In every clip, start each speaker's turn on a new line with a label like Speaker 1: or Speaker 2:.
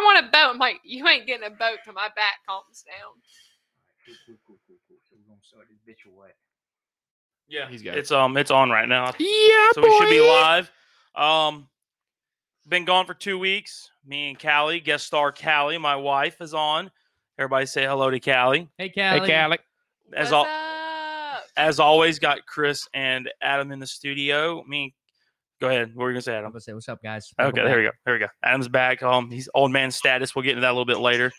Speaker 1: want a boat. I'm like, you ain't getting a boat till my back calms down.
Speaker 2: Cool, cool, cool, cool, cool. So we're gonna start this bitch away.
Speaker 3: Yeah,
Speaker 4: He's got it.
Speaker 3: it's um it's on right now.
Speaker 1: Yeah,
Speaker 3: so we should be live. Um, been gone for two weeks. Me and Callie, guest star Callie, my wife, is on. Everybody say hello to Callie.
Speaker 4: Hey, Callie.
Speaker 3: As
Speaker 1: What's
Speaker 3: all
Speaker 1: up?
Speaker 3: as always, got Chris and Adam in the studio. Me, and- go ahead. What were you gonna say,
Speaker 4: I'm
Speaker 3: Adam?
Speaker 4: gonna say what's up, guys.
Speaker 3: Okay, there we go. There we go. Adam's back. Um, he's old man status. We'll get into that a little bit later.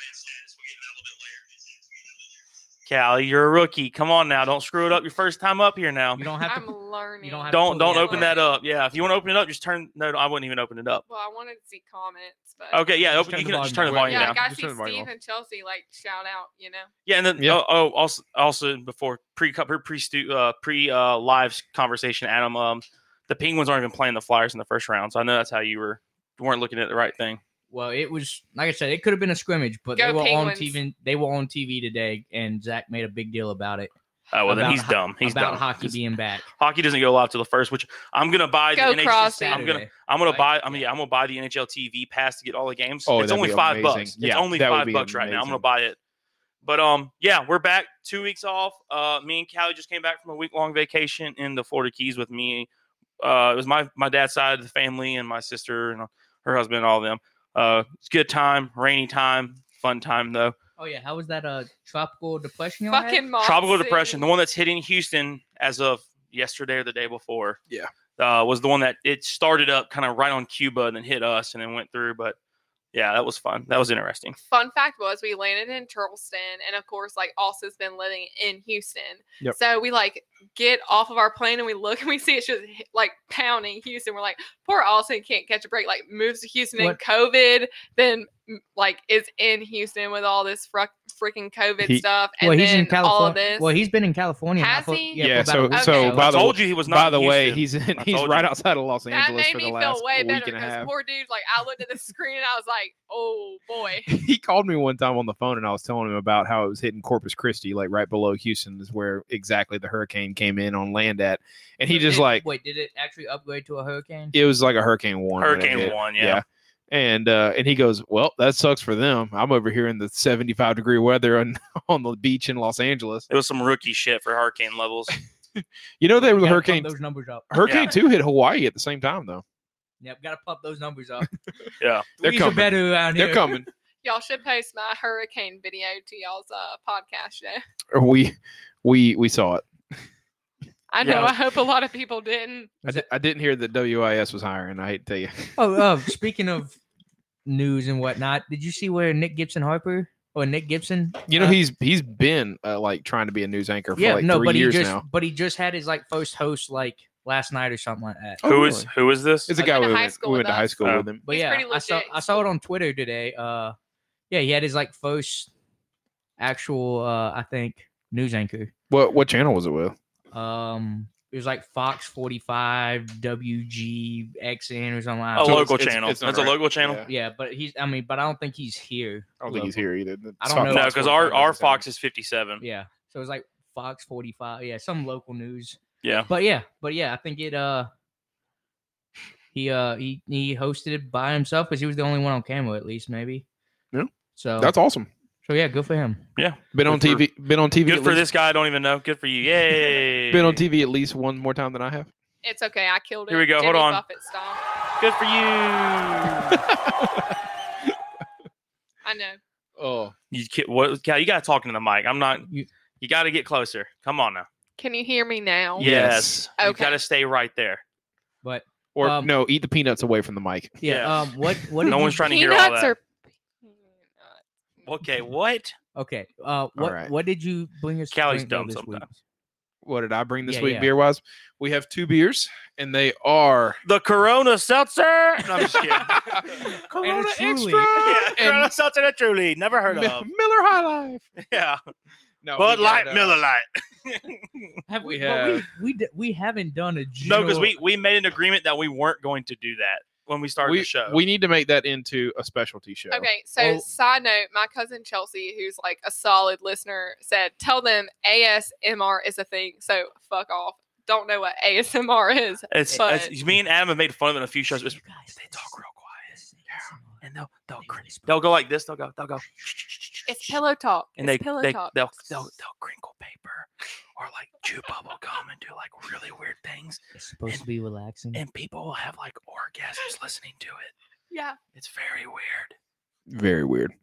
Speaker 3: Callie, you're a rookie. Come on now. Don't screw it up. Your first time up here now.
Speaker 4: You don't have
Speaker 1: I'm
Speaker 4: to.
Speaker 1: learning.
Speaker 4: have to pull
Speaker 3: Don't don't
Speaker 4: it out.
Speaker 3: open that up. Yeah, if you want to open it up, just turn. No, I wouldn't even open it up.
Speaker 1: Well, I wanted to see comments, but
Speaker 3: Okay, yeah,
Speaker 4: Just
Speaker 3: open,
Speaker 4: turn
Speaker 3: you
Speaker 4: the
Speaker 3: can just turn
Speaker 4: volume
Speaker 3: the
Speaker 4: down.
Speaker 3: volume
Speaker 1: yeah,
Speaker 3: down.
Speaker 1: like I
Speaker 4: Just
Speaker 1: see
Speaker 4: turn the volume
Speaker 1: Steve
Speaker 4: off.
Speaker 1: and Chelsea like shout out. You know,
Speaker 3: Yeah, and then
Speaker 4: Yeah.
Speaker 3: Oh, oh, also also before pre pre stu- uh, pre uh, live conversation, Adam. Um, the Penguins aren't even playing the Flyers in the first round, so I know that's how you were you weren't looking at the right thing.
Speaker 4: Well, it was like I said, it could have been a scrimmage, but
Speaker 1: Go
Speaker 4: they were
Speaker 1: Penguins.
Speaker 4: on TV. They were on TV today, and Zach made a big deal about it
Speaker 3: Oh well, then
Speaker 4: About
Speaker 3: he's
Speaker 4: ho-
Speaker 3: dumb. He's
Speaker 4: about
Speaker 3: dumb.
Speaker 4: hockey
Speaker 3: 'Cause
Speaker 4: being back.
Speaker 3: hockey doesn't go live till the first, which I'm gonna buy.
Speaker 1: Go
Speaker 3: the NHL,
Speaker 1: Cross.
Speaker 3: I'm gonna I'm gonna buy. I'm yeah, I'm gonna buy the NHL TV pass to get all the games.
Speaker 5: Oh,
Speaker 3: it's
Speaker 5: that'd
Speaker 3: only
Speaker 5: be
Speaker 3: five
Speaker 5: amazing.
Speaker 3: bucks.
Speaker 5: Yeah,
Speaker 3: it's only
Speaker 5: that would
Speaker 3: five
Speaker 5: be
Speaker 3: bucks right now. I'm gonna
Speaker 5: amazing.
Speaker 3: buy it. But um, yeah, we're back. Two weeks off. Uh, me and Callie just came back from a week long vacation in the Florida Keys with me. Uh, it was my my dad's side of the family and my sister and her husband and all of them. Uh, it's good time, rainy time, fun time though.
Speaker 4: Oh yeah, how was that? Uh, tropical depression. y'all had?
Speaker 1: fucking Moxie.
Speaker 3: Tropical depression, the one that's hitting Houston as of yesterday or the day before.
Speaker 5: Yeah.
Speaker 3: Uh, was the one that it started up kind of right on Cuba and then hit us and then went through. But yeah, that was fun. That was interesting.
Speaker 1: Fun fact was we landed in Charleston, and of course, like Austin's been living in Houston.
Speaker 5: Yep.
Speaker 1: So we like get off of our plane and we look and we see it's just hit- like pounding Houston. We're like, poor Austin can't catch a break. Like moves to Houston in
Speaker 4: What-
Speaker 1: COVID, then m- like is in Houston with all this fruck freaking COVID
Speaker 5: He-
Speaker 1: stuff, and
Speaker 4: Well, he's
Speaker 1: then
Speaker 4: in
Speaker 1: all of
Speaker 4: California.
Speaker 1: this.
Speaker 4: Well, he's been in California. now
Speaker 1: Has
Speaker 4: for-
Speaker 1: he?
Speaker 4: Yeah.
Speaker 5: Yeah,
Speaker 4: for
Speaker 5: so-
Speaker 4: about a
Speaker 1: so
Speaker 4: week.
Speaker 5: by
Speaker 3: I
Speaker 5: the
Speaker 3: told you he was not.
Speaker 5: By the
Speaker 3: in
Speaker 5: way,
Speaker 3: Houston.
Speaker 5: he's in,
Speaker 3: I
Speaker 5: he's
Speaker 3: told
Speaker 5: right
Speaker 3: you.
Speaker 5: outside of Los
Speaker 1: that
Speaker 5: Angeles
Speaker 1: made
Speaker 5: for the
Speaker 1: me
Speaker 5: last
Speaker 1: feel way
Speaker 5: week
Speaker 1: better
Speaker 5: and a
Speaker 1: because
Speaker 5: half.
Speaker 1: poor dude, like I looked at the screen and I was like, oh boy.
Speaker 5: he called me one time on the phone and I was telling him about how it was hitting Corpus Christi, like right below Houston is where exactly the hurricane came in on land at. And he
Speaker 4: Did
Speaker 5: just
Speaker 4: it-
Speaker 5: like
Speaker 4: Wait, did it actually upgrade to a hurricane?
Speaker 5: it was like a hurricane one. when it
Speaker 3: Hurricane
Speaker 5: hit.
Speaker 3: one, yeah.
Speaker 5: And uh, and he goes, Well, that sucks for them. I'm over here in the 75 degree weather on, on the beach in Los Angeles.
Speaker 3: It was some rookie shit for hurricane levels.
Speaker 5: You know they were the
Speaker 4: Gotta pump
Speaker 5: hurricane
Speaker 4: those numbers up.
Speaker 5: Hurricane
Speaker 3: Yeah.
Speaker 5: two hit Hawaii at the same time though.
Speaker 4: Yep, gotta pump those numbers up.
Speaker 3: Yeah.
Speaker 5: They're
Speaker 4: These are
Speaker 5: coming.
Speaker 4: better around
Speaker 5: They're
Speaker 4: here.
Speaker 5: coming.
Speaker 1: Y'all should post my hurricane video to y'all's uh, podcast show.
Speaker 5: Or we we we saw it.
Speaker 1: I know.
Speaker 3: Yeah.
Speaker 1: I hope a lot of people didn't.
Speaker 5: I,
Speaker 4: Was
Speaker 5: di- I didn't hear that WIS was hiring. I hate to tell you.
Speaker 4: Oh, uh, speaking of news and whatnot, did you see where Nick Gibson Harper or Nick Gibson?
Speaker 5: You know
Speaker 4: uh,
Speaker 5: he's he's been uh, like trying to be a news anchor for
Speaker 4: yeah,
Speaker 5: like
Speaker 4: no,
Speaker 5: three
Speaker 4: but he
Speaker 5: years
Speaker 4: just
Speaker 5: now.
Speaker 4: but he just had his like first host like last night or something like that.
Speaker 5: Oh,
Speaker 3: Who is
Speaker 5: really?
Speaker 3: who is this?
Speaker 5: It's a
Speaker 1: I
Speaker 5: guy
Speaker 1: went to
Speaker 5: we
Speaker 1: high
Speaker 5: went,
Speaker 1: school
Speaker 5: we
Speaker 1: with
Speaker 5: went to high
Speaker 1: us.
Speaker 5: school
Speaker 3: Oh.
Speaker 5: with him.
Speaker 4: But
Speaker 1: He's
Speaker 4: yeah,
Speaker 1: pretty
Speaker 4: I saw
Speaker 1: legit.
Speaker 4: I saw it on Twitter today. Uh, yeah, he had his like first actual uh I think news anchor.
Speaker 5: What what channel was it with?
Speaker 4: Um, it was like Fox 45 WGXN or something. Like that.
Speaker 3: a
Speaker 5: So
Speaker 3: local
Speaker 5: it's- it's-
Speaker 3: channel.
Speaker 5: it's
Speaker 3: It's,
Speaker 5: not
Speaker 3: a
Speaker 5: right.
Speaker 3: local channel.
Speaker 5: Yeah.
Speaker 4: Yeah, but he's I mean, but I don't think he's here.
Speaker 5: I don't think he's
Speaker 4: local.
Speaker 5: here either.
Speaker 4: I don't know.
Speaker 3: No,
Speaker 4: Fox
Speaker 3: because our our Fox is 57.
Speaker 4: Yeah. So it was like Fox 45. Yeah, some local news.
Speaker 3: Yeah.
Speaker 4: But yeah, but yeah, I think it uh he uh he he hosted it by himself because he was the only one on camera at least maybe.
Speaker 5: Yeah.
Speaker 4: So
Speaker 5: That's awesome.
Speaker 4: so yeah, good for him.
Speaker 5: Been on
Speaker 3: Good for-
Speaker 5: TV. Been on TV.
Speaker 3: Good
Speaker 5: at
Speaker 3: for
Speaker 5: least,
Speaker 3: this guy. I don't even know. Good for you. Yay.
Speaker 5: Been on TV at least one more time than I have.
Speaker 1: It's okay. I killed it.
Speaker 3: Here we go, hold
Speaker 1: Jimmy
Speaker 3: on.
Speaker 1: Buffett style.
Speaker 3: Good for you.
Speaker 1: I know.
Speaker 5: Oh,
Speaker 3: You ki- what? Cal, you got to talk into the mic. I'm not. You,
Speaker 4: You-
Speaker 3: got to get closer. Come on now.
Speaker 1: Can you hear me now?
Speaker 3: Yes.
Speaker 5: Yes.
Speaker 3: You
Speaker 1: Okay.
Speaker 3: got to stay right there.
Speaker 4: But
Speaker 5: or
Speaker 4: Um,
Speaker 5: no, eat the peanuts away from the mic.
Speaker 4: yeah,
Speaker 3: Yeah.
Speaker 4: um what what
Speaker 3: No
Speaker 4: did
Speaker 3: one's
Speaker 4: you-
Speaker 3: trying to hear all
Speaker 1: Peanuts
Speaker 3: that.
Speaker 1: are.
Speaker 3: okay. What?
Speaker 4: Okay. Uh what
Speaker 5: right.
Speaker 4: what did you bring us
Speaker 3: Callie's
Speaker 4: drink bill
Speaker 3: dumb
Speaker 4: this week?
Speaker 5: What did I bring this
Speaker 4: Yeah,
Speaker 5: week,
Speaker 4: yeah.
Speaker 5: beer wise? We have two beers, and they are
Speaker 3: The Corona Seltzer. No, I'm just kidding.
Speaker 5: Corona
Speaker 4: Truly.
Speaker 5: Extra
Speaker 3: Yeah, Corona
Speaker 5: and
Speaker 3: Seltzer that truly never heard
Speaker 5: Mi-
Speaker 3: of.
Speaker 5: Miller High Life.
Speaker 3: Yeah.
Speaker 5: No,
Speaker 3: Bud
Speaker 5: we got,
Speaker 3: Light,
Speaker 5: uh,
Speaker 3: Miller Light.
Speaker 4: Have
Speaker 5: We
Speaker 4: we, but
Speaker 5: have-
Speaker 4: we we d- we haven't done a general,
Speaker 3: No, because we we made an agreement that we weren't going to do that when we started
Speaker 5: we,
Speaker 3: the show.
Speaker 5: We need to make that into a specialty show.
Speaker 1: Okay, so
Speaker 4: Oh.
Speaker 1: side note, my cousin Chelsea, who's like a solid listener, said, "Tell them ASMR is a thing." So fuck off. Don't know what ASMR is.
Speaker 3: it's,
Speaker 1: but-
Speaker 3: it's- me and Adam have made fun of it in a few shows.
Speaker 4: You
Speaker 3: It's,
Speaker 4: guys,
Speaker 3: they talk real quiet.
Speaker 4: this is ASMR.
Speaker 3: and they'll they'll
Speaker 4: They
Speaker 3: cr-
Speaker 4: really spoke.
Speaker 3: they'll go like this. They'll go they'll go,
Speaker 1: It's pillow talk.
Speaker 3: and they
Speaker 1: it's
Speaker 3: they
Speaker 1: pillow
Speaker 3: they'll,
Speaker 1: talk.
Speaker 3: they'll they'll crinkle paper or like chew bubble gum and do like really weird things,
Speaker 4: It's supposed to be relaxing.
Speaker 3: and people will have like orgasms listening to it.
Speaker 1: yeah.
Speaker 3: It's very weird.
Speaker 5: Very weird.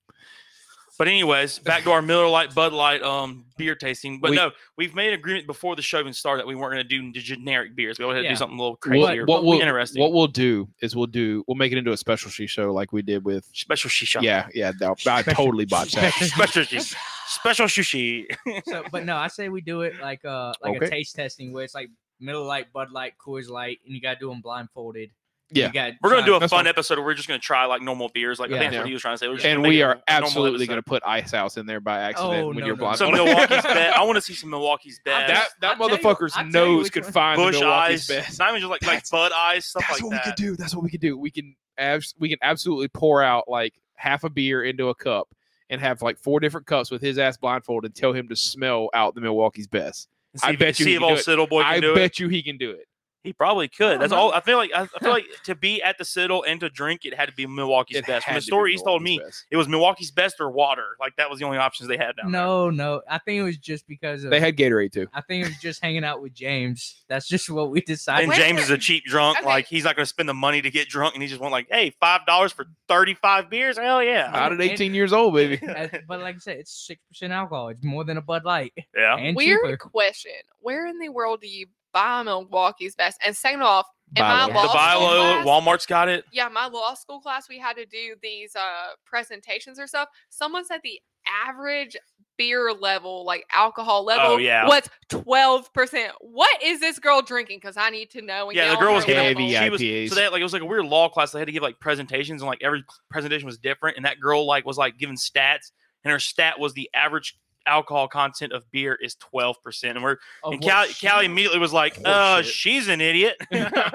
Speaker 3: But anyways, back to our Miller Lite, Bud Light, um, beer tasting. But
Speaker 5: We-
Speaker 3: no, we've made an agreement before the show even started that we weren't going to do the generic beers. We wanted to
Speaker 4: Yeah.
Speaker 3: do something a little
Speaker 5: What,
Speaker 3: crazier,
Speaker 5: what we'll,
Speaker 3: interesting.
Speaker 5: what we'll do is we'll do we'll make it into a specialty show like we did with.
Speaker 3: special shisha.
Speaker 5: Yeah, yeah. no, I totally botched that.
Speaker 3: special shish- special sushi.
Speaker 4: so, but no, I say we do it like uh like
Speaker 5: Okay.
Speaker 4: a taste testing where it's like Miller Light, Bud Light, Coors Light, and you gotta do them blindfolded.
Speaker 5: Yeah.
Speaker 3: We're gonna do a
Speaker 5: That's
Speaker 3: fun
Speaker 5: fine.
Speaker 3: episode where we're just gonna try like normal beers. Like I
Speaker 4: Yeah.
Speaker 3: think that's what
Speaker 5: Yeah.
Speaker 3: he was trying to say. We're just
Speaker 5: And
Speaker 3: gonna make
Speaker 5: we
Speaker 3: it a
Speaker 5: are
Speaker 3: normal
Speaker 5: absolutely
Speaker 3: episode.
Speaker 5: going to put Ice House in there by accident
Speaker 4: Oh,
Speaker 5: when
Speaker 4: no,
Speaker 5: you're
Speaker 4: no,
Speaker 5: blonde.
Speaker 4: put- no.
Speaker 3: some Milwaukee's best. I want to see some Milwaukee's best.
Speaker 5: that that
Speaker 4: I'll tell you-
Speaker 5: motherfucker's
Speaker 4: I'll tell you
Speaker 5: nose
Speaker 4: which
Speaker 5: could
Speaker 4: one.
Speaker 5: find
Speaker 3: Bush
Speaker 5: the
Speaker 3: eyes,
Speaker 5: Milwaukee's best.
Speaker 3: not even just like
Speaker 5: That's-
Speaker 3: like Bud eyes, stuff
Speaker 5: That's
Speaker 3: like
Speaker 5: what
Speaker 3: that.
Speaker 5: we could do. That's what we could do. We can abs- we can absolutely pour out like half a beer into a cup and have like four different cups with his ass blindfolded and tell him to smell out the Milwaukee's best.
Speaker 3: And see
Speaker 5: I
Speaker 3: if-
Speaker 5: bet you
Speaker 3: see
Speaker 5: he
Speaker 3: if
Speaker 5: can
Speaker 3: old
Speaker 5: do it.
Speaker 3: Siddle boy can
Speaker 5: I
Speaker 3: do
Speaker 5: bet
Speaker 3: it.
Speaker 5: you he can do it.
Speaker 3: He probably could.
Speaker 4: don't
Speaker 3: That's
Speaker 4: know.
Speaker 3: all. I feel like I, I feel like to be at the Citadel and to drink it had to be Milwaukee's
Speaker 5: It
Speaker 3: best. From
Speaker 5: had
Speaker 3: the
Speaker 5: to be
Speaker 3: story he's told me,
Speaker 5: Milwaukee's best.
Speaker 3: it was Milwaukee's best or water. Like that was the only options they had down
Speaker 4: No, no. I think it was just because of
Speaker 5: they had Gatorade too.
Speaker 4: I think it was just hanging out with James. That's just what we
Speaker 3: there.
Speaker 4: decided.
Speaker 3: And
Speaker 1: Where-
Speaker 3: James is a cheap drunk.
Speaker 1: Okay.
Speaker 3: Like he's not going to spend the money to get drunk, and he just went like, "Hey, five dollars for thirty-five beers? Hell yeah,
Speaker 5: Out at
Speaker 4: and-
Speaker 5: 18 years old, baby.
Speaker 4: As- but like I said, it's six percent alcohol. It's more than a Bud Light
Speaker 3: yeah."
Speaker 4: and
Speaker 1: Weird
Speaker 4: cheaper.
Speaker 1: question. Where in the world do you buy Milwaukee's best? And second off, in my law
Speaker 5: Buy low.
Speaker 3: The
Speaker 1: school
Speaker 3: buy low,
Speaker 1: class,
Speaker 3: Walmart's got it.
Speaker 1: yeah, my law school class, we had to do these uh presentations or stuff. Someone said the average beer level, like alcohol level,
Speaker 3: Oh, yeah.
Speaker 1: was twelve percent. What is this girl drinking? Because I need to know. and
Speaker 3: Yeah,
Speaker 1: get
Speaker 3: the
Speaker 1: on
Speaker 3: girl
Speaker 1: her
Speaker 3: was giving
Speaker 1: level.
Speaker 5: Heavy
Speaker 3: she was,
Speaker 5: IPAs.
Speaker 3: so that like it was like a weird law class. They had to give like presentations and like every presentation was different. And that girl like was like giving stats, and her stat was the average alcohol content of beer is twelve percent. And we're
Speaker 4: of
Speaker 3: and
Speaker 4: what
Speaker 3: Callie,
Speaker 4: she-
Speaker 3: Callie immediately was like,
Speaker 5: Horseshit.
Speaker 3: "Uh, she's an idiot."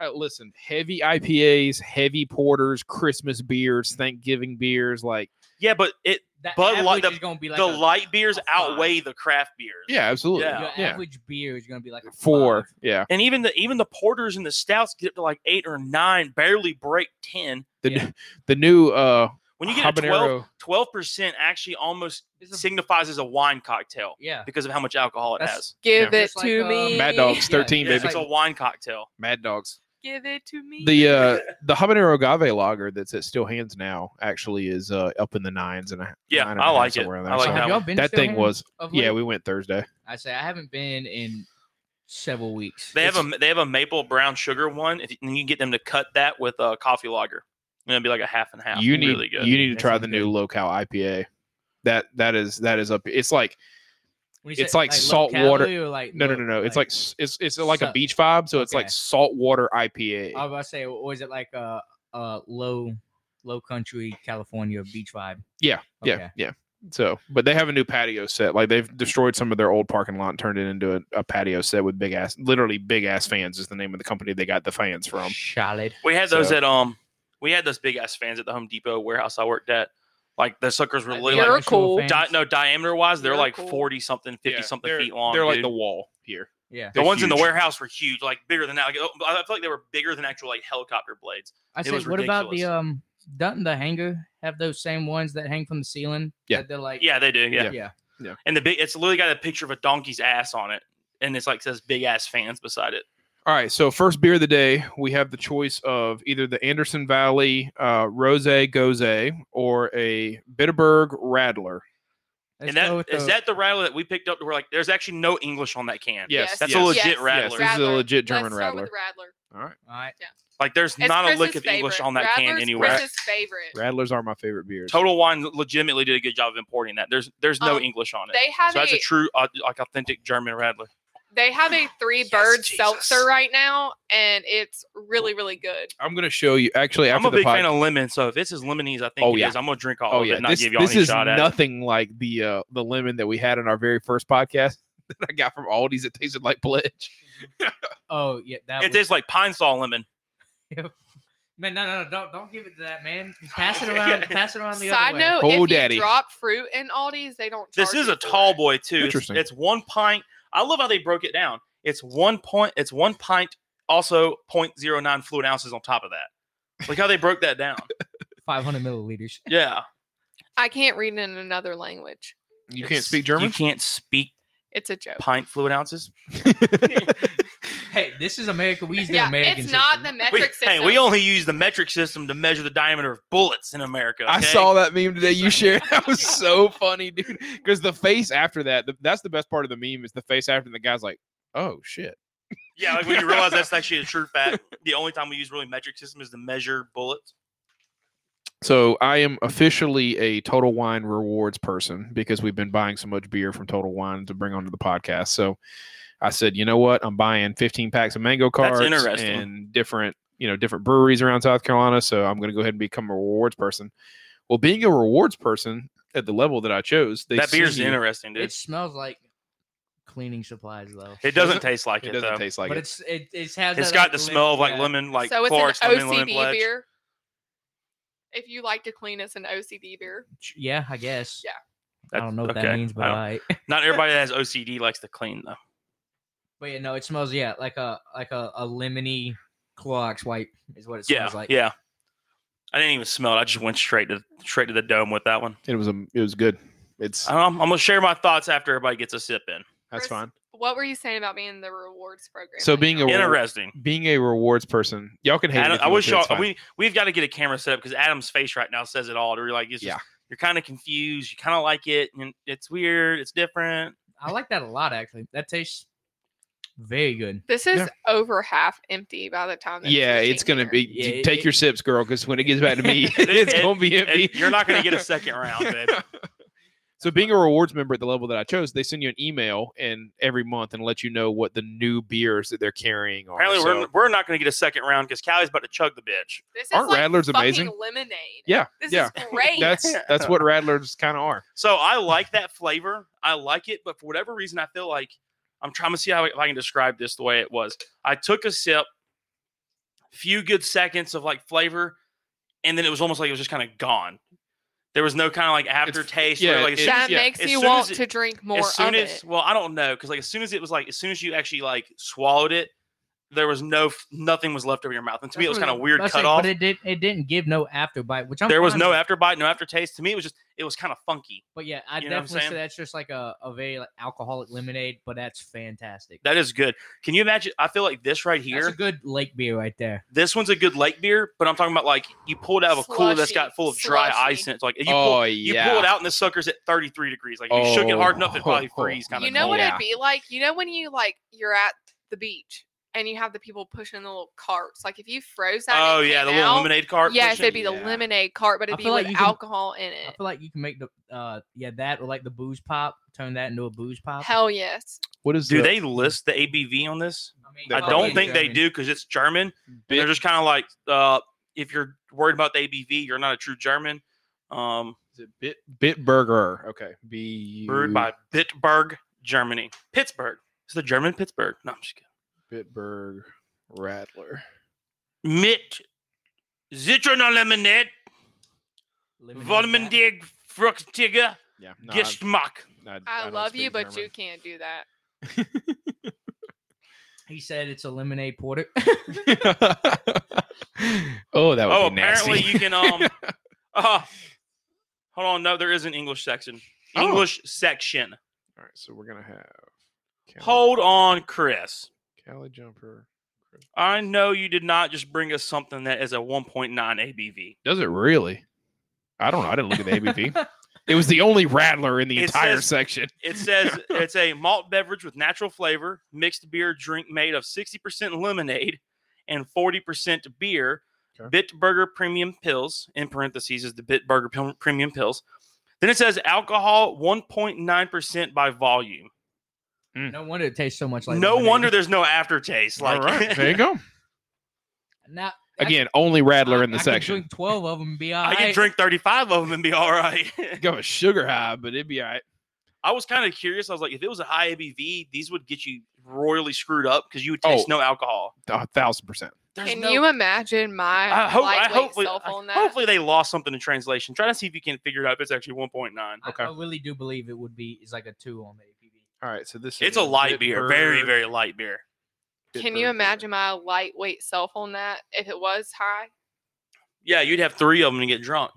Speaker 5: Uh, listen, heavy IPAs, heavy porters, Christmas beers, Thanksgiving beers, like
Speaker 3: yeah, but it
Speaker 4: that
Speaker 3: Bud
Speaker 4: average
Speaker 3: Light- the-
Speaker 4: is gonna be like
Speaker 3: the
Speaker 4: a,
Speaker 3: light beers
Speaker 4: a five.
Speaker 3: outweigh the craft beers.
Speaker 5: yeah, absolutely,
Speaker 3: Yeah.
Speaker 4: your
Speaker 5: yeah.
Speaker 4: average beer is gonna be like a
Speaker 5: four,
Speaker 4: five.
Speaker 5: yeah.
Speaker 3: And even the even the porters and the stouts get up to like eight or nine, barely break ten.
Speaker 5: the
Speaker 4: Yeah.
Speaker 5: new the new uh
Speaker 3: When you get a 12
Speaker 5: habanero
Speaker 3: 12 percent, actually almost
Speaker 4: It's a-
Speaker 3: signifies as a wine cocktail
Speaker 4: Yeah.
Speaker 3: because of how much alcohol it
Speaker 4: That's-
Speaker 3: has.
Speaker 1: Give
Speaker 4: Yeah.
Speaker 1: it
Speaker 4: Just like,
Speaker 1: to
Speaker 4: uh,
Speaker 1: me.
Speaker 5: Mad Dog's
Speaker 4: Yeah,
Speaker 5: 13
Speaker 3: Yeah,
Speaker 4: it's
Speaker 5: baby
Speaker 3: it's a wine cocktail.
Speaker 5: mad dogs
Speaker 1: Give it to me.
Speaker 5: the uh the habanero agave lager that's at still hands now actually is uh up in the nines and a
Speaker 3: Yeah,
Speaker 5: nine and
Speaker 3: I
Speaker 5: a half,
Speaker 3: like it.
Speaker 5: somewhere in there.
Speaker 3: I like
Speaker 4: So
Speaker 5: So
Speaker 3: that
Speaker 4: have y'all been to
Speaker 5: that
Speaker 4: Still
Speaker 5: thing
Speaker 4: Hands
Speaker 5: was
Speaker 4: of
Speaker 5: yeah
Speaker 4: late?
Speaker 5: we went thursday
Speaker 4: I say I haven't been in several weeks.
Speaker 3: They have
Speaker 4: It's-
Speaker 3: a they have a maple brown sugar one, if, and you can get them to cut that with a coffee lager. And it'd be like a half and half.
Speaker 5: you need
Speaker 3: really good.
Speaker 5: you need to
Speaker 4: That
Speaker 5: try
Speaker 4: sounds
Speaker 5: the new
Speaker 4: good.
Speaker 5: locale ipa that that is that is up it's like
Speaker 4: when you
Speaker 5: it's
Speaker 4: say,
Speaker 5: like
Speaker 4: low
Speaker 5: salt water-
Speaker 4: calorie or like
Speaker 5: no no
Speaker 4: low-
Speaker 5: no no it's like s- it's it's like a
Speaker 4: Suck.
Speaker 5: beach vibe so it's
Speaker 4: Okay.
Speaker 5: like saltwater ipa
Speaker 4: I was about to say, was it like a, a low, low country California beach vibe?
Speaker 5: Yeah, yeah,
Speaker 4: Okay.
Speaker 5: yeah. So, but they have a new patio set. Like they've destroyed some of their old parking lot and turned it into a, a patio set with big ass, literally big ass fans is the name of the company they got the fans from.
Speaker 4: Solid.
Speaker 3: We had those
Speaker 5: So-
Speaker 3: at um, we had those big ass fans at the Home Depot warehouse I worked at. Like the suckers were
Speaker 4: Like,
Speaker 3: literally
Speaker 1: You're
Speaker 3: like,
Speaker 4: actual
Speaker 1: cool.
Speaker 4: fans.
Speaker 3: di- no diameter wise, they're
Speaker 1: They're
Speaker 3: like
Speaker 1: cool.
Speaker 3: forty something, fifty
Speaker 5: Yeah,
Speaker 3: something
Speaker 5: they're-
Speaker 3: feet long.
Speaker 5: They're like
Speaker 3: dude.
Speaker 5: the wall here.
Speaker 4: Yeah.
Speaker 3: the
Speaker 5: they're
Speaker 3: ones in the
Speaker 5: huge.
Speaker 3: warehouse were huge, like bigger than that. Like, oh, I feel like they were bigger than actual like helicopter blades.
Speaker 4: I
Speaker 3: It
Speaker 4: said,
Speaker 3: was
Speaker 4: what about the
Speaker 3: ridiculous.
Speaker 4: um? Doesn't the hanger have those same ones that hang from the ceiling?
Speaker 5: Yeah.
Speaker 4: that they're like
Speaker 3: Yeah, they do. Yeah,
Speaker 4: yeah.
Speaker 3: and the big it's literally got a picture of a donkey's ass on it, and it's like says big ass fans beside it.
Speaker 5: All right. So first beer of the day, we have the choice of either the Anderson Valley uh, Rose Goze or a Bitterberg Rattler.
Speaker 4: Let's
Speaker 3: and that
Speaker 4: go
Speaker 3: is
Speaker 4: with the-
Speaker 3: that the rattler that we picked up? We're like, there's actually no English on that can.
Speaker 5: Yes,
Speaker 1: Yes.
Speaker 3: that's
Speaker 5: yes,
Speaker 3: a legit
Speaker 1: Yes.
Speaker 3: rattler.
Speaker 5: Yes. This is a legit
Speaker 1: Let's
Speaker 5: German
Speaker 1: start with
Speaker 5: Rattler.
Speaker 1: Rattler.
Speaker 5: All right.
Speaker 4: All right.
Speaker 3: Like, there's
Speaker 1: It's
Speaker 3: not a lick
Speaker 1: Chris's
Speaker 3: of English
Speaker 1: favorite.
Speaker 3: on that can
Speaker 1: Rattler's
Speaker 3: anywhere.
Speaker 1: Chris's favorite.
Speaker 5: Rattlers are my favorite beers.
Speaker 3: Total Wine legitimately did a good job of importing that. There's there's no
Speaker 1: Um,
Speaker 3: English on it.
Speaker 1: They have
Speaker 3: So that's
Speaker 1: a,
Speaker 3: a true uh, like authentic German rattler.
Speaker 1: they have a three
Speaker 3: Yes,
Speaker 1: bird
Speaker 3: Jesus.
Speaker 1: seltzer right now, and it's really really good.
Speaker 5: I'm gonna show you. Actually,
Speaker 3: I'm
Speaker 5: after
Speaker 3: a
Speaker 5: the
Speaker 3: big
Speaker 5: podcast,
Speaker 3: fan of lemon, so if it's as lemony as I think
Speaker 5: Oh,
Speaker 3: it
Speaker 5: yeah.
Speaker 3: is, I'm gonna drink all
Speaker 5: Oh
Speaker 3: of it
Speaker 5: yeah,
Speaker 3: and not
Speaker 5: this,
Speaker 3: give y'all
Speaker 5: this
Speaker 3: any
Speaker 5: is
Speaker 3: shot at it.
Speaker 5: nothing like the uh, the lemon that we had in our very first podcast that I got from Aldi's that tasted like pledge.
Speaker 4: Oh yeah, that.
Speaker 3: It
Speaker 4: was-
Speaker 3: tastes like pine saw lemon.
Speaker 4: man, no, no, no, don't, don't give it to that man. Pass it around. Pass it around the
Speaker 1: Side
Speaker 4: other
Speaker 1: note:
Speaker 5: Oh,
Speaker 1: If you
Speaker 5: daddy.
Speaker 1: drop fruit in Aldi's, they don't.
Speaker 3: This
Speaker 1: charge
Speaker 3: is
Speaker 1: you
Speaker 3: a
Speaker 1: for
Speaker 3: tall
Speaker 1: it.
Speaker 3: boy too. It's,
Speaker 5: Interesting.
Speaker 3: it's one pint. I love how they broke it down. It's one point. It's one pint. Also, 0.09 fluid ounces on top of that. Look how they broke that down.
Speaker 4: 500 milliliters.
Speaker 3: Yeah.
Speaker 1: I can't read in another language.
Speaker 5: You can't
Speaker 3: It's-
Speaker 5: speak German.
Speaker 3: You can't speak
Speaker 1: It's a joke.
Speaker 3: pint fluid ounces.
Speaker 4: Hey, this is America. We use the
Speaker 1: yeah,
Speaker 4: American
Speaker 1: it's not the
Speaker 4: system.
Speaker 1: metric
Speaker 3: We-
Speaker 1: system.
Speaker 3: hey, we only use the metric system to measure the diameter of bullets in America.
Speaker 5: I
Speaker 3: okay?
Speaker 5: saw that meme today you shared. That was so funny, dude. Because the face after that, the, that's the best part of the meme is the face after the guy's like, oh shit.
Speaker 3: Yeah, like when you realize that's actually a true fact. The only time we use really metric system is to measure bullets.
Speaker 5: So I am officially a Total Wine rewards person because we've been buying so much beer from Total Wine to bring onto the podcast. So I said, you know what? I'm buying 15 packs of mango cards
Speaker 3: interesting.
Speaker 5: and different, you know, different breweries around South Carolina. So I'm going to go ahead and become a rewards person. Well, being a rewards person at the level that I chose, they
Speaker 3: that
Speaker 5: send
Speaker 3: beer's
Speaker 5: you-
Speaker 3: interesting, dude.
Speaker 4: It smells like cleaning supplies, though.
Speaker 3: it doesn't
Speaker 5: doesn't-
Speaker 3: taste like
Speaker 5: It
Speaker 3: it,
Speaker 5: doesn't
Speaker 3: though.
Speaker 5: taste like
Speaker 4: but
Speaker 5: it.
Speaker 4: it's it, it has.
Speaker 3: it's
Speaker 4: that,
Speaker 3: got
Speaker 4: lemon-
Speaker 3: the smell of like
Speaker 4: yeah.
Speaker 3: lemon, like
Speaker 1: so it's
Speaker 3: Clorox
Speaker 1: an
Speaker 3: lemon, lemon
Speaker 1: OCD
Speaker 3: pledge.
Speaker 1: beer. If you like to clean, it's an OCD beer.
Speaker 4: Ch- Yeah, I guess.
Speaker 1: Yeah.
Speaker 4: I don't know what
Speaker 3: okay,
Speaker 4: that means, but
Speaker 3: I don't-
Speaker 4: I.
Speaker 3: Not everybody that has OCD likes to clean though.
Speaker 4: But yeah, no, it smells yeah like a like a, a lemony Clorox wipe is what it
Speaker 3: Yeah,
Speaker 4: smells like.
Speaker 3: yeah. I didn't even smell it. I just went straight to straight to the dome with that one.
Speaker 5: It was a, it was good. It's
Speaker 3: Um, I'm gonna share my thoughts after everybody gets a sip in.
Speaker 5: that's
Speaker 1: Chris,
Speaker 5: fine.
Speaker 1: What were you saying about being in the rewards program?
Speaker 5: So
Speaker 1: right
Speaker 5: being
Speaker 1: now?
Speaker 5: a-
Speaker 3: Interesting.
Speaker 5: Being a rewards person, y'all can hate. it
Speaker 3: Adam,
Speaker 5: if you
Speaker 3: I
Speaker 5: want
Speaker 3: wish
Speaker 5: to, it's
Speaker 3: y'all
Speaker 5: fine.
Speaker 3: we we've got to get a camera set up because Adam's face right now says it all. You're like, it's just-
Speaker 5: Yeah.
Speaker 3: you're kind of confused. You kind of like it, and it's weird. It's different.
Speaker 4: I like that a lot actually. That tastes very good.
Speaker 1: this is
Speaker 5: Yeah.
Speaker 1: over half empty by the time. that
Speaker 5: Yeah,
Speaker 1: you
Speaker 5: it's
Speaker 1: came
Speaker 5: gonna
Speaker 1: here.
Speaker 5: be.
Speaker 4: Yeah,
Speaker 5: take
Speaker 4: it-
Speaker 5: your sips, girl, because when it gets back to me,
Speaker 3: It-
Speaker 5: it's
Speaker 3: it-
Speaker 5: gonna be
Speaker 3: And
Speaker 5: empty.
Speaker 3: you're not gonna get a second round, babe.
Speaker 5: so, being a rewards member at the level that I chose, they send you an email and every month and let you know what the new beers that they're carrying are.
Speaker 3: Apparently,
Speaker 5: so-
Speaker 3: we're, we're not gonna get a second round because Callie's about to chug the bitch.
Speaker 1: This is
Speaker 5: aren't
Speaker 1: like
Speaker 5: Radlers
Speaker 1: fucking
Speaker 5: amazing?
Speaker 1: Lemonade.
Speaker 5: yeah,
Speaker 1: This
Speaker 5: yeah.
Speaker 1: is great.
Speaker 5: That's that's what rattlers kind of are.
Speaker 3: So I like that flavor. I like it, but for whatever reason, I feel like I'm trying to see how I- if I can describe this the way it was. I took a sip, few good seconds of like flavor, and then it was almost like it was just kind of gone. There was no kind of like aftertaste. where,
Speaker 5: yeah,
Speaker 3: like, as
Speaker 5: it-
Speaker 3: soon
Speaker 1: that
Speaker 3: as-
Speaker 5: yeah,
Speaker 1: makes
Speaker 3: as
Speaker 1: you
Speaker 3: soon as
Speaker 1: want
Speaker 3: it-
Speaker 1: to drink more
Speaker 3: as soon
Speaker 1: of
Speaker 3: as
Speaker 1: it.
Speaker 3: well, I don't know because like as soon as it was like as soon as you actually like swallowed it, there was no f- nothing was left over your mouth. And to me, it
Speaker 1: Hmm.
Speaker 3: was kind of weird
Speaker 4: But I said-
Speaker 3: cut off.
Speaker 4: But it did it didn't give no afterbite, which I'm
Speaker 3: There was
Speaker 4: fine
Speaker 3: no
Speaker 4: with.
Speaker 3: afterbite, no aftertaste. To me, it was just it was kind of funky.
Speaker 4: But yeah, I
Speaker 3: You know what I'm
Speaker 4: definitely say
Speaker 3: saying?
Speaker 4: that's just like a, a very like, alcoholic lemonade, but that's fantastic.
Speaker 3: That is good. Can you imagine? I feel like this right
Speaker 4: That's
Speaker 3: here.
Speaker 4: a good lake beer right there.
Speaker 3: this one's a good lake beer, but I'm talking about like you pull it out of a cooler that's
Speaker 1: Slushy,
Speaker 3: got full of dry
Speaker 1: slushy.
Speaker 3: ice in it. It's like you pull,
Speaker 5: oh
Speaker 3: you
Speaker 5: yeah,
Speaker 3: pull it out and the sucker's at 33 degrees. Like if you shook it hard enough, it probably
Speaker 5: Oh.
Speaker 3: freeze. Kind
Speaker 1: you
Speaker 3: of.
Speaker 1: know what
Speaker 5: Yeah.
Speaker 1: it'd be like you know when you like you're at the beach and you have the people pushing the little carts like if you froze that
Speaker 3: Oh
Speaker 1: and it
Speaker 3: yeah,
Speaker 1: came
Speaker 3: the little
Speaker 1: out,
Speaker 3: lemonade cart.
Speaker 1: yes
Speaker 3: pushing.
Speaker 1: it'd be the
Speaker 5: Yeah.
Speaker 1: lemonade cart but
Speaker 4: I
Speaker 1: it'd be
Speaker 4: feel like
Speaker 1: with
Speaker 4: you can-
Speaker 1: alcohol in
Speaker 4: I
Speaker 1: it
Speaker 4: feel like you can make the uh yeah that or like the booze pop, turn that into a booze pop.
Speaker 1: hell yes
Speaker 5: What is
Speaker 3: Do
Speaker 5: the
Speaker 3: they list the ABV on this?
Speaker 4: I, mean,
Speaker 5: They
Speaker 3: I
Speaker 5: probably
Speaker 3: don't
Speaker 5: do.
Speaker 3: think they do because it's German. And they're
Speaker 5: bit-
Speaker 3: just kind of like, uh, if you're worried about the ABV, you're not a true German. Um,
Speaker 5: is it bit bit burger? Okay, B
Speaker 3: brewed by Bitburg, Germany, Pittsburgh. It's the German Pittsburgh. No, I'm just kidding.
Speaker 5: Bitburg Rattler.
Speaker 3: Mit Zitronen Lemonade.
Speaker 4: Lemonade back.
Speaker 3: Volmendig Fruchtiger
Speaker 5: Yeah, no, I-
Speaker 3: Geschmack.
Speaker 5: I,
Speaker 1: i,
Speaker 5: don't
Speaker 1: love you
Speaker 5: speak
Speaker 1: but
Speaker 5: German.
Speaker 1: you can't do that
Speaker 4: He said it's a lemonade porter.
Speaker 5: oh, that would
Speaker 3: Oh,
Speaker 5: be nasty.
Speaker 3: apparently you can um uh, hold on, no, there is an English section.
Speaker 5: Oh.
Speaker 3: English section.
Speaker 5: All right, so we're gonna have Cali,
Speaker 3: Hold on, Chris.
Speaker 5: Cali jumper. Chris-
Speaker 3: I know you did not just bring us something that is a 1.9 ABV.
Speaker 5: Does it really? I don't know. I didn't look at the ABV. it was the only rattler in the
Speaker 3: It
Speaker 5: entire
Speaker 3: says-
Speaker 5: section.
Speaker 3: It says it's a malt beverage with natural flavor, mixed beer drink made of 60% lemonade and 40% beer.
Speaker 5: Okay.
Speaker 3: Bitburger Premium Pills, in parentheses, is the Bitburger Pil- Premium Pills. Then it says alcohol 1.9% by volume.
Speaker 4: no wonder it tastes so much like.
Speaker 3: no
Speaker 4: lemonade.
Speaker 3: wonder there's no aftertaste. Like,
Speaker 5: All right, there you go.
Speaker 4: Now, I-
Speaker 5: Again, only rattler in
Speaker 4: I
Speaker 5: the
Speaker 4: could
Speaker 5: section.
Speaker 4: drink Twelve of them, be all
Speaker 3: I
Speaker 4: right.
Speaker 3: can drink 35 of them and be all right.
Speaker 5: Go a sugar high, but it'd be all right.
Speaker 3: I was kind of curious. I was like, if it was a high ABV, these would get you royally screwed up because you would taste
Speaker 5: Oh.
Speaker 3: no alcohol.
Speaker 5: A thousand percent.
Speaker 3: There's
Speaker 1: can
Speaker 3: no-
Speaker 1: you imagine my
Speaker 3: I hope. I
Speaker 1: lightweight
Speaker 3: hopefully.
Speaker 1: self
Speaker 3: I-
Speaker 1: on that
Speaker 3: hopefully they lost something in translation. Try to see if you can figure it out. If it's actually 1.9.
Speaker 4: I-
Speaker 5: Okay.
Speaker 4: I, really do believe it would be is like a two on the APB.
Speaker 5: All right, so this
Speaker 3: It's
Speaker 5: is
Speaker 3: a light beer, very
Speaker 5: Bitburger-
Speaker 3: very light beer.
Speaker 1: can you
Speaker 5: Bitburger.
Speaker 1: imagine my lightweight self on that if it was high
Speaker 3: Yeah, you'd have three of them to get drunk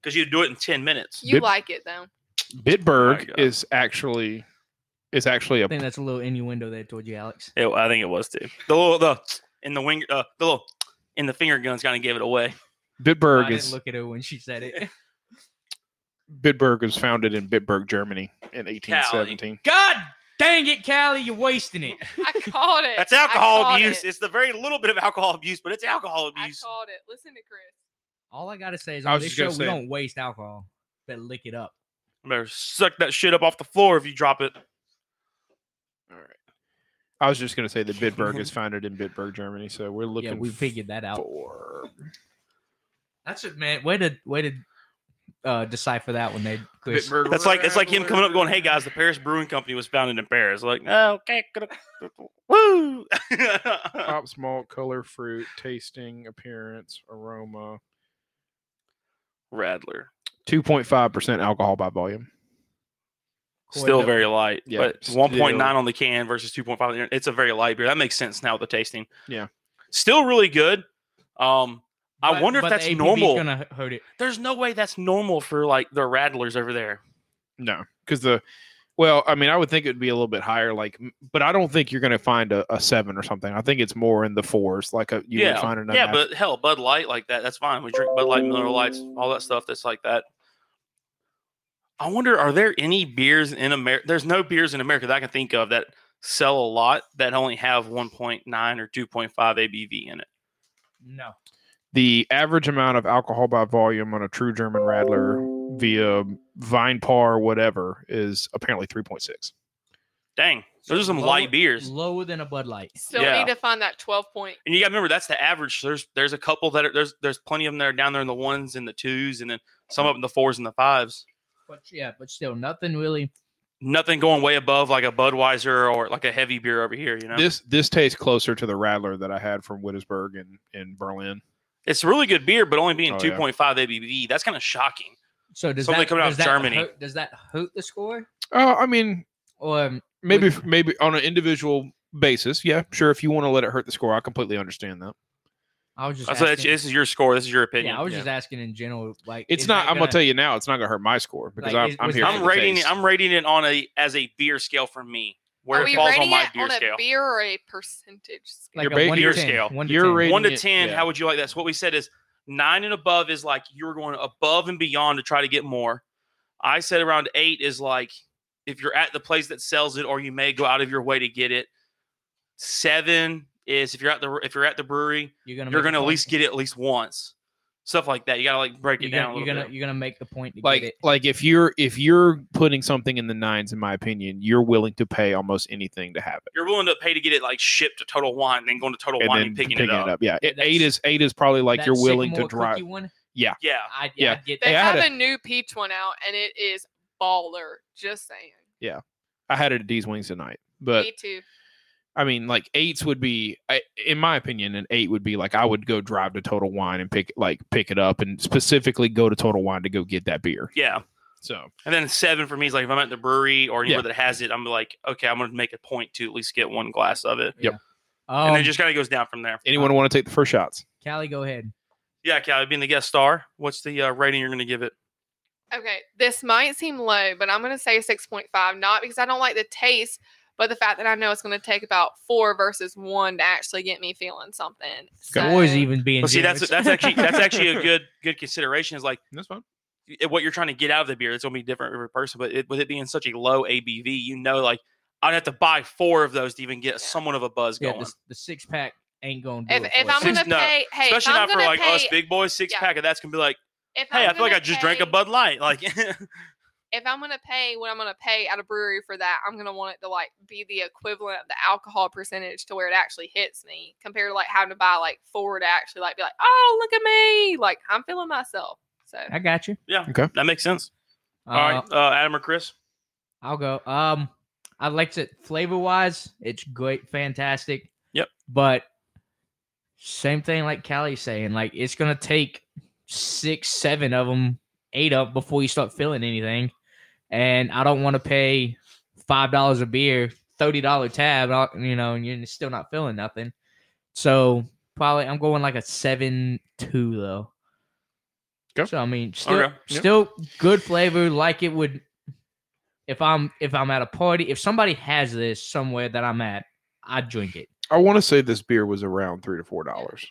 Speaker 3: because you'd do it in ten minutes.
Speaker 1: You
Speaker 5: Bib-
Speaker 1: like it though.
Speaker 3: My
Speaker 5: Bitburg
Speaker 3: God.
Speaker 5: is actually is actually
Speaker 4: I
Speaker 5: a
Speaker 4: think that's a little innuendo there towards you, Alex.
Speaker 3: It, I think it was too. The little the in the wing uh, the little in the finger guns kind of gave it away.
Speaker 5: Bitburg
Speaker 4: I didn't
Speaker 5: is
Speaker 4: look at her when she said it.
Speaker 5: Bitburg was founded in Bitburg, Germany in 1817.
Speaker 4: God dang it, Callie, you're wasting it.
Speaker 1: I called it.
Speaker 3: That's
Speaker 1: I
Speaker 3: alcohol
Speaker 1: called
Speaker 3: abuse.
Speaker 1: it.
Speaker 3: It's the very little bit of alcohol abuse, but it's alcohol
Speaker 1: I
Speaker 3: abuse.
Speaker 1: called it. Listen to Chris.
Speaker 4: All I gotta say is
Speaker 5: I
Speaker 4: on
Speaker 5: was
Speaker 4: this
Speaker 5: just gonna
Speaker 4: show we
Speaker 5: say-
Speaker 4: don't waste alcohol. Better lick it up.
Speaker 3: Better suck that shit up off the floor if you drop it.
Speaker 5: All right. I was just going to say that Bitburg is founded in Bitburg, Germany, so we're looking
Speaker 4: yeah, we figured that out.
Speaker 5: for
Speaker 4: That's it, man. Way to way to uh, decipher that one, they Chris.
Speaker 5: Bitburg.
Speaker 3: That's like it's like him coming up going, "Hey guys, the Paris Brewing Company was founded in Paris." Like, no, okay, gonna, woo. uh"
Speaker 5: Hops, malt, color, fruit, tasting, appearance, aroma.
Speaker 3: Radler,
Speaker 5: 2.5% alcohol by volume.
Speaker 3: still
Speaker 4: Cordo-
Speaker 3: very light,
Speaker 5: Yeah,
Speaker 3: but
Speaker 5: still-
Speaker 3: one point nine on the can versus two point five. It's a very light beer. That makes sense now with the tasting.
Speaker 5: Yeah.
Speaker 3: still really good. Um, I
Speaker 4: But-
Speaker 3: wonder
Speaker 4: but the
Speaker 3: if that's
Speaker 4: ABV 's
Speaker 3: normal.
Speaker 4: Gonna hurt it.
Speaker 3: There's no way that's normal for like the Radlers over there.
Speaker 5: No, because the, well, I mean, I would think it would be a little bit higher, like, m- but I don't think you're going to find a, a seven or something. I think it's more in the fours, like a, you
Speaker 3: yeah,
Speaker 5: would find another.
Speaker 3: yeah, but hell, Bud Light like that. That's fine. We drink Bud Light, Miller Lights, all that stuff. That's like that. I wonder, are there any beers in America? There's no beers in America that I can think of that sell a lot that only have 1.9 or 2.5 ABV in it.
Speaker 4: No.
Speaker 5: the average amount of alcohol by volume on a true German Radler via Vine Par, whatever, is apparently 3.6.
Speaker 3: Dang, those are some
Speaker 4: Lower-
Speaker 3: light beers.
Speaker 4: Lower than a Bud Light.
Speaker 1: Still
Speaker 3: Yeah.
Speaker 1: need to find that twelve point.
Speaker 3: And you got to remember that's the average. There's there's a couple that are there's there's plenty of them that are down there in the ones and the twos, and then some up in the fours and the fives.
Speaker 4: But yeah, but still nothing really.
Speaker 3: Nothing going way above like a Budweiser or like a heavy beer over here. You know,
Speaker 5: This this tastes closer to the Radler that I had from Wittelsburg in, in Berlin.
Speaker 3: It's really good beer, but only being
Speaker 5: Oh, yeah.
Speaker 3: 2.5 ABV. That's kind of shocking.
Speaker 4: So does
Speaker 3: Somebody
Speaker 4: that,
Speaker 3: coming out
Speaker 4: does
Speaker 3: of
Speaker 4: that
Speaker 3: Germany.
Speaker 4: hurt- does that hurt the score?
Speaker 5: Oh, I mean,
Speaker 4: Or um,
Speaker 5: maybe
Speaker 4: Would-
Speaker 5: maybe on an individual basis, yeah, sure. If you want to let it hurt the score, I completely understand that.
Speaker 4: I was just.
Speaker 3: So that's,
Speaker 4: asking-
Speaker 3: this is your score. This is your opinion.
Speaker 4: yeah, I was just asking in general. Like
Speaker 5: It's
Speaker 4: is
Speaker 5: not.
Speaker 4: that
Speaker 5: I'm gonna
Speaker 4: gonna-
Speaker 5: tell you now, it's not gonna hurt my score because
Speaker 4: Like,
Speaker 5: I'm,
Speaker 4: is-
Speaker 5: I'm
Speaker 4: was
Speaker 5: here.
Speaker 4: that-
Speaker 5: for
Speaker 3: I'm
Speaker 5: the
Speaker 3: rating it.
Speaker 5: taste.
Speaker 3: I'm rating it on a as a beer scale for me, where
Speaker 1: Are
Speaker 3: it
Speaker 1: we
Speaker 3: falls on
Speaker 1: rating
Speaker 3: my
Speaker 1: it
Speaker 3: beer
Speaker 1: on
Speaker 3: scale.
Speaker 1: a beer or a percentage scale?
Speaker 4: Like
Speaker 5: Your
Speaker 4: a
Speaker 5: ba-
Speaker 4: one to
Speaker 5: your
Speaker 4: 10,
Speaker 3: scale.
Speaker 4: one to
Speaker 5: Your
Speaker 4: 10.
Speaker 5: rating-
Speaker 3: One to
Speaker 5: it-
Speaker 3: ten,
Speaker 5: yeah.
Speaker 3: how would you like that? So what we said is nine and above is like you're going above and beyond to try to get more. I said around eight is like if you're at the place that sells it, or you may go out of your way to get it. Seven is if you're at the if you're at the brewery,
Speaker 4: You're gonna.
Speaker 3: you're
Speaker 4: make the
Speaker 3: gonna at
Speaker 4: point-
Speaker 3: least get it at least once. Stuff like that. You gotta like break it
Speaker 4: You're gonna
Speaker 3: down. a
Speaker 4: you're
Speaker 3: little
Speaker 4: gonna,
Speaker 3: bit.
Speaker 4: you're gonna make the point to get
Speaker 5: like
Speaker 4: it.
Speaker 5: like if you're if you're putting something in the nines, in my opinion, you're willing to pay almost anything to have it.
Speaker 3: you're willing to pay to get it like shipped to Total Wine, then going to Total
Speaker 5: and
Speaker 3: Wine
Speaker 5: then
Speaker 3: and picking, it, up.
Speaker 5: Yeah,
Speaker 4: Yeah,
Speaker 5: It- eight
Speaker 4: that's-
Speaker 5: is eight is probably like
Speaker 4: That
Speaker 5: you're willing to
Speaker 4: Sycamore
Speaker 5: drive.
Speaker 4: cookie One,
Speaker 3: Yeah,
Speaker 4: I, yeah,
Speaker 5: Yeah.
Speaker 4: I get
Speaker 1: They
Speaker 5: Hey, I
Speaker 4: that.
Speaker 5: had
Speaker 1: have a new peach one out, and it is baller. Just saying.
Speaker 5: I had it at D's Wings tonight, but
Speaker 1: Me too.
Speaker 5: I mean, like eights would be, I- in my opinion, an eight would be like I would go drive to Total Wine and pick like pick it up and specifically go to Total Wine to go get that beer.
Speaker 3: yeah.
Speaker 5: So
Speaker 3: And then seven for me is like if I'm at the brewery or anywhere
Speaker 5: Yeah.
Speaker 3: that has it, I'm like, okay, I'm gonna make a point to at least get one glass of it.
Speaker 4: Um,
Speaker 3: and then just kind of goes down from there.
Speaker 5: anyone want to take the first shots?
Speaker 4: Callie, go ahead.
Speaker 3: Yeah, Cal, being the guest star, what's the uh, rating you're gonna give it?
Speaker 1: Okay, this might seem low, but I'm going to say 6.5, not because I don't like the taste, but the fact that I know it's going to take about four versus one to actually get me feeling something. So,
Speaker 4: Always even being.
Speaker 3: Well, see, that's
Speaker 4: generous.
Speaker 3: that's actually that's actually a good good consideration. Is like
Speaker 5: That's fine.
Speaker 3: it- what you're trying to get out of the beer. It's gonna be different for every person, but it, with it being such a low ABV, you know, like I'd have to buy four of those to even get somewhat of a buzz
Speaker 4: yeah.
Speaker 3: going.
Speaker 4: The, the six pack ain't going.
Speaker 1: if, if I'm
Speaker 3: Six-
Speaker 1: going to
Speaker 3: no,
Speaker 1: pay, hey, if
Speaker 3: Especially
Speaker 1: I'm
Speaker 3: not for
Speaker 1: gonna
Speaker 3: like us
Speaker 1: pay-
Speaker 3: big boys, six
Speaker 1: yeah.
Speaker 3: pack of that's gonna be like,
Speaker 1: if
Speaker 3: hey,
Speaker 1: I'm
Speaker 3: I feel like
Speaker 1: gonna
Speaker 3: I just drank a
Speaker 1: pay-
Speaker 3: Bud Light. Like,
Speaker 1: If I'm going to pay what I'm going to pay at a brewery for that, I'm going to want it to like be the equivalent of the alcohol percentage to where it actually hits me compared to like having to buy like four to actually like be like, oh, look at me. Like I'm feeling myself. So
Speaker 4: I got you.
Speaker 3: yeah,
Speaker 5: Okay.
Speaker 3: that makes sense.
Speaker 4: Uh,
Speaker 3: All right, uh, Adam or Chris?
Speaker 4: I'll go. Um, I liked it flavor wise. It's great, fantastic.
Speaker 3: Yep.
Speaker 4: But same thing like Callie's saying, like it's gonna take six, seven of them, eight up before you start feeling anything. And I don't want to pay five dollars a beer, thirty dollar tab, uh, you know, and you're still not feeling nothing. So probably I'm going like a seven two though.
Speaker 5: Go.
Speaker 4: So I mean, still,
Speaker 3: Okay, yeah.
Speaker 4: still good flavor. Like it would, if I'm if I'm at a party, if somebody has this somewhere that I'm at, I drink it.
Speaker 5: I want to say this beer was around three to four dollars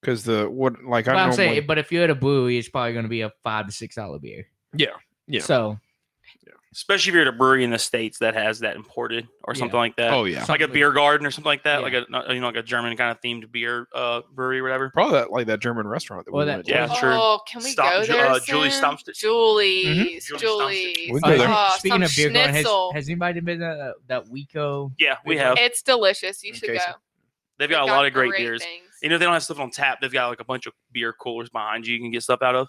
Speaker 5: because the what like I
Speaker 4: But I'm
Speaker 5: normally
Speaker 4: saying, but if you're at a brewery, it's probably going to be a five to six dollar beer.
Speaker 5: yeah Yeah.
Speaker 4: So
Speaker 3: Especially if you're at a brewery in the states that has that imported or something like that.
Speaker 5: oh yeah
Speaker 3: like a
Speaker 4: something-
Speaker 3: beer garden or something like that,
Speaker 4: Yeah.
Speaker 3: like a not- you know like a German kind of themed beer uh, brewery or whatever.
Speaker 5: probably that like that German restaurant that
Speaker 4: Or
Speaker 5: we
Speaker 4: that-
Speaker 5: went to.
Speaker 3: Yeah,
Speaker 1: oh,
Speaker 3: true.
Speaker 1: can we
Speaker 3: Stomp-
Speaker 1: go
Speaker 3: Ju-
Speaker 1: there?
Speaker 3: uh, Julie
Speaker 1: soon?
Speaker 3: Stomps it.
Speaker 1: Julie's.
Speaker 3: Julie's
Speaker 1: Julie's.
Speaker 5: Mm-hmm. We can go there.
Speaker 1: Oh,
Speaker 4: uh, speaking
Speaker 1: some
Speaker 4: of beer garden, has,
Speaker 1: schnitzel.
Speaker 4: has anybody been to that, that Wico?
Speaker 3: Yeah, we have.
Speaker 1: It's delicious. You should
Speaker 5: Okay,
Speaker 1: go.
Speaker 5: so
Speaker 3: They've got a lot of great, beers.
Speaker 1: things.
Speaker 3: You know, if they don't have stuff on tap. They've got like a bunch of beer coolers behind you. You can get stuff out of.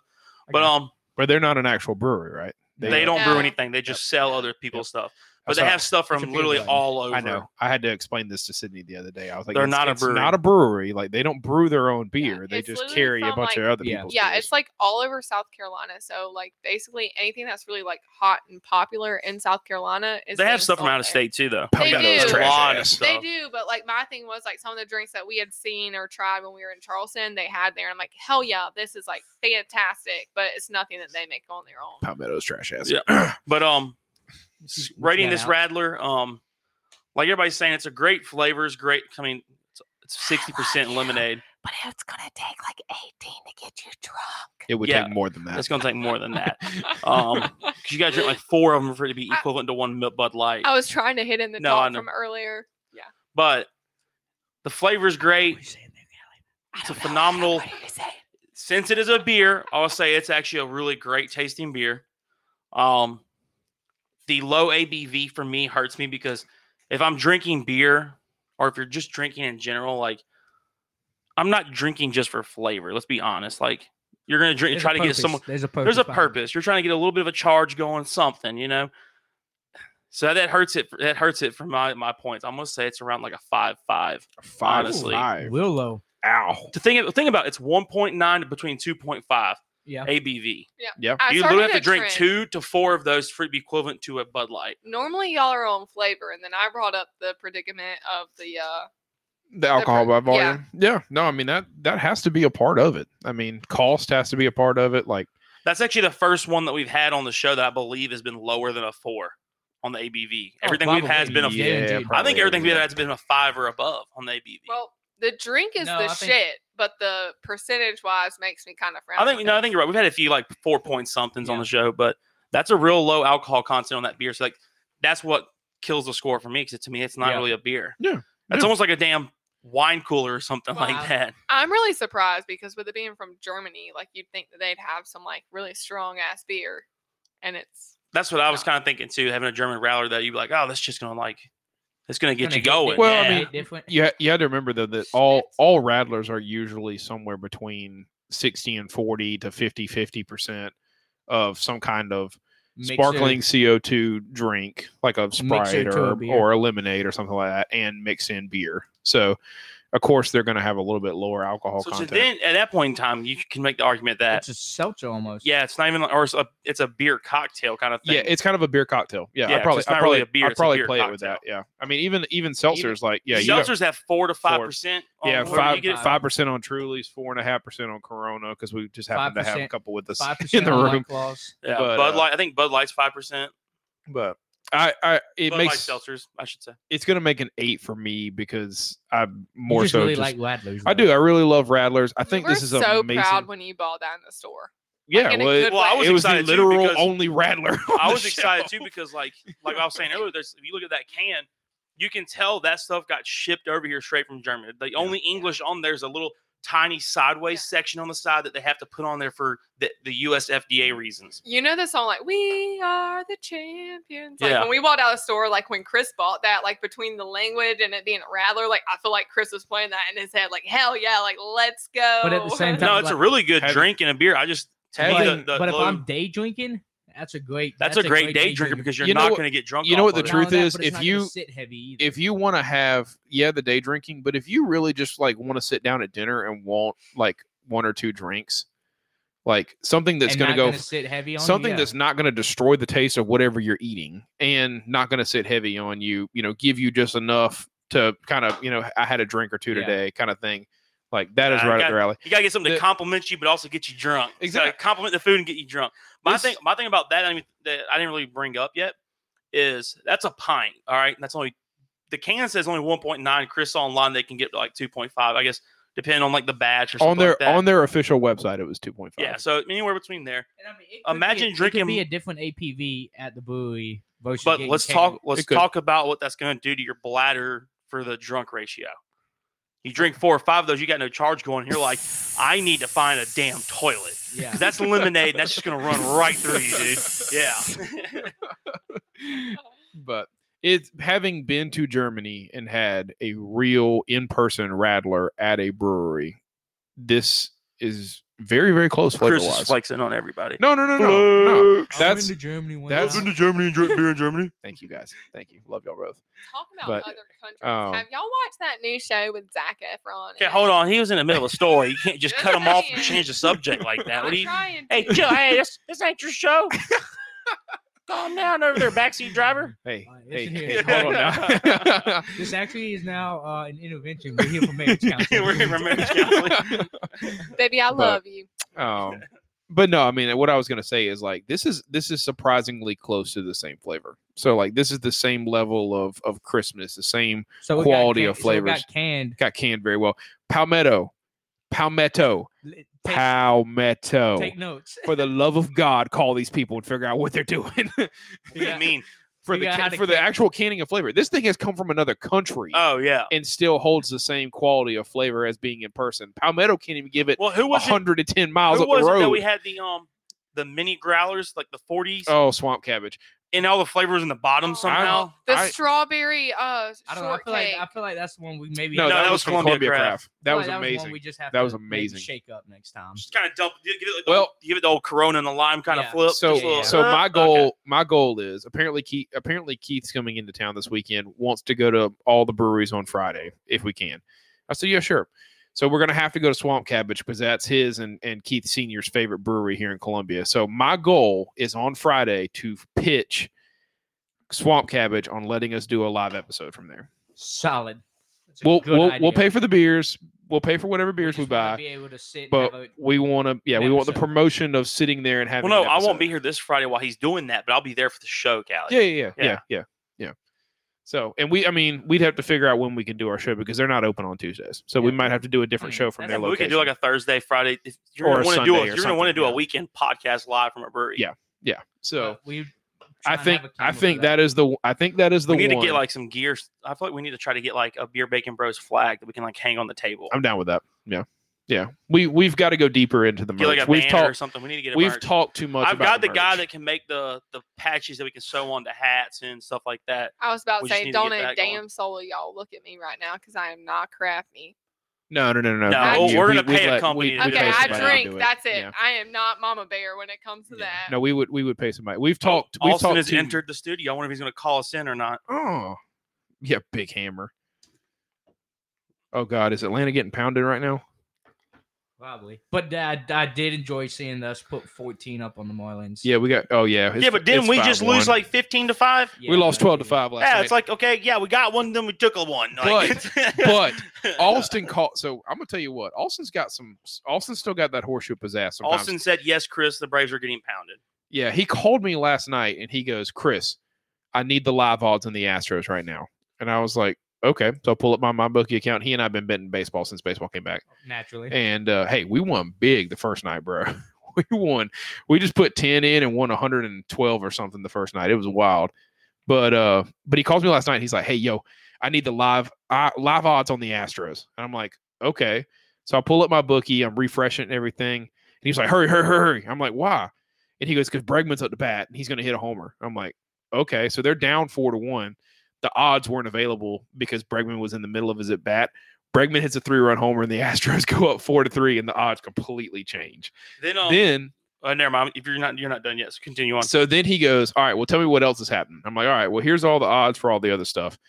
Speaker 3: But um,
Speaker 5: but they're not an actual brewery, right?
Speaker 3: they,
Speaker 1: Yeah.
Speaker 3: don't brew
Speaker 1: No.
Speaker 3: anything. They just sell other people's stuff. But
Speaker 5: That's
Speaker 3: they
Speaker 5: what-
Speaker 3: have
Speaker 4: It's
Speaker 3: stuff
Speaker 4: a
Speaker 3: from
Speaker 4: beer
Speaker 3: literally
Speaker 4: garden.
Speaker 3: all over.
Speaker 5: I know. I had to explain this to Sydney the other day. I was like,
Speaker 3: They're
Speaker 5: "It's-
Speaker 3: not a
Speaker 5: it's Not a brewery. Like they don't brew their own
Speaker 1: Yeah,
Speaker 5: beer. they
Speaker 1: it's
Speaker 5: just
Speaker 1: literally
Speaker 5: carry a
Speaker 1: from,
Speaker 5: bunch
Speaker 1: like-
Speaker 5: of other
Speaker 4: Yeah.
Speaker 5: people's.
Speaker 1: Yeah,
Speaker 5: beers.
Speaker 1: it's like all over South Carolina. So like basically anything that's really like hot and popular in South Carolina is
Speaker 3: They
Speaker 1: being
Speaker 3: have stuff from
Speaker 1: sold
Speaker 3: out of
Speaker 1: there.
Speaker 3: state too, though.
Speaker 1: They
Speaker 5: Palmetto's
Speaker 1: do.
Speaker 3: A lot of
Speaker 5: ass.
Speaker 3: stuff.
Speaker 1: They do, but like my thing was like some of the drinks that we had seen or tried when we were in Charleston, they had there. And I'm like, hell yeah, this is like fantastic, but it's nothing that they make on their own.
Speaker 5: Palmetto's trash ass.
Speaker 3: Yeah. But um, s- rating
Speaker 4: Cat
Speaker 3: this
Speaker 4: out.
Speaker 3: Radler, um, like everybody's saying, it's a great flavors. Great. I mean, it's- it's sixty percent lemonade.
Speaker 1: But it's gonna take like 18 to get you drunk.
Speaker 5: It would
Speaker 3: Yeah.
Speaker 5: take more than that.
Speaker 3: It's gonna take more than that. Um, 'cause you gotta drink like four of them for it to be
Speaker 1: I- Oh.
Speaker 3: equivalent to one Mi- Bud Light.
Speaker 1: I was trying to hit in the
Speaker 3: No, I
Speaker 1: talk
Speaker 3: know.
Speaker 1: from earlier.
Speaker 3: But the flavor's great.
Speaker 4: What you saying there, Callie?
Speaker 3: It's a phenomenal.
Speaker 1: eh?
Speaker 3: Since it is a beer, I'll say it's actually a really great tasting beer. Um, the low ABV for me hurts me because if I'm drinking beer, or if you're just drinking in general, like I'm not drinking just for flavor. Let's be honest. Like you're gonna drink,
Speaker 4: There's a
Speaker 3: try to get
Speaker 4: purpose.
Speaker 3: someone.
Speaker 4: There's a purpose.
Speaker 3: There's a
Speaker 4: behind it.
Speaker 3: purpose. You're trying to get a little bit of a charge going, something, you know. So that hurts it. That hurts it for my my points. I'm gonna say it's around like a five five.
Speaker 5: Five,
Speaker 3: honestly.
Speaker 5: five.
Speaker 4: Willow.
Speaker 5: Ow.
Speaker 3: To think think about it, it's 1.9 to between 2.5
Speaker 4: Yeah.
Speaker 3: ABV.
Speaker 5: Yeah.
Speaker 1: I
Speaker 3: you
Speaker 1: started
Speaker 3: literally have to
Speaker 1: a
Speaker 3: drink
Speaker 1: trend.
Speaker 3: two to four of those for it to be equivalent to a Bud Light.
Speaker 1: Normally y'all are on flavor, and then I brought up the predicament of the uh
Speaker 5: The alcohol by
Speaker 1: per- yeah.
Speaker 5: volume. Yeah. No, I mean that that has to be a part of it. I mean, cost has to be a part of it. Like
Speaker 3: That's actually the first one that we've had on the show that I believe has been lower than a four on the ABV.
Speaker 4: Oh,
Speaker 3: Everything we've had has been a.
Speaker 4: probably,
Speaker 5: yeah,
Speaker 4: yeah, dude.
Speaker 3: I think
Speaker 5: probably,
Speaker 3: everything we've
Speaker 5: yeah.
Speaker 3: had has been a five or above on the ABV.
Speaker 1: well, the drink is
Speaker 4: No,
Speaker 1: the
Speaker 4: I think-
Speaker 1: shit, but the percentage wise makes me kind of frown.
Speaker 3: I think
Speaker 1: at
Speaker 3: no, I
Speaker 1: it.
Speaker 3: think you're right. We've had a few like four point somethings on
Speaker 4: Yeah.
Speaker 3: the show, but that's a real low alcohol content on that beer. So like that's what kills the score for me because to me it's not
Speaker 4: Yeah.
Speaker 3: really a beer.
Speaker 5: Yeah,
Speaker 3: that's
Speaker 5: yeah.
Speaker 3: almost like a damn wine cooler or something
Speaker 4: Wow.
Speaker 3: like that.
Speaker 1: I'm really surprised because with it being from Germany, like you'd think that they'd have some like really strong ass beer, and it's
Speaker 3: That's what I was
Speaker 1: No.
Speaker 3: kind of thinking too. Having a German rattler that you'd be like, oh, that's just gonna like it's gonna get
Speaker 4: Gonna
Speaker 3: you going.
Speaker 4: it-
Speaker 5: Well, I
Speaker 4: yeah,
Speaker 5: mean,
Speaker 4: different.
Speaker 5: you, ha- you had to remember though that all
Speaker 1: Schnitzel.
Speaker 5: all rattlers are usually somewhere between 60 and 40 to 50 50 percent of some kind of
Speaker 4: Mixer.
Speaker 5: sparkling co2 drink like a sprite
Speaker 4: to a
Speaker 5: or,
Speaker 4: beer.
Speaker 5: or a lemonade or something like that and mix in beer so of course they're going to have a little bit lower alcohol
Speaker 3: so to
Speaker 5: content
Speaker 3: then at that point in time, you can make the argument that
Speaker 4: It's a seltzer almost.
Speaker 3: yeah, it's not even like, or it's a, it's a beer cocktail kind of thing.
Speaker 5: yeah it's kind of a beer cocktail yeah,
Speaker 3: Yeah,
Speaker 5: i
Speaker 3: 'cause
Speaker 5: probably
Speaker 3: it's
Speaker 5: i
Speaker 3: not
Speaker 5: probably,
Speaker 3: really a beer,
Speaker 5: i
Speaker 3: it's a
Speaker 5: probably
Speaker 3: beer
Speaker 5: play it with that
Speaker 3: cocktail.
Speaker 5: yeah i mean even even seltzers like yeah you got-
Speaker 3: seltzers have four to five percent.
Speaker 5: yeah,
Speaker 4: where
Speaker 5: five
Speaker 4: you get it-
Speaker 5: five percent on Truly's, four and a half percent on Corona because we just happen to have a
Speaker 4: 5%,
Speaker 5: couple with us
Speaker 4: Five
Speaker 5: in
Speaker 4: percent
Speaker 5: the room.
Speaker 3: Yeah,
Speaker 5: but,
Speaker 3: Bud
Speaker 5: uh,
Speaker 3: Light. I think Bud Light's five percent.
Speaker 5: But I, I it
Speaker 3: Bud
Speaker 5: makes
Speaker 3: Light seltzers, I should say.
Speaker 5: it's gonna make an eight for me because I'm
Speaker 4: More
Speaker 5: more
Speaker 4: just
Speaker 5: so
Speaker 4: really
Speaker 5: just-
Speaker 4: like Radlers.
Speaker 5: I
Speaker 4: though.
Speaker 5: do. I really love Rattlers. I
Speaker 1: You
Speaker 5: think
Speaker 1: were
Speaker 5: this is
Speaker 1: so
Speaker 5: amazing.
Speaker 1: proud when you bought that in the store.
Speaker 5: yeah,
Speaker 1: in a
Speaker 5: well, it,
Speaker 1: good Well, I
Speaker 5: I
Speaker 1: way.
Speaker 5: was
Speaker 1: was
Speaker 5: it was the
Speaker 3: excited too
Speaker 5: literal
Speaker 3: because-
Speaker 5: only Rattler. on
Speaker 3: I
Speaker 5: the
Speaker 3: was excited too
Speaker 5: shelf.
Speaker 3: because, like, like I was saying earlier, there's if you look at that can, you can tell that stuff got shipped over here straight from Germany. The only English on there's a little tiny sideways section on the side that they have to put on there for the, the U.S.
Speaker 4: Mm.
Speaker 3: FDA reasons.
Speaker 1: You know the song like "We Are the Champions." Like
Speaker 3: Yeah.
Speaker 1: when we bought out of the store, like when Chris bought that, like between the language and it being a rattler, like I feel like Chris was playing that in his head, like hell yeah, like let's go.
Speaker 4: But at the same
Speaker 3: No,
Speaker 4: Sounds
Speaker 3: it's a
Speaker 4: like-
Speaker 3: really good
Speaker 5: Having-
Speaker 3: drink and a beer. I just to me,
Speaker 4: But,
Speaker 3: the, the
Speaker 4: but if
Speaker 3: low-
Speaker 4: I'm day drinking, that's a great.
Speaker 3: that's, a great day drinker because you're
Speaker 5: You know
Speaker 3: not
Speaker 5: what-
Speaker 3: going to get drunk.
Speaker 5: you know
Speaker 3: off
Speaker 5: what the
Speaker 3: of it.
Speaker 4: Not
Speaker 5: truth
Speaker 4: only that,
Speaker 5: is,
Speaker 4: but it's
Speaker 5: if
Speaker 4: not gonna
Speaker 5: you-
Speaker 4: sit heavy either.
Speaker 5: if you want to have yeah the day drinking, but if you really just like want to sit down at dinner and want like one or two drinks, like something that's
Speaker 4: And
Speaker 5: going to
Speaker 4: not
Speaker 5: go
Speaker 4: gonna sit heavy on you,
Speaker 5: something
Speaker 4: yeah.
Speaker 5: that's not going to destroy the taste of whatever you're eating and not going to sit heavy on you you know give you just enough to kind of you know i had a drink or two
Speaker 4: Yeah.
Speaker 5: today kind of thing Like that is
Speaker 3: I
Speaker 5: right
Speaker 3: got-
Speaker 5: up their alley.
Speaker 3: You gotta get something
Speaker 5: The-
Speaker 3: to compliment you, but also get you drunk. You gotta
Speaker 5: Exact-
Speaker 3: compliment the food and get you drunk. My
Speaker 5: This-
Speaker 3: thing, my thing about that, I mean, that I didn't really bring up yet, is that's a pint. All right, that's only the can says only 1.9. Chris saw online they can get to like 2.5. I guess depending on like the batch or something
Speaker 5: On their
Speaker 3: like that.
Speaker 5: on their official website, it was two point five.
Speaker 3: yeah, so anywhere between there.
Speaker 4: And I mean, it
Speaker 3: could be- Imagine it could drinking-
Speaker 4: be
Speaker 3: be
Speaker 4: a
Speaker 3: a
Speaker 4: different APV at the buoy versus.
Speaker 3: But let's talk.
Speaker 5: It
Speaker 3: Let's
Speaker 5: could.
Speaker 3: talk about what that's going to do to your bladder for the drunk ratio. You drink four or five of those, you got no charge going. You're like, I need to find a damn toilet.
Speaker 4: Yeah.
Speaker 3: 'Cause that's lemonade. and that's just gonna run right through you, dude. Yeah.
Speaker 5: but it's having been to Germany and had a real in-person rattler at a brewery. This is very very close flavor
Speaker 3: Chris is
Speaker 5: wise.
Speaker 3: flexing on everybody.
Speaker 5: no, no, no, no, no.
Speaker 4: That's
Speaker 5: That's
Speaker 4: Germany. One
Speaker 5: that's-
Speaker 4: time.
Speaker 5: Been to
Speaker 3: Germany and drink beer in Germany.
Speaker 5: thank you guys. Thank you. Love y'all both.
Speaker 1: Talk about
Speaker 5: But,
Speaker 1: other countries.
Speaker 5: um,
Speaker 1: Have y'all watched that new show with Zac Efron?
Speaker 3: Okay, hold on. He was in the middle of a story. You can't just cut him off and
Speaker 1: Just
Speaker 3: change the subject like that. What do you?
Speaker 1: Trying
Speaker 3: Hey,
Speaker 1: to.
Speaker 3: chill. Hey, this, this ain't your show. Calm down over there, backseat driver.
Speaker 5: Hey,
Speaker 4: All right,
Speaker 5: hey,
Speaker 4: listen
Speaker 5: hey,
Speaker 4: here.
Speaker 5: hold on now.
Speaker 4: This actually is now uh, an intervention. We're here for marriage counseling.
Speaker 3: We're in marriage counseling.
Speaker 1: Baby, I
Speaker 5: But-
Speaker 1: love you.
Speaker 5: um but no i mean what i was going to say is like this is this is surprisingly close to the same flavor so like this is the same level of of crispness the same
Speaker 4: So we got
Speaker 5: Quality
Speaker 4: can-
Speaker 5: of
Speaker 4: so we
Speaker 5: flavors.
Speaker 4: got canned.
Speaker 5: got canned very well palmetto palmetto
Speaker 4: Take,
Speaker 5: palmetto
Speaker 4: take notes.
Speaker 5: for the love of god call these people and figure out what they're doing
Speaker 3: What do you mean?
Speaker 5: for the
Speaker 4: Figure out
Speaker 5: ca-
Speaker 4: how to Uh.
Speaker 5: for the
Speaker 4: can-
Speaker 5: actual canning of flavor this thing has come from another country
Speaker 3: Oh yeah.
Speaker 5: and still holds the same quality of flavor as being in person palmetto can't even give it
Speaker 3: Well, who was it?
Speaker 5: 110 miles
Speaker 3: Who
Speaker 5: up the
Speaker 3: was it that we
Speaker 5: road
Speaker 3: had the um the mini growlers like the 40s
Speaker 5: oh swamp cabbage
Speaker 3: and all the flavors in the bottom
Speaker 1: Oh.
Speaker 3: somehow?
Speaker 1: The
Speaker 5: I-
Speaker 1: strawberry uh
Speaker 4: I don't know. I
Speaker 1: shortcake.
Speaker 4: feel like I feel like that's the one we maybe.
Speaker 5: No,
Speaker 4: I
Speaker 5: that,
Speaker 4: feel
Speaker 3: that
Speaker 5: was,
Speaker 4: like
Speaker 3: was
Speaker 5: from
Speaker 3: Columbia
Speaker 5: Columbia Craft.
Speaker 3: Craft.
Speaker 5: That
Speaker 4: I feel
Speaker 5: was
Speaker 4: like that
Speaker 5: amazing.
Speaker 4: one we just have
Speaker 5: That
Speaker 4: to
Speaker 5: was
Speaker 4: maybe
Speaker 5: amazing.
Speaker 4: Shake up next time.
Speaker 3: Just kind of dump. Give it,
Speaker 5: Well-
Speaker 3: well, give it the old Corona and the lime kind
Speaker 4: Yeah.
Speaker 3: of flip.
Speaker 5: so,
Speaker 3: just a little,
Speaker 5: so
Speaker 4: Uh-huh.
Speaker 3: uh,
Speaker 5: my
Speaker 3: okay.
Speaker 5: goal, my goal is apparently Keith. Apparently Keith's coming into town this weekend. Wants to go to all the breweries on Friday if we can. I said, yeah, sure. So we're gonna have to go to Swamp Cabbage because that's his and and Keith Senior's favorite brewery here in Columbia. So my goal is on Friday to pitch Swamp Cabbage on letting us do a live episode from there.
Speaker 4: Solid. That's a
Speaker 5: We'll
Speaker 4: good
Speaker 5: we'll,
Speaker 4: idea.
Speaker 5: we'll pay for the beers. We'll pay for whatever
Speaker 4: We
Speaker 5: beers we
Speaker 4: just wanna
Speaker 5: buy.
Speaker 4: Be able to sit. and
Speaker 5: but
Speaker 4: have a-
Speaker 5: we want to yeah
Speaker 4: an
Speaker 5: we want the
Speaker 4: episode.
Speaker 5: promotion of sitting there and having
Speaker 3: Well, no,
Speaker 5: an
Speaker 3: I won't
Speaker 5: episode.
Speaker 3: be here this Friday while he's doing that, but I'll be there for the show,
Speaker 4: Uh,
Speaker 3: Callie.
Speaker 5: yeah yeah yeah, yeah
Speaker 3: Yeah.
Speaker 5: yeah yeah so and we i mean we'd have to figure out when we can do our show because they're not open on tuesdays so we
Speaker 4: Yeah.
Speaker 5: might have to do a different
Speaker 4: Mm,
Speaker 5: show from
Speaker 4: that's
Speaker 5: their
Speaker 3: Yeah, but we
Speaker 5: location
Speaker 3: could do like a Thursday, Friday. If you're
Speaker 5: Or
Speaker 3: gonna
Speaker 5: a
Speaker 3: want to do
Speaker 5: Sunday
Speaker 3: a, you're
Speaker 5: or
Speaker 3: gonna want to
Speaker 5: something,
Speaker 3: do
Speaker 5: yeah.
Speaker 3: a weekend podcast live from a brewery.
Speaker 5: Yeah, yeah
Speaker 3: uh,
Speaker 5: so
Speaker 4: but uh, we.
Speaker 5: i
Speaker 4: try and have
Speaker 5: think
Speaker 4: a
Speaker 5: i
Speaker 4: camera for
Speaker 5: think that is the i think that is the
Speaker 3: we need
Speaker 5: one
Speaker 3: to get like some gear. I feel like we need to try to get like a beer bacon bros flag that we can like hang on the table.
Speaker 5: i'm down with that yeah yeah we we've got to go deeper into the
Speaker 3: get
Speaker 5: merch
Speaker 3: like a
Speaker 5: we've
Speaker 3: banner or
Speaker 5: talked
Speaker 3: something. We need to get. A
Speaker 5: we've
Speaker 3: merch.
Speaker 5: talked too much
Speaker 3: I've
Speaker 5: about
Speaker 3: got the,
Speaker 5: the
Speaker 3: guy
Speaker 5: merch.
Speaker 3: that can make the the patches that we can sew onto hats and stuff like that.
Speaker 1: I was about to
Speaker 3: We just
Speaker 1: say,
Speaker 3: need to get
Speaker 1: don't a
Speaker 3: that going.
Speaker 1: damn soul of y'all look at me right now because I am not crafty.
Speaker 5: no no no no
Speaker 3: No,
Speaker 5: we-
Speaker 1: we're
Speaker 5: we-
Speaker 3: gonna
Speaker 5: we'd
Speaker 3: pay a
Speaker 5: let-
Speaker 3: company
Speaker 5: we'd-
Speaker 3: to
Speaker 5: we'd
Speaker 3: do
Speaker 1: Okay,
Speaker 5: pay
Speaker 3: it.
Speaker 1: I
Speaker 5: somebody to
Speaker 1: drink.
Speaker 5: do it.
Speaker 1: That's it.
Speaker 5: Yeah.
Speaker 1: I am not Mama Bear when it comes to that.
Speaker 5: no we would we would pay somebody we've talked we've
Speaker 3: Austin
Speaker 5: talked
Speaker 3: has
Speaker 5: to-
Speaker 3: entered the studio. I wonder if he's gonna call us in or not.
Speaker 5: Oh, yeah, big hammer. Oh God, is Atlanta getting pounded right now?
Speaker 4: Probably. But I, I did enjoy seeing us put 14 up on the Marlins.
Speaker 5: Yeah, we got. Oh yeah, it's-
Speaker 3: yeah, but didn't
Speaker 5: it's
Speaker 3: we just lose
Speaker 5: 5-1.
Speaker 3: like fifteen to five?
Speaker 5: we lost
Speaker 4: but
Speaker 5: twelve to
Speaker 4: it-
Speaker 5: five last
Speaker 3: Yeah,
Speaker 5: night?
Speaker 3: it's like okay, yeah, we got one, then we took a one. Like,
Speaker 5: but
Speaker 3: uh,
Speaker 5: Austin caught. So I'm gonna tell you what. Austin's got some. Austin's still got that horseshoe of his ass. Sometimes.
Speaker 3: Austin said, "Yes, Chris, the Braves are getting pounded."
Speaker 5: Yeah, he called me last night and he goes, Chris, I need the live odds in the Astros right now. And I was like, okay. So I pull up my MyBookie account. He and I've been betting baseball since baseball came back.
Speaker 4: Naturally.
Speaker 5: And uh, hey, we won big the first night, bro. We won. We just put ten in and won 112 or something the first night. It was wild. But uh, but he calls me last night. And he's like, hey, yo, I need the live uh, live odds on the Astros. And I'm like, okay. So I pull up my bookie. I'm refreshing and everything. And he's like, hurry, hurry, hurry. I'm like, why? And he goes, because Bregman's up to bat and he's going to hit a homer. I'm like, okay. So they're down four to one. The odds weren't available because Bregman was in the middle of his at bat. Bregman hits a three run homer and the Astros go up four to three and the odds completely change.
Speaker 3: Then, um,
Speaker 5: Then
Speaker 3: uh, never mind. If you're not, you're not done yet. So continue on.
Speaker 5: so then he goes, All right, well, tell me what else is happening. I'm like, All right, well, here's all the odds for all the other stuff.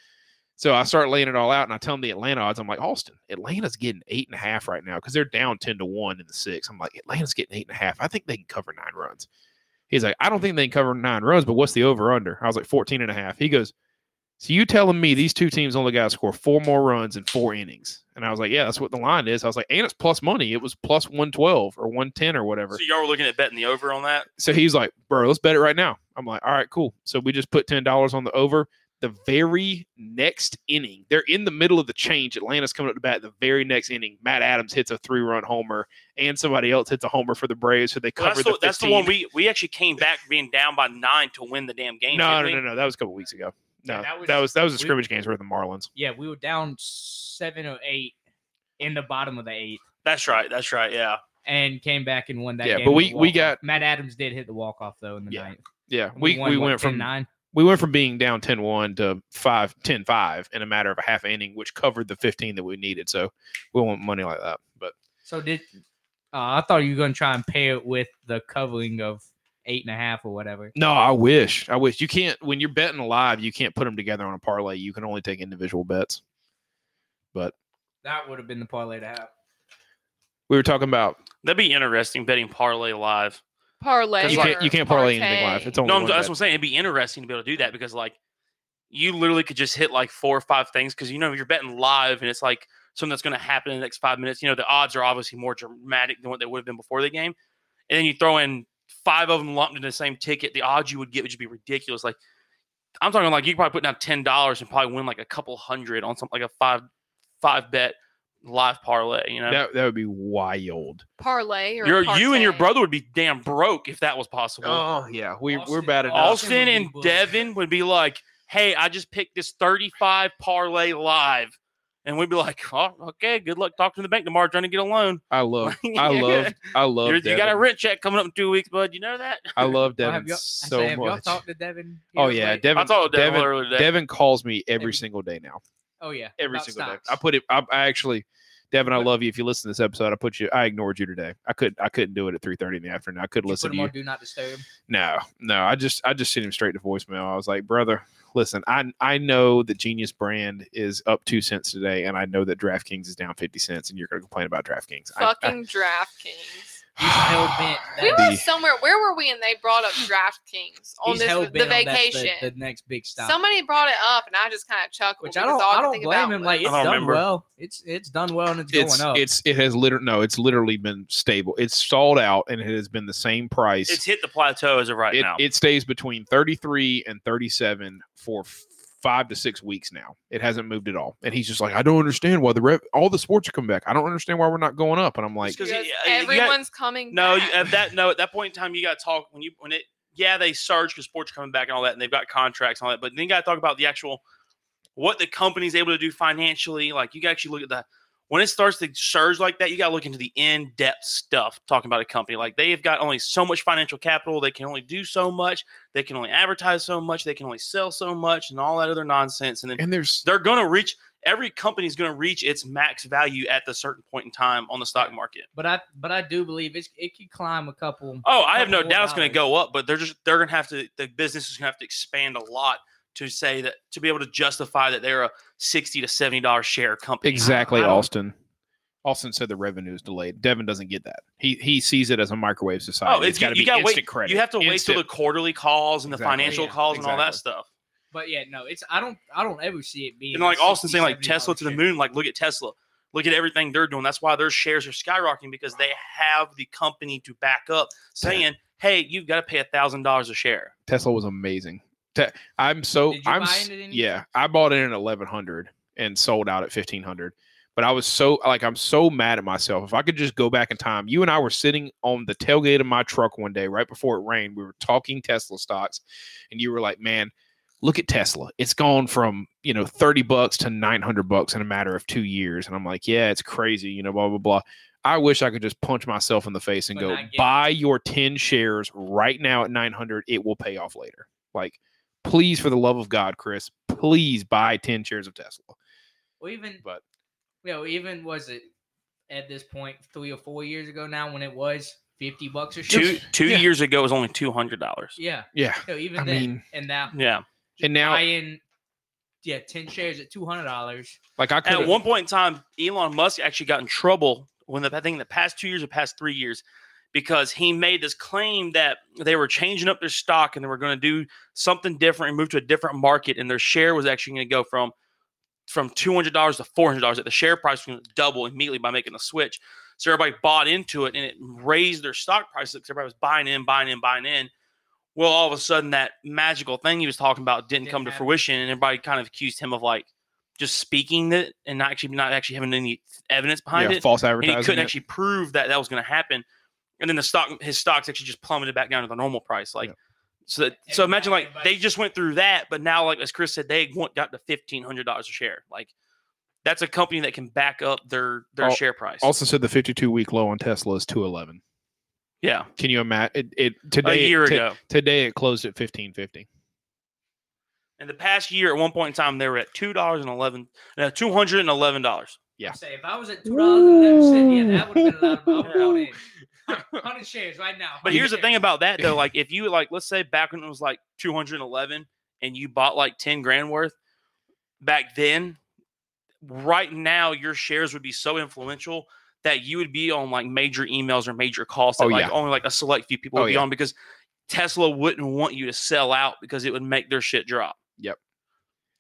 Speaker 5: So I start laying it all out and I tell him the Atlanta odds. I'm like, Austin, Atlanta's getting eight and a half right now because they're down 10 to one in the six. I'm like, Atlanta's getting eight and a half. I think they can cover nine runs. He's like, I don't think they can cover nine runs, but what's the over under? I was like, 14 and a half. He goes, So you telling me these two teams only got to score four more runs in four innings? And I was like, yeah, that's what the line is. I was like, and it's plus money. It was plus 112 or 110 or whatever.
Speaker 3: So y'all were looking at betting the over on that.
Speaker 5: So he's like, bro, let's bet it right now. I'm like, all right, cool. So we just put $10 on the over. The very next inning, they're in the middle of the change. Atlanta's coming up to bat. The very next inning, Matt Adams hits a three run homer and somebody else hits a homer for the Braves. So they
Speaker 3: Well, that's,
Speaker 5: covered the,
Speaker 3: the,
Speaker 5: 15.
Speaker 3: that's the one we we actually came back being down by nine to win the damn game.
Speaker 5: No,
Speaker 3: didn't
Speaker 5: no,
Speaker 3: we?
Speaker 5: no, no. That was a couple weeks ago.
Speaker 4: Yeah,
Speaker 5: No, that
Speaker 4: that
Speaker 5: was
Speaker 4: was-
Speaker 5: that was, that was a
Speaker 4: we-
Speaker 5: scrimmage games worth the Marlins.
Speaker 4: Yeah, we were down seven or eight in the bottom of the eighth,
Speaker 3: That's right. That's right. Yeah.
Speaker 4: and came back and won that.
Speaker 5: Yeah,
Speaker 4: game
Speaker 5: but
Speaker 4: with
Speaker 5: we-
Speaker 4: a
Speaker 5: we
Speaker 4: walk-off.
Speaker 5: got-
Speaker 4: Matt Adams did hit the walk off though in the
Speaker 5: Yeah.
Speaker 4: ninth.
Speaker 5: Yeah, we, we,
Speaker 4: won, what,
Speaker 5: went from
Speaker 4: 10-9?
Speaker 5: we went from being down 10-1 to 5 10-5 in a matter of a half inning, which covered the 15 that we needed. So we want money like that. But
Speaker 4: So did uh, I thought you were gonna try and pair it with the covering of eight and a half or whatever.
Speaker 5: no, I wish. I wish you can't when you're betting live, you can't put them together on a parlay. You can only take individual bets.
Speaker 4: That would have been the parlay to have.
Speaker 5: We were talking about
Speaker 3: That'd be interesting betting parlay live.
Speaker 1: parlay.
Speaker 5: you can't you
Speaker 1: or
Speaker 5: can't parlay anything live.
Speaker 1: partay.
Speaker 5: It's only
Speaker 3: No, I'm,
Speaker 5: one
Speaker 3: that's
Speaker 5: bet.
Speaker 3: what I'm saying. It'd be interesting to be able to do that because like you literally could just hit like four or five things because you know you're betting live and it's like something that's going to happen in the next five minutes. You know the odds are obviously more dramatic than what they would have been before the game, and then you throw in five of them lumped into the same ticket. The odds you would get would just be ridiculous. Like I'm talking like you could probably put down ten dollars and probably win like a couple hundred on something like a five five bet live parlay. You know.
Speaker 5: that that would be wild.
Speaker 1: parlay. Or
Speaker 3: Your, you and your
Speaker 1: partay.
Speaker 3: brother would be damn broke if that was possible.
Speaker 5: Oh yeah, we we're
Speaker 4: Austin-
Speaker 5: bad enough.
Speaker 4: Austin would
Speaker 3: Austin
Speaker 4: be
Speaker 3: and
Speaker 4: booked.
Speaker 3: Devin would be like, "Hey, I just picked this 35 parlay live," and we'd be like, oh, "Okay, good luck talking to the bank tomorrow, trying to get a loan.
Speaker 5: I love I love I love
Speaker 3: You're- you got a
Speaker 5: Devin.
Speaker 3: rent check coming up in two weeks, bud. You know that."
Speaker 5: I love
Speaker 4: Well,
Speaker 5: Devin
Speaker 4: y'all- I
Speaker 5: so
Speaker 4: said, have y'all
Speaker 5: much.
Speaker 4: talked to Devin?
Speaker 5: Oh
Speaker 4: here
Speaker 5: yeah,
Speaker 4: lately?
Speaker 5: Devin.
Speaker 3: I told Devin,
Speaker 5: Devin,
Speaker 3: earlier today.
Speaker 5: Devin calls me every
Speaker 4: Every-
Speaker 5: single day now.
Speaker 4: Oh yeah,
Speaker 5: Every
Speaker 4: about
Speaker 5: single
Speaker 4: stocks.
Speaker 5: day. I put it. I, I actually, Devin, I
Speaker 4: But-
Speaker 5: love you. If you listen to this episode, I put you. I ignored you today. I could. I couldn't do it at three thirty in the afternoon. I could
Speaker 4: You
Speaker 5: not listen
Speaker 4: put
Speaker 5: to
Speaker 4: him
Speaker 5: you.
Speaker 4: on do not disturb.
Speaker 5: No, no. I just. I just sent him straight to voicemail. I was like, brother, listen. I I know that Genius Brand is up two cents today, and I know that DraftKings is down fifty cents, and you're going to complain about DraftKings. I- I-
Speaker 1: fucking DraftKings.
Speaker 4: He's hell bent.
Speaker 1: We
Speaker 5: That'd
Speaker 1: were
Speaker 5: be-
Speaker 1: somewhere. Where were we? And they brought up DraftKings on
Speaker 4: He's
Speaker 1: this
Speaker 4: hell
Speaker 1: the
Speaker 4: bent on that's
Speaker 1: vacation.
Speaker 4: The, the next big stop.
Speaker 1: Somebody brought it up, and I just kind of chuckled.
Speaker 4: which I
Speaker 1: because
Speaker 4: don't.
Speaker 1: all
Speaker 4: I
Speaker 1: could
Speaker 4: don't
Speaker 1: think
Speaker 4: blame
Speaker 1: about
Speaker 4: him. Like
Speaker 1: was-
Speaker 4: it's
Speaker 3: don't
Speaker 4: done
Speaker 3: remember.
Speaker 4: well. It's it's done well and it's,
Speaker 5: It's
Speaker 4: going up.
Speaker 5: it's it has literally no. It's literally been stable. It's stalled out, and it has been the same price.
Speaker 3: It's hit the plateau as of right
Speaker 5: it,
Speaker 3: now.
Speaker 5: it stays between 33 and 37 for f- five to six weeks now. It hasn't moved at all. And he's just like, I don't understand why the rev all the sports are coming back. I don't understand why we're not going up. And I'm like,
Speaker 3: Because
Speaker 1: because
Speaker 3: you- you got-
Speaker 1: everyone's coming.
Speaker 3: no, you,
Speaker 1: back.
Speaker 3: at that no, at that point in time, you got to talk when you when it. Yeah, they surge because sports are coming back and all that, and they've got contracts and all that. But then you got to talk about the actual what the company's able to do financially. Like you got to actually look at the when it starts to surge like that, you got to look into the in depth stuff. Talking about a company like they have got only so much financial capital, they can only do so much, they can only advertise so much, they can only sell so much, and all that other nonsense. And then
Speaker 5: and there's
Speaker 3: they're going to reach every company's going to reach its max value at the certain point in time on the stock market.
Speaker 4: but I but I do believe it's it could climb a couple.
Speaker 3: Oh, I have no
Speaker 4: couple
Speaker 3: doubt it's going to
Speaker 4: dollars.
Speaker 3: go up, but they're just they're going to have to the business is going to have to expand a lot to say that to be able to justify that they're a sixty to seventy dollar share company.
Speaker 5: exactly
Speaker 4: I don't-
Speaker 5: Austin. Austin said the revenue is delayed. Devin doesn't get that. He he sees it as a microwave society.
Speaker 3: Oh, it's,
Speaker 5: it's got
Speaker 3: you,
Speaker 5: to be
Speaker 3: you got to
Speaker 5: instant
Speaker 3: wait.
Speaker 5: credit.
Speaker 3: You have to wait till
Speaker 5: Instant.
Speaker 3: the quarterly calls and the
Speaker 5: Exactly.
Speaker 3: financial
Speaker 4: Yeah,
Speaker 3: calls and all that
Speaker 5: exactly.
Speaker 3: stuff.
Speaker 4: But yeah, no, it's I don't I don't ever see it being
Speaker 3: And like Austin
Speaker 4: 60,
Speaker 3: saying, like
Speaker 4: 70
Speaker 3: Tesla
Speaker 4: dollar
Speaker 3: to the
Speaker 4: share.
Speaker 3: moon. Like look at Tesla. Look at everything they're doing. That's why their shares are skyrocketing because they have the company to back up, saying, "Hey, you've got to pay a thousand dollars a share."
Speaker 5: Tesla was amazing. Te- I'm so
Speaker 4: Did you
Speaker 5: I'm
Speaker 4: buy
Speaker 5: s-
Speaker 4: into any of
Speaker 5: yeah. I bought in at 1100 and sold out at 1500. But I was so like I'm so mad at myself. If I could just go back in time, you and I were sitting on the tailgate of my truck one day right before it rained. We were talking Tesla stocks, and you were like, "Man, look at Tesla. It's gone from you know 30 bucks to 900 bucks in a matter of two years." And I'm like, "Yeah, it's crazy." You know, blah blah blah. I wish I could just punch myself in the face and
Speaker 4: But
Speaker 5: go,
Speaker 4: not get-
Speaker 5: "Buy your 10 shares right now at 900. It will pay off later." Like, please, for the love of God, Chris, please buy 10 shares of Tesla.
Speaker 4: Well, even
Speaker 5: But
Speaker 4: you know, even was it at this point three or four years ago now when it was fifty bucks a share?
Speaker 3: Two two
Speaker 5: Yeah.
Speaker 3: years ago it was only two hundred dollars.
Speaker 4: Yeah.
Speaker 5: yeah,
Speaker 4: No, even
Speaker 5: I
Speaker 4: then,
Speaker 5: mean-
Speaker 4: and now
Speaker 3: Yeah.
Speaker 5: and now
Speaker 4: buying yeah ten shares at two hundred dollars.
Speaker 5: Like I
Speaker 3: At
Speaker 5: could
Speaker 3: one point in time, Elon Musk actually got in trouble when the I think in the past two years or past three years because he made this claim that they were changing up their stock and they were going to do something different and move to a different market, and their share was actually going to go from from two hundred dollars to four hundred dollars. That the share price was going to double immediately by making the switch. So everybody bought into it, and it raised their stock prices because everybody was buying in, buying in, buying in. Well, all of a sudden, that magical thing he was talking about didn't,
Speaker 4: Didn't
Speaker 3: come to
Speaker 4: happen.
Speaker 3: fruition, and everybody kind of accused him of like just speaking it and not actually not actually having any evidence behind
Speaker 5: yeah,
Speaker 3: it.
Speaker 5: false
Speaker 3: And he
Speaker 5: advertising.
Speaker 3: couldn't
Speaker 5: it.
Speaker 3: actually prove that that was going to happen. And then the stock, his stocks actually just plummeted back down to the normal price. Like,
Speaker 5: Yeah.
Speaker 3: so that, so imagine like
Speaker 4: Everybody-
Speaker 3: they just went through that, but now like as Chris said, they want, got to fifteen hundred dollars a share. Like, that's a company that can back up their their
Speaker 5: Al-
Speaker 3: share price.
Speaker 5: also said the 52 week low on Tesla is 211.
Speaker 3: yeah,
Speaker 5: Can you imagine it, it
Speaker 3: a
Speaker 5: today?
Speaker 3: year
Speaker 5: t-
Speaker 3: ago.
Speaker 5: today it closed at 1550.
Speaker 3: In the past year, at one point in time, they were at two dollars and eleven, no, two hundred and eleven dollars.
Speaker 5: Yeah.
Speaker 4: Say if I was at two dollars and eleven cent, yeah, that would have been a lot. I
Speaker 3: Ooh.
Speaker 4: would have in. Hundred shares right now.
Speaker 3: But
Speaker 4: 100
Speaker 3: here's the
Speaker 4: shares.
Speaker 3: thing about that though, like if you like, let's say back when it was like 211 and you bought like 10 grand worth back then, right now your shares would be so influential that you would be on like major emails or major calls that
Speaker 5: Oh,
Speaker 3: like
Speaker 5: yeah.
Speaker 3: only like a select few people
Speaker 5: Oh,
Speaker 3: would be
Speaker 5: yeah.
Speaker 3: on because Tesla wouldn't want you to sell out because it would make their shit drop.
Speaker 5: Yep.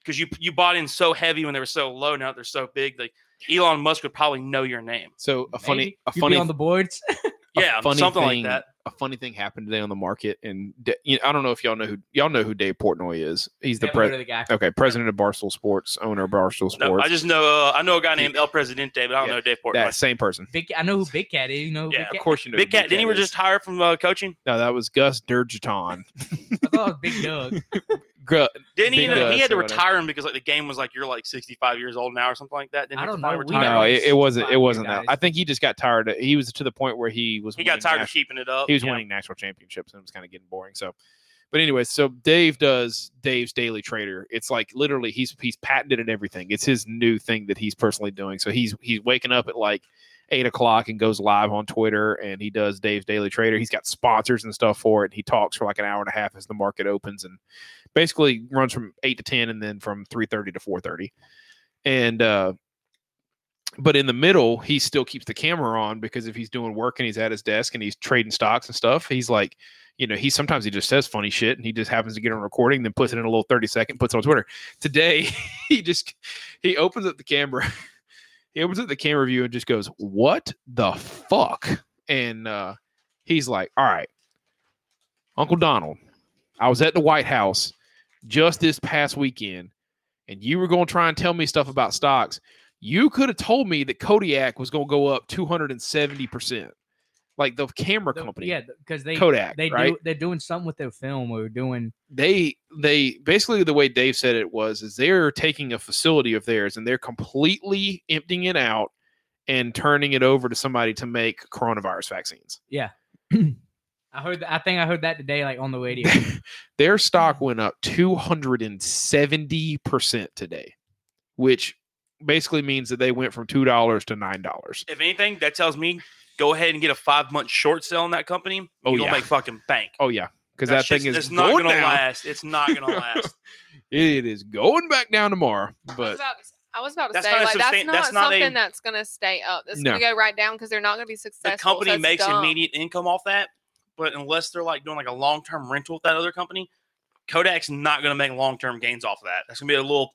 Speaker 3: Because you you bought in so heavy when they were so low, now they're so big. Like Elon Musk would probably know your name.
Speaker 5: So a funny,
Speaker 4: Maybe.
Speaker 5: a
Speaker 4: You'd
Speaker 5: funny,
Speaker 4: be on the boards.
Speaker 5: a
Speaker 3: Yeah,
Speaker 5: funny
Speaker 3: something
Speaker 5: thing-
Speaker 3: like that.
Speaker 5: a funny thing happened today on the market, and Da- you know, I don't know if y'all know who y'all know who Dave Portnoy is. He's the uh,
Speaker 4: Never heard
Speaker 5: president.
Speaker 4: of the guy.
Speaker 5: Okay, president of Barstool Sports, owner of Barstool Sports.
Speaker 3: No, I just know uh, I know a guy named El Presidente, but I don't
Speaker 5: Yeah,
Speaker 3: know Dave Portnoy.
Speaker 5: that same person.
Speaker 4: Big, I know who Big Cat is. You know, who
Speaker 3: Yeah,
Speaker 4: Big
Speaker 5: Of
Speaker 4: Cat?
Speaker 5: course, you know. who
Speaker 3: Big Cat, didn't he
Speaker 5: is.
Speaker 3: just hire from uh, coaching?
Speaker 5: No, that was Gus Durgeton.
Speaker 4: I thought it was Big Doug.
Speaker 5: Gu-
Speaker 3: Didn't he?
Speaker 5: Big
Speaker 3: even- he
Speaker 5: Gus
Speaker 3: had to
Speaker 5: or whatever.
Speaker 3: retire him because like the game was like you're like 65 years old now or something like that. Didn't
Speaker 4: I
Speaker 3: he
Speaker 4: don't
Speaker 3: finally
Speaker 4: know. We
Speaker 3: retire?
Speaker 5: no,
Speaker 4: know
Speaker 5: it, it wasn't. It
Speaker 4: five
Speaker 5: wasn't
Speaker 4: guys.
Speaker 5: that. I think he just got tired. Of, he was to the point where he was.
Speaker 3: He got
Speaker 5: winning
Speaker 3: tired
Speaker 5: nat-
Speaker 3: of keeping it up.
Speaker 5: He was
Speaker 3: yeah.
Speaker 5: winning national championships, and it was kind of getting boring. So, but anyway, so Dave does Dave's Daily Trader. It's like literally he's he's patented and everything. It's his new thing that he's personally doing. So he's he's waking up at like eight o'clock and goes live on Twitter, and he does Dave's Daily Trader. He's got sponsors and stuff for it. He talks for like an hour and a half as the market opens, and basically runs from eight to ten, and then from three thirty to four thirty, and. uh but in the middle, he still keeps the camera on because if he's doing work and he's at his desk and he's trading stocks and stuff, he's like, you know, he sometimes he just says funny shit and he just happens to get on recording, then puts it in a little 30 second, puts it on Twitter. Today, he just he opens up the camera, he opens up the camera view and just goes, What the fuck? And uh he's like, All right, Uncle Donald, I was at the White House just this past weekend, and you were gonna try and tell me stuff about stocks you could have told me that Kodiak was going to go up 270%. Like the camera
Speaker 4: The-
Speaker 5: company,
Speaker 4: Yeah, because they
Speaker 5: Kodak,
Speaker 4: they
Speaker 5: right?
Speaker 4: do they're doing something with their film or doing
Speaker 5: They they basically the way Dave said it was is they're taking a facility of theirs and they're completely emptying it out and turning it over to somebody to make coronavirus vaccines.
Speaker 4: I heard that, I think I heard that today like on the radio.
Speaker 5: Their
Speaker 3: Mm.
Speaker 5: stock went up 270% today, which basically means that they went from $2 to $9.
Speaker 3: If anything, that tells me go ahead and get a five month short sale on that company.
Speaker 5: Oh,
Speaker 3: you're gonna
Speaker 5: yeah.
Speaker 3: make fucking bank.
Speaker 5: Oh yeah, cuz
Speaker 3: That
Speaker 5: that thing
Speaker 3: shit's-
Speaker 5: is
Speaker 3: it's not
Speaker 5: going
Speaker 3: gonna
Speaker 5: down.
Speaker 3: last. It's not gonna last.
Speaker 5: It is going back down
Speaker 1: I
Speaker 5: tomorrow,
Speaker 1: was
Speaker 5: but
Speaker 1: about to, I was about to
Speaker 3: That's
Speaker 1: say
Speaker 3: not a
Speaker 1: like that's
Speaker 3: sustain-
Speaker 1: not,
Speaker 3: that's not a-
Speaker 1: something that's gonna stay up. That's
Speaker 5: No.
Speaker 1: gonna go right down because they're not gonna be successful.
Speaker 3: the company
Speaker 1: so it's
Speaker 3: makes
Speaker 1: dumb.
Speaker 3: immediate income off that, but unless they're like doing like a long term rental with that other company, Kodak's not going to make long term gains off of that. That's going to be a little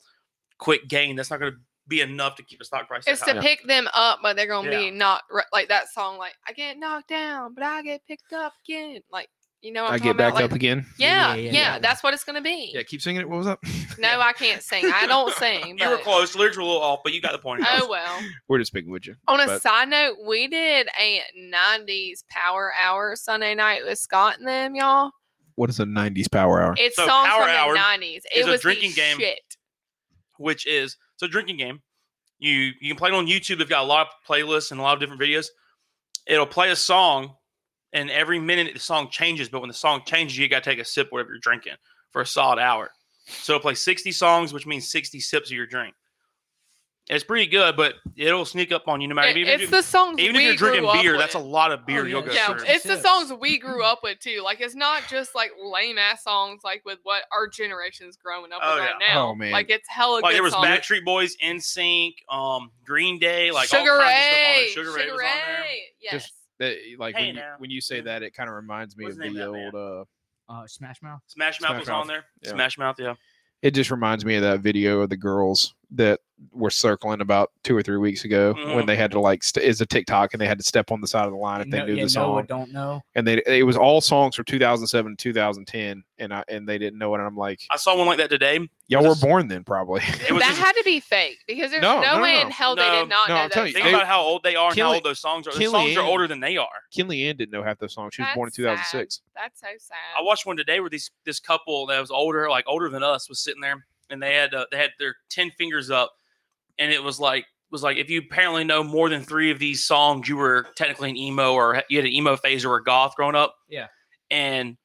Speaker 3: quick gain. That's not going to be enough to keep the stock price. that
Speaker 1: It's
Speaker 3: high.
Speaker 1: to pick them up, but they're gonna
Speaker 3: Yeah.
Speaker 1: be not re- like that song. Like I get knocked down, but I get picked up again. Like you know, what I'm
Speaker 5: I
Speaker 1: talking
Speaker 5: get back
Speaker 1: about?
Speaker 5: up
Speaker 1: Like,
Speaker 5: again.
Speaker 1: yeah,
Speaker 4: Yeah,
Speaker 1: yeah,
Speaker 4: yeah, yeah.
Speaker 1: that's what it's gonna be.
Speaker 5: Yeah, keep singing it. What was up?
Speaker 1: No, I can't sing. I don't sing.
Speaker 3: You were
Speaker 1: but-
Speaker 3: close. The lyrics were a little off, but you got the point.
Speaker 1: Oh well.
Speaker 5: We're just picking with you.
Speaker 1: On a
Speaker 5: But-
Speaker 1: side note, we did a '90s Power Hour Sunday night with Scott and them, y'all.
Speaker 5: What is a '90s power hour?
Speaker 1: It's
Speaker 3: So
Speaker 1: songs
Speaker 3: Power
Speaker 1: from
Speaker 3: Hour
Speaker 1: the '90s.
Speaker 3: is
Speaker 1: It
Speaker 3: a
Speaker 1: was the
Speaker 3: drinking game.
Speaker 1: Shit.
Speaker 3: which is it's a drinking game. You you can play it on YouTube. They've got a lot of playlists and a lot of different videos. It'll play a song, and every minute the song changes. But when the song changes, you got to take a sip whatever you're drinking for a solid hour. So it'll play 60 songs, which means 60 sips of your drink. It's pretty good, but it'll sneak up on you no matter
Speaker 1: It-
Speaker 3: even
Speaker 1: it's
Speaker 3: if, you,
Speaker 1: the songs.
Speaker 3: even if
Speaker 1: we
Speaker 3: you're drinking
Speaker 1: grew up
Speaker 3: beer.
Speaker 1: with.
Speaker 3: That's a lot of beer
Speaker 4: yeah,
Speaker 3: you'll go
Speaker 4: yeah,
Speaker 1: Yeah,
Speaker 3: through.
Speaker 1: it's the
Speaker 4: Sips.
Speaker 1: songs we grew up with too. Like it's not just like lame ass songs like with what our generation's growing up
Speaker 3: Oh,
Speaker 1: with right
Speaker 3: yeah.
Speaker 1: now.
Speaker 5: Oh, man.
Speaker 1: like it's hella
Speaker 3: Like
Speaker 1: good
Speaker 3: there was
Speaker 1: songs.
Speaker 3: Backstreet Boys, NSYNC, um, Green Day, like all
Speaker 1: Sugar
Speaker 3: kinds of stuff on there.
Speaker 1: Ray,
Speaker 3: Sugar Ray was on there.
Speaker 1: Ray, yes.
Speaker 5: Just That, eh, like
Speaker 3: Hey
Speaker 5: when you,
Speaker 3: now.
Speaker 5: when you say that, it kind of reminds me
Speaker 3: What's the
Speaker 5: of
Speaker 3: name
Speaker 5: the
Speaker 3: of that
Speaker 5: old. Uh,
Speaker 4: Uh, Smash Mouth.
Speaker 3: Smash Mouth
Speaker 5: Smash
Speaker 3: was
Speaker 5: Mouth.
Speaker 3: on there.
Speaker 5: Yeah.
Speaker 3: Smash Mouth, yeah.
Speaker 5: it just reminds me of that video of the girls that were circling about two or three weeks ago
Speaker 3: Mhm.
Speaker 5: when they had to like st- is a TikTok and they had to step on the side of the line if they
Speaker 4: No-
Speaker 5: knew
Speaker 4: yeah,
Speaker 5: the
Speaker 4: no, I
Speaker 5: song.
Speaker 4: don't know.
Speaker 5: and they it was all songs from 2007 2010 and I and they didn't know it and I'm like
Speaker 3: I saw one like that today.
Speaker 5: y'all
Speaker 3: was
Speaker 5: were
Speaker 3: this-
Speaker 5: born then probably
Speaker 3: It was
Speaker 1: that
Speaker 3: just-
Speaker 1: had to be fake because there's no,
Speaker 5: No, no, no,
Speaker 1: way
Speaker 5: no.
Speaker 1: in hell they
Speaker 3: No,
Speaker 1: did not
Speaker 5: no,
Speaker 1: know
Speaker 5: I'm
Speaker 1: that.
Speaker 5: telling you,
Speaker 3: Think
Speaker 5: they-
Speaker 3: about how old they are and how
Speaker 5: Kelly-
Speaker 3: old those songs are. Those
Speaker 5: Kelly
Speaker 3: songs are
Speaker 5: Ann-
Speaker 3: older than they are.
Speaker 5: Kinley Ann didn't know half those songs she was born in
Speaker 1: That's sad.
Speaker 5: 2006
Speaker 1: That's so sad.
Speaker 3: I watched one today where these this couple that was older, like older than us, was sitting there and they had uh, they had their ten fingers up, and it was like was like if you apparently know more than three of these songs, you were technically an emo or you had an emo phase or a goth growing up.
Speaker 4: Yeah.
Speaker 3: and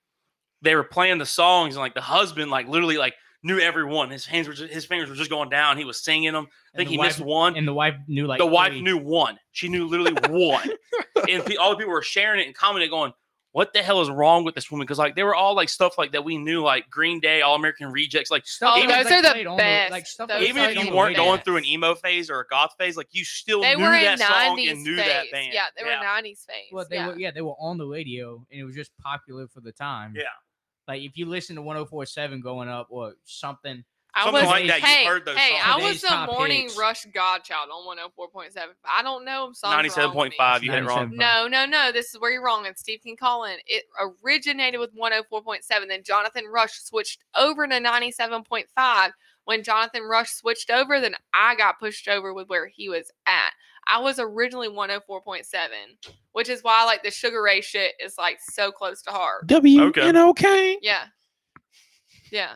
Speaker 3: they were playing the songs and like the husband like literally like knew everyone. His hands were just, his fingers were just going down. He was singing them. I
Speaker 4: And
Speaker 3: think
Speaker 4: the
Speaker 3: he
Speaker 4: wife-
Speaker 3: missed one.
Speaker 4: And the wife knew like
Speaker 3: the wife
Speaker 4: three.
Speaker 3: knew one. She knew literally one, and pe- all the people were sharing it and commenting, going, "What the hell is wrong with this woman?" Because like they were all like stuff like that we knew, like Green Day, All American Rejects. Like
Speaker 4: Stuff
Speaker 1: Oh,
Speaker 4: that
Speaker 3: even
Speaker 4: was,
Speaker 1: those are the
Speaker 4: played on
Speaker 1: best.
Speaker 4: like, stuff
Speaker 1: Those
Speaker 4: that was
Speaker 3: even if
Speaker 1: songs
Speaker 4: played on
Speaker 3: you
Speaker 4: the
Speaker 3: weren't
Speaker 4: radio.
Speaker 3: going through an emo phase or a goth phase, like you still
Speaker 1: they
Speaker 3: knew
Speaker 1: were in
Speaker 3: that song
Speaker 1: nineties
Speaker 3: and knew
Speaker 1: phase.
Speaker 3: that band.
Speaker 1: Yeah, they were
Speaker 3: yeah.
Speaker 1: nineties phase.
Speaker 4: Well, they
Speaker 1: yeah.
Speaker 4: were yeah, they were on the radio, and it was just popular for the time.
Speaker 3: Yeah.
Speaker 4: like if you listen to 104.7 going up or something,
Speaker 1: I
Speaker 3: Something
Speaker 1: was
Speaker 3: like that.
Speaker 1: hey,
Speaker 3: you heard those
Speaker 1: hey, I
Speaker 3: songs.
Speaker 1: was
Speaker 4: Today's
Speaker 1: the
Speaker 4: top
Speaker 1: morning
Speaker 4: hits.
Speaker 1: rush godchild on one hundred four point seven. I don't know them songs. wrong with me.
Speaker 3: Ninety-seven point five. You hit it wrong.
Speaker 4: 97.
Speaker 1: No, no, no. This is where you're wrong. And Steve can call in. It originated with 104.7. Then Jonathan Rush switched over to 97.5. When Jonathan Rush switched over, then I got pushed over with where he was at. I was originally 104.7, which is why like the Sugar Ray shit is like so close to heart.
Speaker 5: W
Speaker 3: Okay.
Speaker 5: N O K
Speaker 1: Yeah, yeah.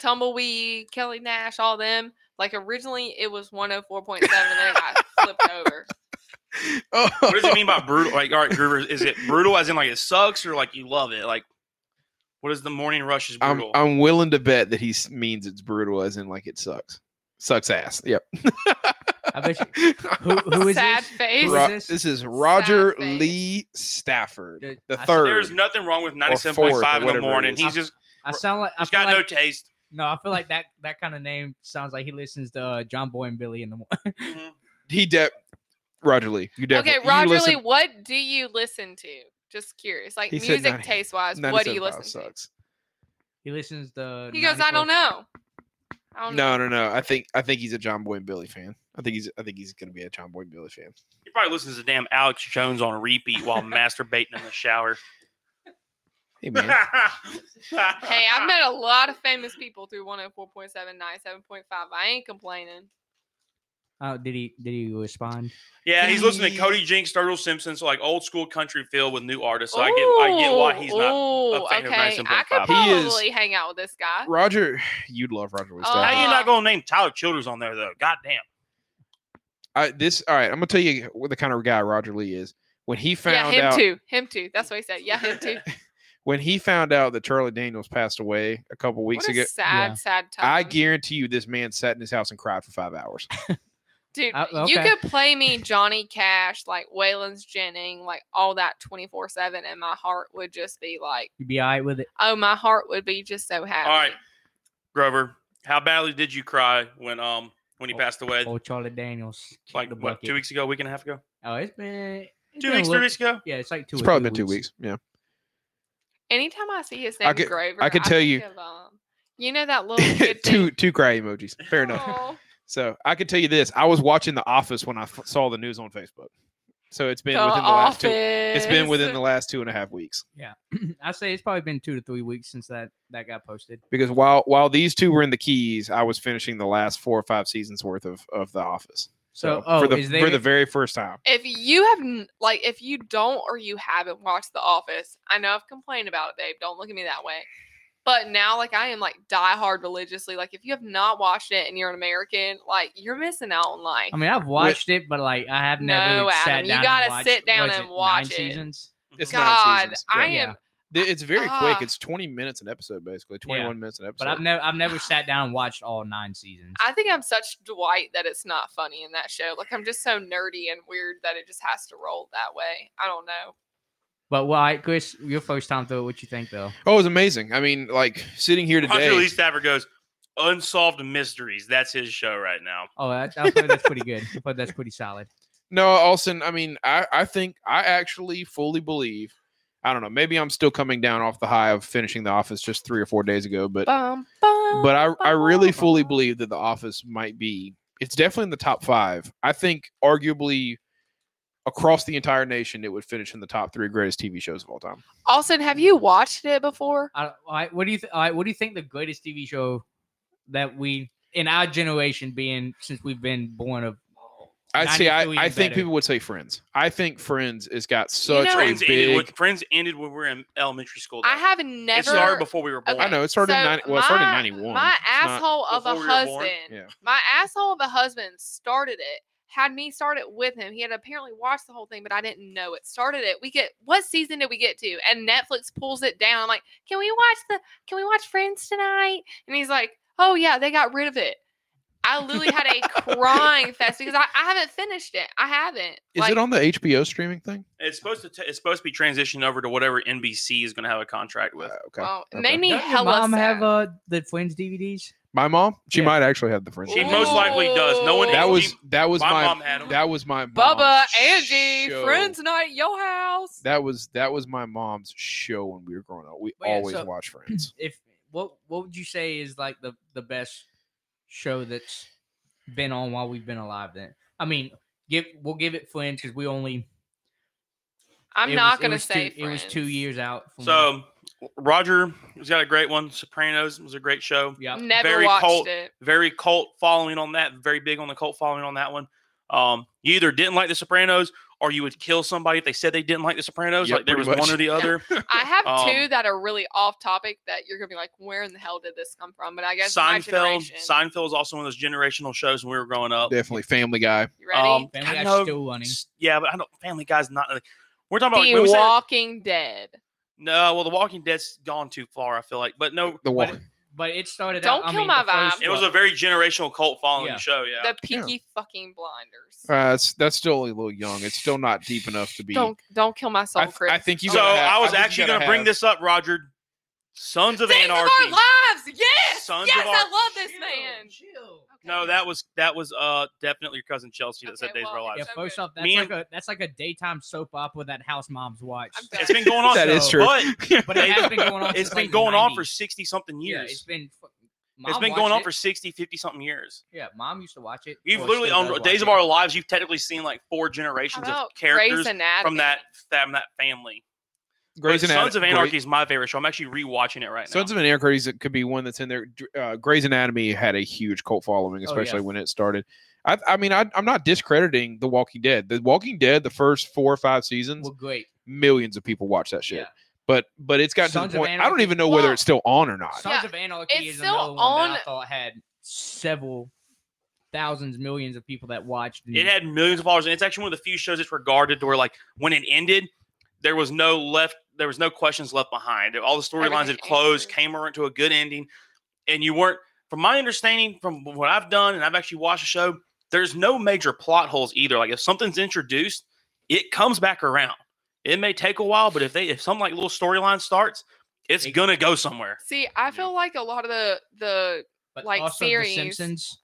Speaker 1: Tumbleweed, Kelly Nash, all them. Like originally it was 104.7, and then I flipped over.
Speaker 3: What does it mean by brutal? Like, all right, Groovers, is it brutal as in like it sucks or like you love it? Like, what is the morning rush is
Speaker 5: I'm
Speaker 3: brutal?
Speaker 5: I'm willing to bet that he s- means it's brutal as in like it sucks sucks ass yep
Speaker 4: I bet you. Who, who is
Speaker 1: Sad
Speaker 4: this?
Speaker 1: face.
Speaker 4: Who is
Speaker 5: Ro-
Speaker 4: this?
Speaker 5: this? is Roger
Speaker 1: face.
Speaker 5: Lee Stafford
Speaker 4: Dude,
Speaker 5: the
Speaker 4: I-
Speaker 5: third
Speaker 3: There's nothing wrong with
Speaker 5: fourth or
Speaker 3: 97.5 in
Speaker 5: whatever
Speaker 3: the
Speaker 5: it
Speaker 3: morning.
Speaker 5: is.
Speaker 3: He's just
Speaker 4: I sound like I
Speaker 3: he's
Speaker 4: feel
Speaker 3: got
Speaker 4: like,
Speaker 3: no taste.
Speaker 4: no. I feel like that that kind of name sounds like he listens to uh, John Boy and Billy in the morning.
Speaker 1: Mm-hmm.
Speaker 3: Mhm.
Speaker 5: he de- Roger Lee you definitely
Speaker 1: Okay,
Speaker 5: you
Speaker 1: Roger
Speaker 5: listen-
Speaker 1: Lee, what do you listen to? Just curious, like
Speaker 5: He said
Speaker 1: music
Speaker 5: 90
Speaker 1: taste wise, what do you
Speaker 5: 97.5
Speaker 1: listen to?
Speaker 5: sucks
Speaker 4: He listens to.
Speaker 1: He goes, I don't know. I don't
Speaker 5: No, no, no. I think I think he's a John Boy and Billy fan. I think he's I think he's gonna be a John Boy and Billy fan.
Speaker 3: He probably listens to damn Alex Jones on repeat while masturbating in the shower.
Speaker 5: Hey man,
Speaker 1: Hey,
Speaker 3: hey,
Speaker 1: I've met a lot of famous people through 104.7, 97.5. I ain't complaining.
Speaker 4: Oh, did he did he respond?
Speaker 3: Yeah, he's listening to
Speaker 5: He-
Speaker 3: Cody Jinks, Turtle Simpson, so like old school country feel with new artists. So I get, I get why he's not.
Speaker 1: Ooh,
Speaker 3: fan of
Speaker 1: okay. I
Speaker 3: 97.5.
Speaker 1: could
Speaker 5: He is-
Speaker 1: probably hang out with this guy.
Speaker 5: Roger, you'd love Roger Lee. Stafford.
Speaker 3: How you
Speaker 1: Uh,
Speaker 3: not gonna name Tyler Childers on there though? God damn.
Speaker 5: I, this all right. I'm gonna tell you what the kind of guy Roger Lee is. When he
Speaker 1: Yeah,
Speaker 5: found
Speaker 1: him
Speaker 5: out
Speaker 1: too. Him too. That's what he said. Yeah, him too.
Speaker 5: when he found out that Charlie Daniels passed away a couple weeks
Speaker 1: What a oh.
Speaker 5: ago,
Speaker 1: sad,
Speaker 4: Yeah.
Speaker 1: sad time.
Speaker 5: I guarantee you this man sat in his house and cried for five hours.
Speaker 1: Dude,
Speaker 4: Uh,
Speaker 1: you
Speaker 4: okay.
Speaker 1: could play me Johnny Cash, like Waylon's Jennings, like all that 24 7, and my heart would just be like,
Speaker 4: You be all right with it?
Speaker 1: oh, my heart would be just so happy.
Speaker 3: All right, Grover, how badly did you cry when um when he
Speaker 4: Oh,
Speaker 3: passed away?
Speaker 4: Old Charlie Daniels.
Speaker 3: like
Speaker 4: the
Speaker 3: what, two
Speaker 4: bucket.
Speaker 3: weeks ago, week and a half ago,
Speaker 4: Oh, it's been it's
Speaker 3: two
Speaker 4: been a
Speaker 3: weeks, three
Speaker 4: little-
Speaker 3: weeks ago.
Speaker 4: Yeah, it's like two.
Speaker 5: It's
Speaker 4: or
Speaker 5: probably
Speaker 4: three
Speaker 5: been two weeks. Yeah.
Speaker 1: Anytime I see his
Speaker 5: I
Speaker 1: name,
Speaker 5: could-
Speaker 1: Grover,
Speaker 5: I could tell
Speaker 1: think
Speaker 5: you-
Speaker 1: of, um, Oh, you know that little kid
Speaker 5: two
Speaker 1: thing?
Speaker 5: two cry emojis. Fair enough.
Speaker 1: Aw.
Speaker 5: So I could tell you this. I was watching The Office when I f- saw the news on Facebook. So it's been
Speaker 1: The
Speaker 5: within the last two.
Speaker 1: office.
Speaker 5: It's been within the last two and a half weeks.
Speaker 4: I say it's probably been two to three weeks since that that got posted.
Speaker 5: because while while these two were in the keys, I was finishing the last four or five seasons worth of of The Office.
Speaker 4: So, oh,
Speaker 5: for the
Speaker 4: is
Speaker 5: for
Speaker 4: there-
Speaker 5: the very first time,
Speaker 1: If you have n- like, if you don't or you haven't watched The Office, I know I've complained about it, Dave. Don't look at me that way. But now, like, I am like diehard religiously. Like, if you have not watched it and you're an American, like, you're missing out on life.
Speaker 4: I mean, I've watched it, but like I have never
Speaker 1: No,
Speaker 4: sat
Speaker 1: Adam, you
Speaker 4: down. and
Speaker 1: gotta
Speaker 4: watched-
Speaker 1: sit down
Speaker 4: was
Speaker 1: and
Speaker 4: it
Speaker 1: watch
Speaker 4: nine
Speaker 1: it.
Speaker 4: seasons.
Speaker 5: it's nine
Speaker 1: God,
Speaker 5: seasons,
Speaker 1: I
Speaker 5: yeah.
Speaker 1: am.
Speaker 5: Th- it's very quick.
Speaker 1: Ah.
Speaker 5: It's twenty minutes an episode, basically twenty one minutes an episode.
Speaker 4: But I've never I've never sat down and watched all nine seasons.
Speaker 1: I think I'm such Dwight that it's not funny in that show. Like, I'm just so nerdy and weird that it just has to roll that way. I don't know.
Speaker 4: but well, all right, Chris, your first time through it, what you think though?
Speaker 5: oh, it was amazing. I mean, like sitting here
Speaker 3: Roger Lee
Speaker 5: today.
Speaker 3: Stafford goes unsolved mysteries. That's his show right now.
Speaker 4: Oh, I, I thought that's pretty good. I thought that's pretty solid.
Speaker 5: No, Olson, I mean, I, I think I actually fully believe. I don't know. Maybe I'm still coming down off the high of finishing The Office just three or four days ago, but
Speaker 1: Bum, bum,
Speaker 5: but I, I really
Speaker 1: bum,
Speaker 5: fully
Speaker 1: bum.
Speaker 5: believe that The Office might be. It's definitely in the top five. I think arguably across the entire nation, it would finish in the top three greatest TV shows of all time.
Speaker 1: Austin, have you watched it before?
Speaker 4: I, I, what do you th- I, what do you think the greatest TV show that we in our generation being since we've been born of
Speaker 5: I see. I,
Speaker 4: 92
Speaker 5: I
Speaker 4: even
Speaker 5: think
Speaker 4: better.
Speaker 5: people would say Friends. I think Friends has got such
Speaker 1: know-
Speaker 5: a
Speaker 3: Friends ended, when,
Speaker 5: big.
Speaker 3: Friends ended when we were in elementary school.
Speaker 1: I
Speaker 3: though.
Speaker 1: have never.
Speaker 3: It started before we were born.
Speaker 1: Okay.
Speaker 5: I know it started. in
Speaker 1: So
Speaker 5: 90, well, it started in
Speaker 1: my-
Speaker 5: '91.
Speaker 1: My asshole of a
Speaker 3: before we were born.
Speaker 1: husband.
Speaker 5: Yeah.
Speaker 1: My asshole of a husband started it. Had me start it with him. He had apparently watched the whole thing, but I didn't know it started it. We get what season did we get to? And Netflix pulls it down. I'm like, can we watch the? Can we watch Friends tonight? And he's like, oh yeah, they got rid of it. I literally had a crying fest because I, I haven't finished it. I haven't.
Speaker 5: Is
Speaker 1: Like,
Speaker 5: it on the HBO streaming thing?
Speaker 3: It's supposed to. T- it's supposed to be transitioned over to whatever NBC is going to have a contract with.
Speaker 5: Uh, okay.
Speaker 1: Oh, it
Speaker 5: okay.
Speaker 1: made me
Speaker 4: Doesn't your
Speaker 1: hella
Speaker 4: mom
Speaker 1: sad.
Speaker 4: have uh, the Friends DVDs?
Speaker 5: my mom, she
Speaker 4: Yeah.
Speaker 5: might actually have the Friends.
Speaker 3: She
Speaker 5: DVD.
Speaker 3: most likely does. No one.
Speaker 5: That
Speaker 1: Ooh.
Speaker 5: was that was
Speaker 3: my,
Speaker 5: my,
Speaker 3: mom had 'em.
Speaker 5: that was my
Speaker 1: Bubba,
Speaker 5: mom's
Speaker 1: Angie,
Speaker 5: Oh, show.
Speaker 1: friends night, at your house.
Speaker 5: That was that was my mom's show when we were growing up. We
Speaker 4: Well, yeah,
Speaker 5: always
Speaker 4: so-
Speaker 5: watched Friends.
Speaker 4: If what what would you say is like the the best show that's been on while we've been alive? Then I mean, give we'll give it Friends because we only
Speaker 1: I'm
Speaker 4: it
Speaker 1: not
Speaker 4: was- it
Speaker 1: gonna
Speaker 4: was two-
Speaker 1: say
Speaker 4: it was two
Speaker 1: Friends.
Speaker 4: years out. From
Speaker 3: So Roger has got a great one. Sopranos was a great show.
Speaker 4: yeah,
Speaker 1: Never
Speaker 3: Very
Speaker 1: watched
Speaker 3: cult.
Speaker 1: it.
Speaker 3: Very cult following on that. Very big on the cult following on that one. Um, you either didn't like The Sopranos or you would kill somebody if they said they didn't like The Sopranos.
Speaker 5: Yep,
Speaker 3: like there was
Speaker 5: pretty
Speaker 3: one
Speaker 5: much.
Speaker 3: or the other.
Speaker 1: I have two
Speaker 3: Um,
Speaker 1: that are really off topic that you're gonna be like, where in the hell did this come from? But I guess my
Speaker 3: Seinfeld.
Speaker 1: generation.
Speaker 3: Seinfeld is also one of those generational shows when we were growing up.
Speaker 5: Definitely Family Guy.
Speaker 1: You ready?
Speaker 3: um,
Speaker 4: Family
Speaker 3: God,
Speaker 4: Guy's
Speaker 3: no,
Speaker 4: still running.
Speaker 3: s- Yeah, but I don't. Family Guy's not. Like, we're talking about. Like,
Speaker 1: the
Speaker 3: when we said-
Speaker 1: Walking Dead.
Speaker 3: no, well, The Walking Dead's gone too far. I feel like, but no,
Speaker 5: The
Speaker 4: But,
Speaker 5: one.
Speaker 4: but it started.
Speaker 1: Don't
Speaker 4: out, I
Speaker 1: kill
Speaker 4: mean,
Speaker 1: my
Speaker 4: the first
Speaker 1: vibe.
Speaker 3: it was
Speaker 4: one.
Speaker 3: a very generational cult following
Speaker 4: Yeah.
Speaker 3: show. Yeah.
Speaker 1: The Peaky fucking blinders.
Speaker 5: Uh, that's that's still a little young. It's still not deep enough to be.
Speaker 1: Don't don't kill my soul,
Speaker 5: I, th-
Speaker 1: Chris.
Speaker 5: I think you.
Speaker 3: so
Speaker 5: gotta have-
Speaker 3: I was
Speaker 5: think you
Speaker 3: actually
Speaker 5: gotta
Speaker 3: going to bring
Speaker 5: have-
Speaker 3: this up, Roger. Sons of
Speaker 1: Things of our
Speaker 3: Anarchy.
Speaker 1: lives. Yes.
Speaker 3: Sons
Speaker 1: yes,
Speaker 3: of our-
Speaker 1: I love this man. Okay.
Speaker 3: no, that was that was uh definitely your cousin Chelsea that
Speaker 1: Okay,
Speaker 3: said Days of Our
Speaker 1: well,
Speaker 3: Lives.
Speaker 4: Yeah,
Speaker 1: so
Speaker 4: first
Speaker 1: good.
Speaker 4: off, that's
Speaker 3: Me
Speaker 4: like a that's like a daytime soap opera that house moms watch.
Speaker 1: I'm
Speaker 3: It's been going on.
Speaker 5: That is
Speaker 3: so-
Speaker 5: true.
Speaker 3: But
Speaker 4: But it has been going on.
Speaker 3: it's
Speaker 4: since,
Speaker 3: been
Speaker 4: like, the
Speaker 3: going on for
Speaker 4: 90s.
Speaker 3: 60 something
Speaker 4: Yeah,
Speaker 3: years.
Speaker 4: it's been. fu-
Speaker 3: it's
Speaker 4: Mom
Speaker 3: been
Speaker 4: watched
Speaker 3: going on
Speaker 4: it.
Speaker 3: for 60, 50 something years.
Speaker 4: Yeah, mom used to watch it.
Speaker 3: You've
Speaker 4: or
Speaker 3: literally
Speaker 4: still does
Speaker 3: on
Speaker 4: watch
Speaker 3: Days of
Speaker 4: it.
Speaker 3: Our Lives, you've technically seen like four generations
Speaker 1: How
Speaker 3: of
Speaker 1: about Grey's
Speaker 3: characters
Speaker 1: Anatomy?
Speaker 3: from that from that family.
Speaker 5: Grey's
Speaker 3: But Sons of
Speaker 5: Anat-
Speaker 3: Anarchy
Speaker 5: Grey-
Speaker 3: is my favorite show. I'm actually rewatching it right now.
Speaker 5: Sons of Anarchy is- could be one that's in there. Dr- Uh, Grey's Anatomy had a huge cult following,
Speaker 4: Oh, yeah.
Speaker 5: especially when it started. I, I mean, I, I'm not discrediting The Walking Dead. The Walking Dead, the first four or five seasons,
Speaker 4: Well, great.
Speaker 5: millions of people watch that shit.
Speaker 4: Yeah.
Speaker 5: But but it's gotten
Speaker 4: Sons
Speaker 5: to
Speaker 4: of
Speaker 5: the point. I don't
Speaker 4: Anarchy-
Speaker 5: even know whether it's still on or not.
Speaker 4: Sons
Speaker 1: Yeah,
Speaker 4: of Anarchy
Speaker 1: it's
Speaker 4: is
Speaker 1: still
Speaker 4: another one
Speaker 1: on-
Speaker 4: that I thought had several thousands, millions of people that watched. and-
Speaker 3: It had millions of followers, and it's actually one of the few shows that's regarded to where, like, when it ended, there was no left, there was no questions left behind. All the storylines
Speaker 1: Everything
Speaker 3: had closed,
Speaker 1: answered.
Speaker 3: came around to a good ending, and you weren't. From my understanding, from what I've done, and I've actually watched the show, there's no major plot holes either. Like, if something's introduced, it comes back around. It may take a while, but if they if some like little storyline starts, it's
Speaker 4: It-
Speaker 3: gonna go somewhere.
Speaker 1: See, I feel like a lot of the the
Speaker 4: but
Speaker 1: like,
Speaker 4: also
Speaker 1: series.
Speaker 4: The Simpsons.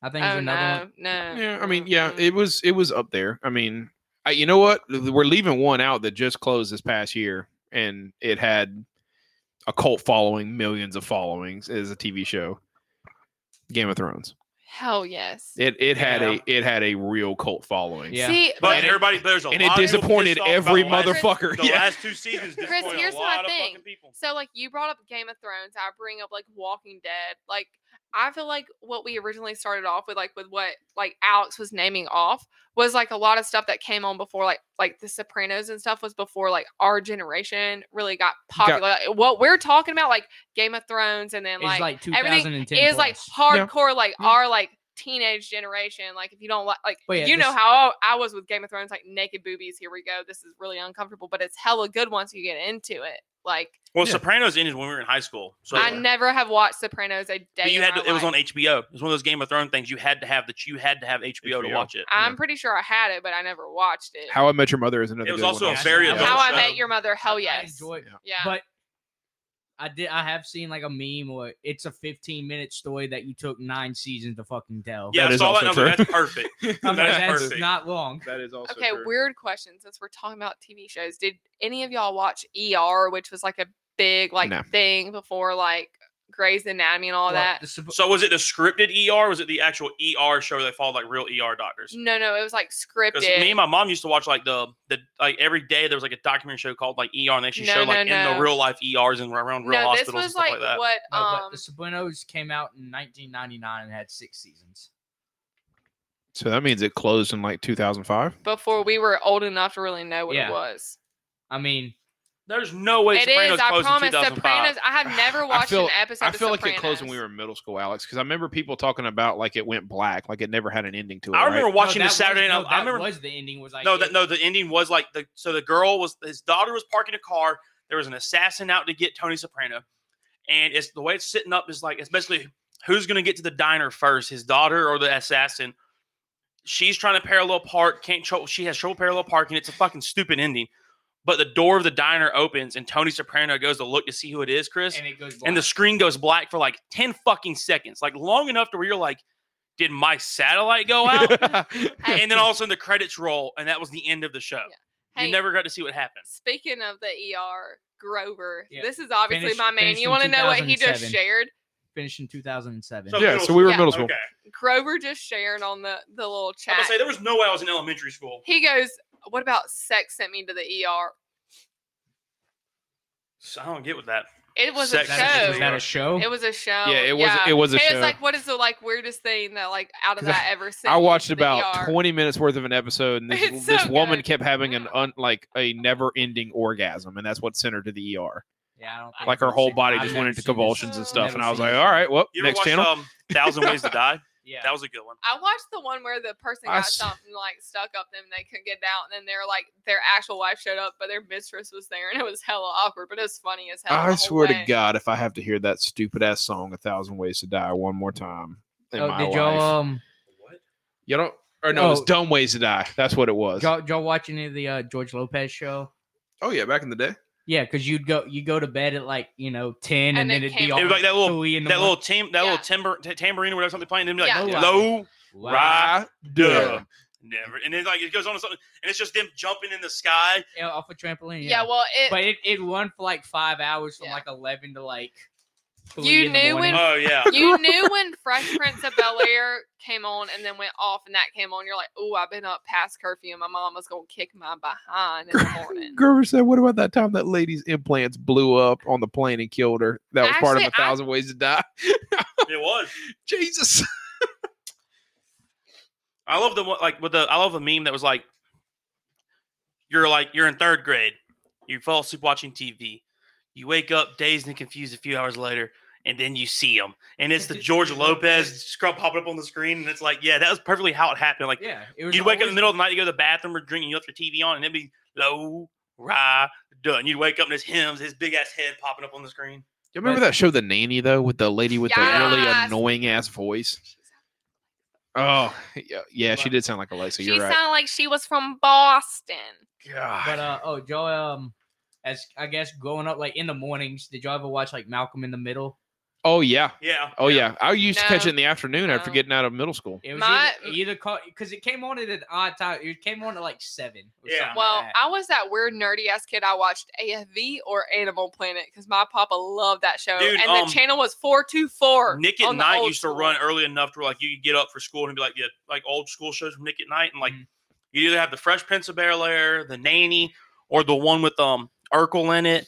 Speaker 4: I think is
Speaker 1: oh
Speaker 4: another one.
Speaker 1: no no.
Speaker 5: Yeah, I mean,
Speaker 1: mm,
Speaker 5: yeah,
Speaker 4: Mm-hmm.
Speaker 1: mm.
Speaker 5: it was it was up there. I mean, I, you know what? We're leaving one out that just closed this past year, and it had a cult following, millions of followings as a TV show. Game of Thrones.
Speaker 1: Hell yes.
Speaker 5: It it had
Speaker 3: Yeah.
Speaker 5: a it had a real cult following.
Speaker 4: Yeah.
Speaker 1: See,
Speaker 3: But
Speaker 5: And it-
Speaker 3: everybody, there's a
Speaker 5: And it
Speaker 3: lot of people
Speaker 5: disappointed
Speaker 3: pissed off
Speaker 5: every
Speaker 3: about the last-
Speaker 5: motherfucker.
Speaker 3: The
Speaker 5: Yeah.
Speaker 3: last two seasons,
Speaker 1: Chris,
Speaker 3: disappointed
Speaker 1: here's
Speaker 3: a
Speaker 1: my
Speaker 3: lot of
Speaker 1: thing.
Speaker 3: fucking people.
Speaker 1: So like you brought up Game of Thrones, I bring up like Walking Dead. Like I feel like what we originally started off with, like with what like Alex was naming off, was like a lot of stuff that came on before, like like The Sopranos and stuff was before like our generation really got popular. Like, what we're talking about, like Game of Thrones, and then
Speaker 4: It's like,
Speaker 1: like,
Speaker 4: 2010.
Speaker 1: is like
Speaker 4: plus.
Speaker 1: hardcore, like
Speaker 4: Yeah.
Speaker 1: our like teenage generation. Like if you don't like, like
Speaker 4: But yeah,
Speaker 1: you know
Speaker 4: this-
Speaker 1: how I was with Game of Thrones, like naked boobies. Here we go. This is really uncomfortable, but it's hella good once you get into it. Like.
Speaker 3: Well,
Speaker 5: Yeah.
Speaker 3: Sopranos ended when we were in high school. So
Speaker 1: I never have watched Sopranos a day.
Speaker 3: but you
Speaker 1: in
Speaker 3: had
Speaker 1: my
Speaker 3: to, it was
Speaker 1: life.
Speaker 3: on HBO. It was one of those Game of Thrones things you had to have that you had to have HBO, to
Speaker 5: HBO.
Speaker 3: watch it.
Speaker 1: I'm pretty sure I had it, but I never watched it.
Speaker 5: How I Met Your Mother is another.
Speaker 3: It was
Speaker 5: good
Speaker 3: also
Speaker 5: one
Speaker 3: a
Speaker 4: also.
Speaker 3: very
Speaker 5: Yeah.
Speaker 3: adult
Speaker 1: How I
Speaker 3: show.
Speaker 1: Met Your Mother. Hell
Speaker 4: I
Speaker 1: yes.
Speaker 4: enjoy it.
Speaker 1: yeah.
Speaker 4: But I did. I have seen like a meme where it's a 15 minute story that you took nine seasons to fucking tell.
Speaker 3: Yeah,
Speaker 5: That
Speaker 3: I
Speaker 5: is
Speaker 3: saw that.
Speaker 5: also
Speaker 3: and I was like,
Speaker 5: true.
Speaker 3: that's perfect.
Speaker 4: I mean,
Speaker 3: That is
Speaker 4: that's
Speaker 3: perfect.
Speaker 4: not long.
Speaker 5: That is also
Speaker 1: Okay,
Speaker 5: true.
Speaker 1: weird question. Since we're talking about TV shows, did any of y'all watch ER, which was like a big like
Speaker 5: No.
Speaker 1: thing before like Grey's Anatomy and all
Speaker 4: Well,
Speaker 1: that?
Speaker 4: the uh, sup-
Speaker 3: So was it the scripted ER? or Was it the actual ER show that followed like real ER doctors?
Speaker 1: No, no, it was like
Speaker 3: Because
Speaker 1: scripted.
Speaker 3: me and my mom used to watch like the the like every day there was like a documentary show called like ER, and they actually
Speaker 1: No,
Speaker 3: showed like
Speaker 1: no,
Speaker 3: in
Speaker 1: no.
Speaker 3: the real life ERs and around real
Speaker 1: no, this
Speaker 3: hospitals and
Speaker 1: was
Speaker 3: stuff
Speaker 1: like,
Speaker 3: like, that.
Speaker 1: what
Speaker 4: no,
Speaker 1: um
Speaker 4: but the Sopranos came out in 1999 and had six seasons.
Speaker 5: So that means it closed in like 2005.
Speaker 1: before we were old enough to really know what
Speaker 4: Yeah.
Speaker 1: it was.
Speaker 4: I mean,
Speaker 3: There's no way
Speaker 1: it
Speaker 3: Sopranos
Speaker 1: is, I
Speaker 3: closed in
Speaker 1: promise.
Speaker 3: 2005.
Speaker 1: Sopranos. I have
Speaker 5: I
Speaker 1: never watched
Speaker 5: feel-
Speaker 1: an episode.
Speaker 5: I
Speaker 1: of
Speaker 5: feel like
Speaker 1: Sopranos.
Speaker 5: it closed when we were in middle school, Alex, because I remember people talking about like it went black, like it never had an ending to it.
Speaker 3: I remember
Speaker 5: right?
Speaker 3: watching
Speaker 4: no,
Speaker 3: the
Speaker 4: that
Speaker 3: Saturday
Speaker 4: Was,
Speaker 3: Night.
Speaker 4: no,
Speaker 3: I
Speaker 4: that
Speaker 3: remember
Speaker 4: was the ending was like
Speaker 3: no,
Speaker 4: it-
Speaker 3: that, no. The ending was like the so the girl was his daughter was parking a car. There was an assassin out to get Tony Soprano, and it's the way it's sitting up is like it's basically who's going to get to the diner first, his daughter or the assassin. She's trying to parallel park, can't tro- she has trouble parallel parking. It's a fucking stupid ending. But the door of the diner opens and Tony Soprano goes to look to see who it is, Chris
Speaker 4: and it goes
Speaker 3: and the
Speaker 4: black.
Speaker 3: screen goes black for like 10 fucking seconds, like long enough to where you're like, did my satellite go out? and then all of a sudden the credits roll, and that was the end of the show.
Speaker 1: Hey,
Speaker 3: You never got to see what happened.
Speaker 1: Speaking of the ER, Grover.
Speaker 4: Yeah.
Speaker 1: This is obviously
Speaker 4: Finished-
Speaker 1: my man.
Speaker 4: finished
Speaker 1: You
Speaker 4: in
Speaker 1: want to know what he just
Speaker 4: 2007.
Speaker 1: shared?
Speaker 4: finished in 2007.
Speaker 3: So-
Speaker 5: yeah, so we were in
Speaker 1: Yeah.
Speaker 5: middle school.
Speaker 1: Grover just sharing on the the little
Speaker 3: I'm
Speaker 1: chat.
Speaker 3: gonna say there was no way I was in elementary school.
Speaker 1: he goes, "What about sex sent me to the ER?"
Speaker 3: So I don't get with that.
Speaker 1: It was
Speaker 3: Sex
Speaker 1: a
Speaker 3: sent me to
Speaker 1: show.
Speaker 3: the
Speaker 4: was that a show?
Speaker 3: E
Speaker 1: It was a show.
Speaker 5: Yeah, it was- it was a
Speaker 1: And
Speaker 5: show.
Speaker 1: It's like, what is the like weirdest thing that like out of
Speaker 5: 'Cause I-
Speaker 1: that ever sent?
Speaker 5: I
Speaker 1: you
Speaker 5: watched
Speaker 1: to the
Speaker 5: about
Speaker 1: ER?
Speaker 5: 20 minutes worth of an episode, and this,
Speaker 1: It's
Speaker 5: this
Speaker 1: so
Speaker 5: woman
Speaker 1: good.
Speaker 5: kept having an
Speaker 1: Wow.
Speaker 5: un, like a never-ending orgasm, and that's what sent her to the ER.
Speaker 4: yeah, I don't think
Speaker 5: Like her
Speaker 4: I've
Speaker 5: whole
Speaker 4: seen-
Speaker 5: body
Speaker 4: I've
Speaker 5: just
Speaker 4: never
Speaker 5: went into
Speaker 4: seen this.
Speaker 5: convulsions and stuff,
Speaker 4: Never
Speaker 5: and I was
Speaker 4: seen
Speaker 5: like,
Speaker 4: this.
Speaker 5: "All right, well,
Speaker 3: You ever
Speaker 5: next
Speaker 3: watched
Speaker 5: channel."
Speaker 3: um, Thousand Ways to Die?
Speaker 4: Yeah.
Speaker 3: That was a good one.
Speaker 1: I watched the one where the person
Speaker 5: I
Speaker 1: got
Speaker 5: s-
Speaker 1: something like stuck up them and they couldn't get it out, and then their like their actual wife showed up, but their mistress was there, and it was hella awkward, but it was funny as hell.
Speaker 5: I
Speaker 1: the whole
Speaker 5: swear to
Speaker 1: way.
Speaker 5: God, if I have to hear that stupid ass song "A Thousand Ways to Die" one more time in
Speaker 4: Oh,
Speaker 5: my
Speaker 4: did
Speaker 5: life,
Speaker 4: y'all um
Speaker 3: What?
Speaker 5: you don't. Or no, it was
Speaker 4: Oh.
Speaker 5: "Dumb Ways to Die." That's what it was.
Speaker 4: y'all, y'all watch any of the uh, George Lopez show?
Speaker 5: Oh yeah, back in the day.
Speaker 4: Yeah, because you'd go you go to bed at like you know ten, and,
Speaker 1: And
Speaker 4: then
Speaker 1: it
Speaker 4: it'd be
Speaker 1: came
Speaker 4: all
Speaker 1: on. It was
Speaker 3: like that little-
Speaker 4: three in the
Speaker 3: That
Speaker 4: morning.
Speaker 3: little tim- that little
Speaker 1: Yeah.
Speaker 3: timber, t- tambourine or whatever something playing, and then be like,
Speaker 4: Yeah.
Speaker 3: low,
Speaker 4: Wow.
Speaker 3: right,
Speaker 5: Duh.
Speaker 3: duh. never. And then like it goes on to something, and it's just them jumping in the sky.
Speaker 4: Yeah, off a trampoline.
Speaker 1: Yeah,
Speaker 4: Yeah,
Speaker 1: well, it.
Speaker 4: but it, it run for like five hours from
Speaker 1: Yeah.
Speaker 4: like eleven to like.
Speaker 1: You
Speaker 4: three in the
Speaker 1: knew when-
Speaker 4: morning.
Speaker 3: Oh yeah.
Speaker 1: you knew when Fresh Prince of Bel Air came on and then went off, and that came on. You're like, oh, I've been up past curfew, and my mom was gonna kick my behind in the morning.
Speaker 5: Grover said, "What about that time that lady's implants blew up on the plane and killed her? That was part of a
Speaker 1: Actually, I-
Speaker 5: thousand ways to die."
Speaker 3: It was.
Speaker 5: Jesus.
Speaker 3: I love the one like with the I love a meme that was like you're like you're in third grade, you fall asleep watching TV, you wake up dazed and confused a few hours later, and then you see him, and it's the George Lopez scrub popping up on the screen, and it's like yeah, that was perfectly how it happened. Like
Speaker 4: Yeah, it was.
Speaker 3: you'd wake up in
Speaker 4: always-
Speaker 3: the middle of the night, you go to the bathroom or drink, and you left your TV on, and it'd be low, rah, done. You'd wake up and it's him, his big ass head popping up on the screen.
Speaker 5: You remember that show, The Nanny, though, with the lady with the really
Speaker 1: Yes.
Speaker 5: annoying ass voice? Oh, yeah, yeah she did sound like Alexa.
Speaker 1: She
Speaker 5: You're right.
Speaker 1: sounded like she was from Boston.
Speaker 5: God.
Speaker 4: But uh, oh, Joe, um, as I guess growing up, like in the mornings, did y'all ever watch like Malcolm in the Middle?
Speaker 5: Oh yeah.
Speaker 3: Yeah.
Speaker 5: Oh yeah. I used to catch it
Speaker 1: No.
Speaker 5: in the afternoon after
Speaker 1: No.
Speaker 5: getting out of middle school.
Speaker 4: It was
Speaker 1: My-
Speaker 4: either, either call because it came on at an odd time. It came on at like seven. Or
Speaker 3: Yeah.
Speaker 4: something like
Speaker 1: Well,
Speaker 4: that.
Speaker 1: I was that weird nerdy ass kid. I watched AFV or Animal Planet because my papa loved that show,
Speaker 3: Dude,
Speaker 1: and
Speaker 3: um,
Speaker 1: the channel was four two four.
Speaker 3: Nick at Night used to run early enough to where like you could get up for school and be like, yeah, like old school shows from Nick at Night, and like
Speaker 4: Mhm.
Speaker 3: you either have the Fresh Prince of Bel Air, the Nanny, or the one with um Urkel in it.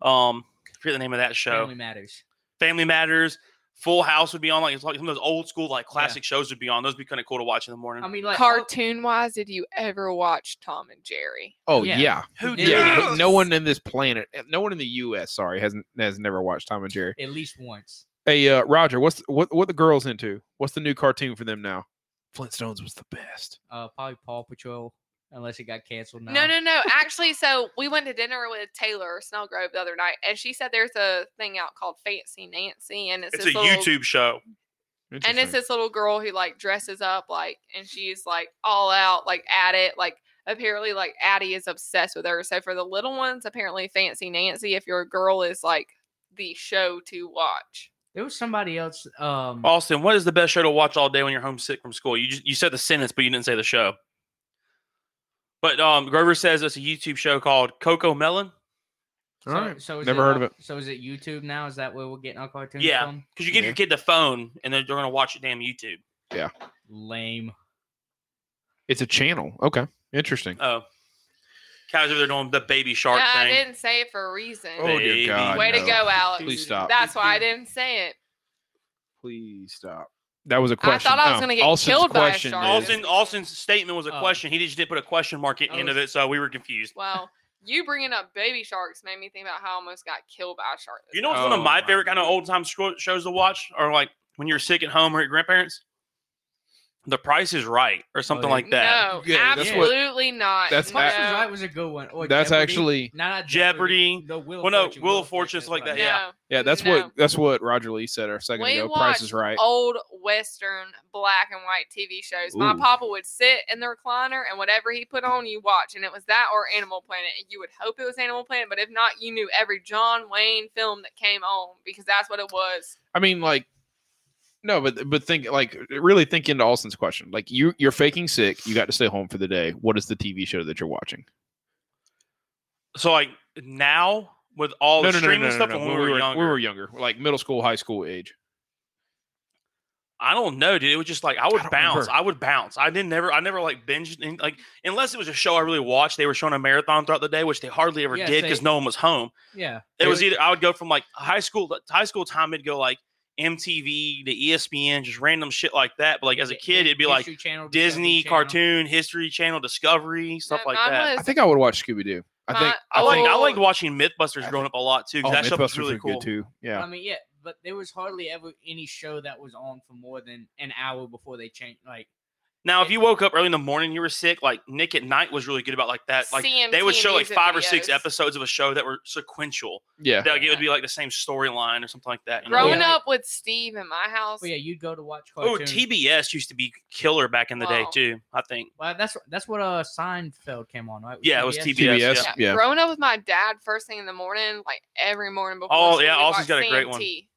Speaker 3: Um, I forget the name of that show.
Speaker 4: Family
Speaker 3: Family,
Speaker 4: matters.
Speaker 3: Matters, Full House would be on. Like it's like some of those old school like classic shows would be on. Those would be kind of cool to watch in the morning.
Speaker 4: I mean, like oh,
Speaker 1: Cartoon wise, did you ever watch Tom and Jerry?
Speaker 5: Oh
Speaker 4: Yeah.
Speaker 5: yeah.
Speaker 3: Who
Speaker 4: Yeah.
Speaker 3: did?
Speaker 5: Yeah, No one in this planet, eh, no one in the U.S. Sorry, hasn't has never watched Tom and Jerry.
Speaker 4: oh, at least once.
Speaker 5: Hey, uh, Roger, what's what what the girls into? What's the new cartoon for them now? Flintstones was the best.
Speaker 4: Uh, probably Paw Patrol, unless it got canceled. Now.
Speaker 1: No, no, no. Actually, so we went to dinner with Taylor Snellgrove the other night, and she said there's a thing out called Fancy Nancy, and it's,
Speaker 3: It's a
Speaker 1: this little-
Speaker 3: YouTube show.
Speaker 1: and it's
Speaker 5: Interesting.
Speaker 1: this little girl who like dresses up like and she's like all out like at it like apparently like addie is obsessed with her so for the little ones apparently fancy nancy if your girl is like the show to watch.
Speaker 4: There was somebody else. Um,
Speaker 3: Austin, what is the best show to watch all day when you're homesick from school? You just, you said the sentence, but you didn't say the show. But um, Grover says it's a YouTube show called Coco Melon
Speaker 5: All right.
Speaker 4: is
Speaker 5: Never heard
Speaker 4: on-
Speaker 5: of it.
Speaker 4: So is it YouTube now? Is that where we're getting our cartoons
Speaker 3: Yeah.
Speaker 4: from?
Speaker 3: because you give your kid the phone and then they're gonna watch it damn YouTube.
Speaker 4: Lame.
Speaker 5: It's a channel. Okay. Interesting.
Speaker 1: Uh,
Speaker 3: Oh, cows over there doing the baby shark
Speaker 1: Nah, I
Speaker 3: thing.
Speaker 1: didn't say it for a reason.
Speaker 5: Oh, dear
Speaker 3: Baby
Speaker 5: God,
Speaker 1: Way to
Speaker 5: no.
Speaker 1: go, Alex.
Speaker 5: Please stop.
Speaker 1: That's why I didn't say it.
Speaker 5: Please stop. That was a question.
Speaker 1: thought I was
Speaker 5: Oh,
Speaker 1: gonna get
Speaker 5: Austin's
Speaker 1: killed by a
Speaker 5: question
Speaker 1: shark.
Speaker 5: is-
Speaker 3: Austin Austin's statement was a
Speaker 4: Oh.
Speaker 3: question. He just didn't put a question mark at the
Speaker 4: I
Speaker 3: end of
Speaker 4: was-
Speaker 3: it, so we were confused.
Speaker 1: Well, you bringing up baby sharks made me think about how I almost got killed by a shark. this
Speaker 3: You know, it's one of
Speaker 5: Oh,
Speaker 3: my
Speaker 5: my
Speaker 3: favorite kind of
Speaker 5: goodness.
Speaker 3: old time scro- shows to watch, or like when you're sick at home or at grandparents. The Price is Right, or something
Speaker 4: yeah.
Speaker 3: like that.
Speaker 1: No,
Speaker 5: Yeah,
Speaker 4: that's what-
Speaker 1: absolutely not.
Speaker 5: that's
Speaker 1: no.
Speaker 5: a-
Speaker 4: Price is Right was a good one. Or
Speaker 5: That's
Speaker 4: Jeopardy.
Speaker 5: actually
Speaker 4: Not, not
Speaker 3: Jeopardy.
Speaker 4: The Wheel
Speaker 3: Well, no,
Speaker 4: Fortune,
Speaker 3: Wheel of Fortune's like
Speaker 4: that's
Speaker 3: that, yeah.
Speaker 5: yeah. That's
Speaker 1: No.
Speaker 5: what that's what Roger Lee said a second
Speaker 1: We
Speaker 5: ago. Price
Speaker 1: watched
Speaker 5: is right.
Speaker 1: Old Western black and white TV shows. My
Speaker 5: Ooh.
Speaker 1: papa would sit in the recliner and whatever he put on, you watch. And it was that or Animal Planet. And you would hope it was Animal Planet, but if not, you knew every John Wayne film that came on because that's what it was.
Speaker 5: I mean, like, no, but but think like really think into Austin's question. Like you you're faking sick. You got to stay home for the day. What is the TV show that you're watching?
Speaker 3: So like now with all the streaming stuff, when we, were younger,
Speaker 5: we were younger, like middle school, high school age.
Speaker 3: I don't know, dude. It was just like I would
Speaker 5: don't
Speaker 3: bounce.
Speaker 5: remember.
Speaker 3: I would bounce. I didn't never. I never like binged. In, like unless it was a show I really watched. They were showing a marathon throughout the day, which they hardly ever
Speaker 4: Yeah,
Speaker 3: did because
Speaker 4: same.
Speaker 3: no one was home.
Speaker 4: Yeah.
Speaker 3: It was either I would go from like high school high school time. It'd go like MTV to ESPN, just random shit like that. But like as a kid, it'd be like
Speaker 4: History Channel, Discovery
Speaker 3: Disney,
Speaker 4: Channel.
Speaker 3: Cartoon, History Channel, Discovery, stuff
Speaker 1: Uh,
Speaker 3: like
Speaker 1: mine
Speaker 3: that.
Speaker 1: was
Speaker 5: I think I would watch Scooby Doo. I think.
Speaker 1: my
Speaker 3: I like I
Speaker 1: old-
Speaker 3: liked watching MythBusters
Speaker 5: I
Speaker 3: growing up a lot too. 'cause
Speaker 5: Oh,
Speaker 3: that stuff was
Speaker 5: Mythbusters
Speaker 3: really
Speaker 5: really
Speaker 3: cool.
Speaker 5: good too. Yeah.
Speaker 4: I mean, yeah, but there was hardly ever any show that was on for more than an hour before they changed. Like,
Speaker 3: Now, if you woke up early in the morning, and you were sick. Like Nick at Night was really good about like that. Like
Speaker 1: CMT
Speaker 3: they would show like
Speaker 1: music
Speaker 3: five or six
Speaker 1: videos.
Speaker 3: episodes of a show that were sequential.
Speaker 5: Yeah.
Speaker 3: That like, it would be like the same storyline or something like that. you know?
Speaker 1: Growing
Speaker 4: Yeah.
Speaker 1: up with Steve in my house,
Speaker 4: oh yeah, you'd go to watch
Speaker 3: Oh,
Speaker 4: cartoons.
Speaker 3: TBS used to be killer back in the day
Speaker 1: Wow.
Speaker 3: too. I think.
Speaker 4: Well, that's that's what uh Seinfeld came on, right?
Speaker 3: Yeah, it was
Speaker 4: TBS?
Speaker 3: TBS,
Speaker 5: TBS.
Speaker 1: Yeah.
Speaker 5: Yeah.
Speaker 1: Growing up with my dad first thing in the morning, like every morning before.
Speaker 3: Oh,
Speaker 1: school,
Speaker 3: yeah,
Speaker 1: we
Speaker 3: Austin's
Speaker 1: watched
Speaker 3: got a great one.
Speaker 1: CMT,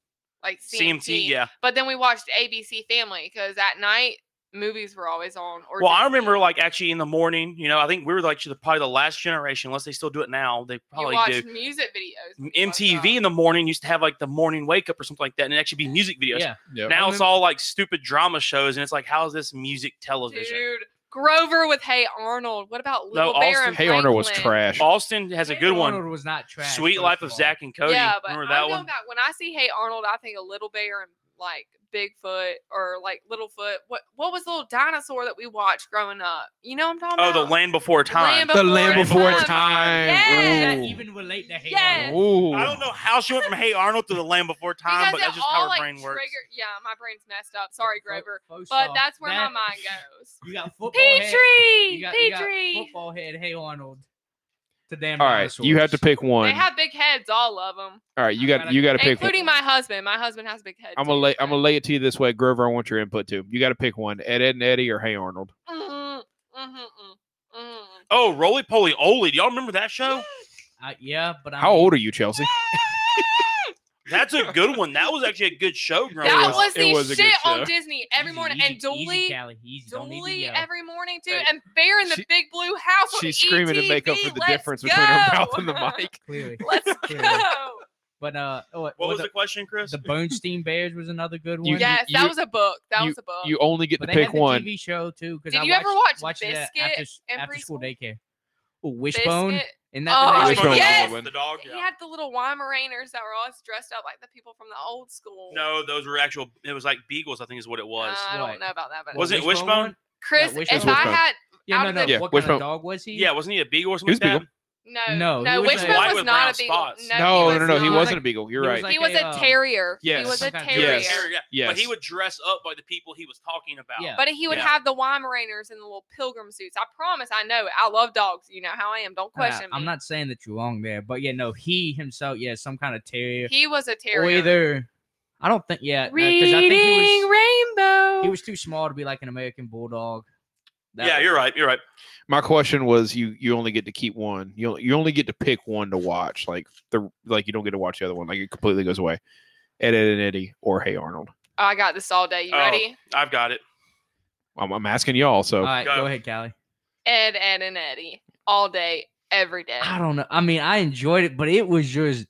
Speaker 1: Like
Speaker 3: CMT, yeah.
Speaker 1: But then we watched ABC Family because at night movies were always on. Or
Speaker 3: Well, I
Speaker 1: Disney.
Speaker 3: remember like actually in the morning, you know, I think we were like the- probably the last generation, unless they still do it now. They
Speaker 1: you Oh
Speaker 3: probably
Speaker 1: watched
Speaker 3: do.
Speaker 1: music videos. when you
Speaker 3: MTV
Speaker 1: woke
Speaker 3: in the morning used to have like the morning wake up or something like that, and it'd actually be music videos.
Speaker 4: Yeah,
Speaker 5: Yeah.
Speaker 3: Now it's
Speaker 4: remember-
Speaker 3: all like stupid drama shows, and it's like, how is this music
Speaker 1: up.
Speaker 3: television?
Speaker 1: dude. Grover with Hey Arnold. What about
Speaker 3: No,
Speaker 1: Little Bear
Speaker 3: Austin-
Speaker 1: and
Speaker 5: Hey Arnold was
Speaker 1: Franklin?
Speaker 5: trash.
Speaker 3: Austin has a
Speaker 4: Hey
Speaker 3: good one.
Speaker 4: Arnold was not trash.
Speaker 3: Sweet
Speaker 4: first
Speaker 3: Life of
Speaker 4: all.
Speaker 3: Zach and Cody.
Speaker 1: Yeah, but
Speaker 3: Remember
Speaker 1: I
Speaker 3: that
Speaker 1: know
Speaker 3: one?
Speaker 1: that when I see Hey Arnold, I think of Little Bear and like Bigfoot or like Littlefoot. What what was the little dinosaur that we watched growing up? You know what I'm talking
Speaker 3: Oh,
Speaker 1: about?
Speaker 3: the Land Before Time.
Speaker 1: Land Before
Speaker 5: the Land Before
Speaker 1: Time.
Speaker 5: Time.
Speaker 4: Does
Speaker 1: Yes.
Speaker 4: that
Speaker 5: Ooh.
Speaker 4: even relate to Hey
Speaker 1: Yes.
Speaker 4: Arnold?
Speaker 5: Ooh.
Speaker 3: I don't know how she went from Hey Arnold to the Land Before
Speaker 1: because
Speaker 3: Time, but
Speaker 1: it
Speaker 3: that's just
Speaker 1: all
Speaker 3: how her
Speaker 1: like
Speaker 3: brain works.
Speaker 1: trigger- Yeah, my brain's messed up. Sorry, Grover.
Speaker 4: Fo- faux
Speaker 1: But
Speaker 4: star.
Speaker 1: that's where
Speaker 4: That-
Speaker 1: my mind goes.
Speaker 4: You got football head.
Speaker 1: Petrie,
Speaker 4: You got, you got
Speaker 1: Petrie.
Speaker 4: football head. Hey Arnold. To damn.
Speaker 5: All right, you have to
Speaker 4: dinosaurs.
Speaker 5: pick one.
Speaker 1: They have big heads, all of them,
Speaker 5: All right, you got
Speaker 4: gotta-
Speaker 5: you got to pick one.
Speaker 1: including my husband. My husband has a big head.
Speaker 5: I'm gonna
Speaker 1: too,
Speaker 5: lay
Speaker 1: so-
Speaker 5: I'm gonna lay it to you this way, Grover. I want your input too. You got to pick one: Ed, Ed, and Eddie, or Hey Arnold.
Speaker 1: Mhm, mhm, mhm, mhm.
Speaker 3: Oh, Roly Poly Oly. Do y'all remember that show?
Speaker 4: Uh, yeah, but I
Speaker 5: How
Speaker 4: mean,
Speaker 5: old are you, Chelsea?
Speaker 3: That's a good one. That was actually a good show growing
Speaker 1: That
Speaker 3: up.
Speaker 5: was-
Speaker 1: was
Speaker 5: it
Speaker 1: the
Speaker 5: was a good
Speaker 1: shit on
Speaker 5: show.
Speaker 1: Disney every
Speaker 4: Easy,
Speaker 1: morning,
Speaker 4: easy,
Speaker 1: and Dooley,
Speaker 4: Easy, Callie, easy. Don't need to
Speaker 1: Dooley
Speaker 4: yell.
Speaker 1: every morning too,
Speaker 5: Hey,
Speaker 1: and Bear in the
Speaker 5: she-
Speaker 1: big blue house.
Speaker 3: E
Speaker 1: on
Speaker 5: She's screaming to make up for
Speaker 1: ETV.
Speaker 5: the
Speaker 1: Let's
Speaker 5: difference between her mouth
Speaker 1: go.
Speaker 5: and the mic.
Speaker 4: Clearly.
Speaker 1: Let's
Speaker 4: Clearly.
Speaker 1: go.
Speaker 4: But uh, oh, what,
Speaker 3: What was the
Speaker 4: the,
Speaker 3: question, Chris?
Speaker 4: the Bonestein Bears was another good one.
Speaker 5: You-
Speaker 1: Yes, that
Speaker 5: you-
Speaker 1: was a book. That was a book.
Speaker 5: You only get
Speaker 4: but
Speaker 5: to
Speaker 4: they
Speaker 5: pick
Speaker 4: had the
Speaker 5: one.
Speaker 4: TV show too. 'cause
Speaker 1: Did
Speaker 4: I
Speaker 1: you ever watch
Speaker 4: watched- watched it at-
Speaker 1: Biscuit
Speaker 4: after, s-
Speaker 1: in
Speaker 4: after school
Speaker 1: preschool?
Speaker 4: daycare? Oh, Wishbone.
Speaker 1: Biscuit.
Speaker 4: And
Speaker 1: Oh,
Speaker 4: that
Speaker 5: Wishbone was
Speaker 1: yes!
Speaker 5: one.
Speaker 3: The dog.
Speaker 1: He
Speaker 3: yeah.
Speaker 1: had the little Weimaraners that were always dressed up like the people from the old school.
Speaker 3: No, those were actual. It was like beagles. I think is what it
Speaker 1: Uh,
Speaker 3: was.
Speaker 1: I
Speaker 4: Right.
Speaker 1: don't know about that, but
Speaker 3: Was it Wishbone?
Speaker 4: one?
Speaker 1: Chris?
Speaker 4: Yeah, Wishbone.
Speaker 1: if I
Speaker 5: Wishbone.
Speaker 1: had
Speaker 4: Yeah,
Speaker 1: Out
Speaker 4: no,
Speaker 1: of
Speaker 4: no.
Speaker 1: the-
Speaker 5: Yeah,
Speaker 4: what kind
Speaker 5: Wishbone.
Speaker 4: of dog was he?
Speaker 3: yeah, wasn't he a beagle or
Speaker 5: was
Speaker 3: something? Like
Speaker 5: beagle.
Speaker 3: that?
Speaker 1: no,
Speaker 4: No,
Speaker 1: no,
Speaker 4: he
Speaker 1: no
Speaker 4: was
Speaker 1: Wishbone
Speaker 4: white
Speaker 1: was
Speaker 3: with brown
Speaker 1: not a beagle.
Speaker 3: spots.
Speaker 5: No, no,
Speaker 1: was
Speaker 5: no, no. He
Speaker 1: not.
Speaker 5: wasn't a beagle. You're
Speaker 4: He
Speaker 5: right.
Speaker 4: was like-
Speaker 1: he was
Speaker 4: a,
Speaker 1: a
Speaker 4: um,
Speaker 1: terrier.
Speaker 5: Yes.
Speaker 1: he was
Speaker 4: some
Speaker 1: a
Speaker 4: kind of
Speaker 1: terrier.
Speaker 5: Yes.
Speaker 3: Terrier, yeah. But he
Speaker 5: Yes.
Speaker 3: would dress up like the people he was talking about.
Speaker 4: Yeah.
Speaker 1: But he would
Speaker 3: Yeah.
Speaker 1: have the Weimaraners in the little pilgrim suits. I promise. I know. it. I love dogs. You know how I am. Don't
Speaker 4: Nah,
Speaker 1: question me.
Speaker 4: I'm not saying that you're wrong there, but yeah, no, he himself, yeah, some kind of terrier.
Speaker 1: He was a
Speaker 4: Or
Speaker 1: terrier.
Speaker 4: either, I don't think, yeah, because I
Speaker 1: Reading
Speaker 4: think he was,
Speaker 1: rainbow.
Speaker 4: he was too small to be like an American bulldog. That
Speaker 3: yeah,
Speaker 4: was-
Speaker 3: you're right. You're right.
Speaker 5: My question was, you you only get to keep one. You you only get to pick one to watch. Like the like you don't get to watch the other one. Like it completely goes away. Ed, Ed, and Eddie or Hey Arnold.
Speaker 1: Oh, I got this all day. You
Speaker 3: Oh.
Speaker 1: ready?
Speaker 3: I've got it.
Speaker 5: I'm, I'm asking y'all. So
Speaker 4: All right,
Speaker 3: Go.
Speaker 4: go. ahead, Callie.
Speaker 1: Ed, Ed, and Eddie. All day, every day.
Speaker 4: I don't know. I mean, I enjoyed it, but it was just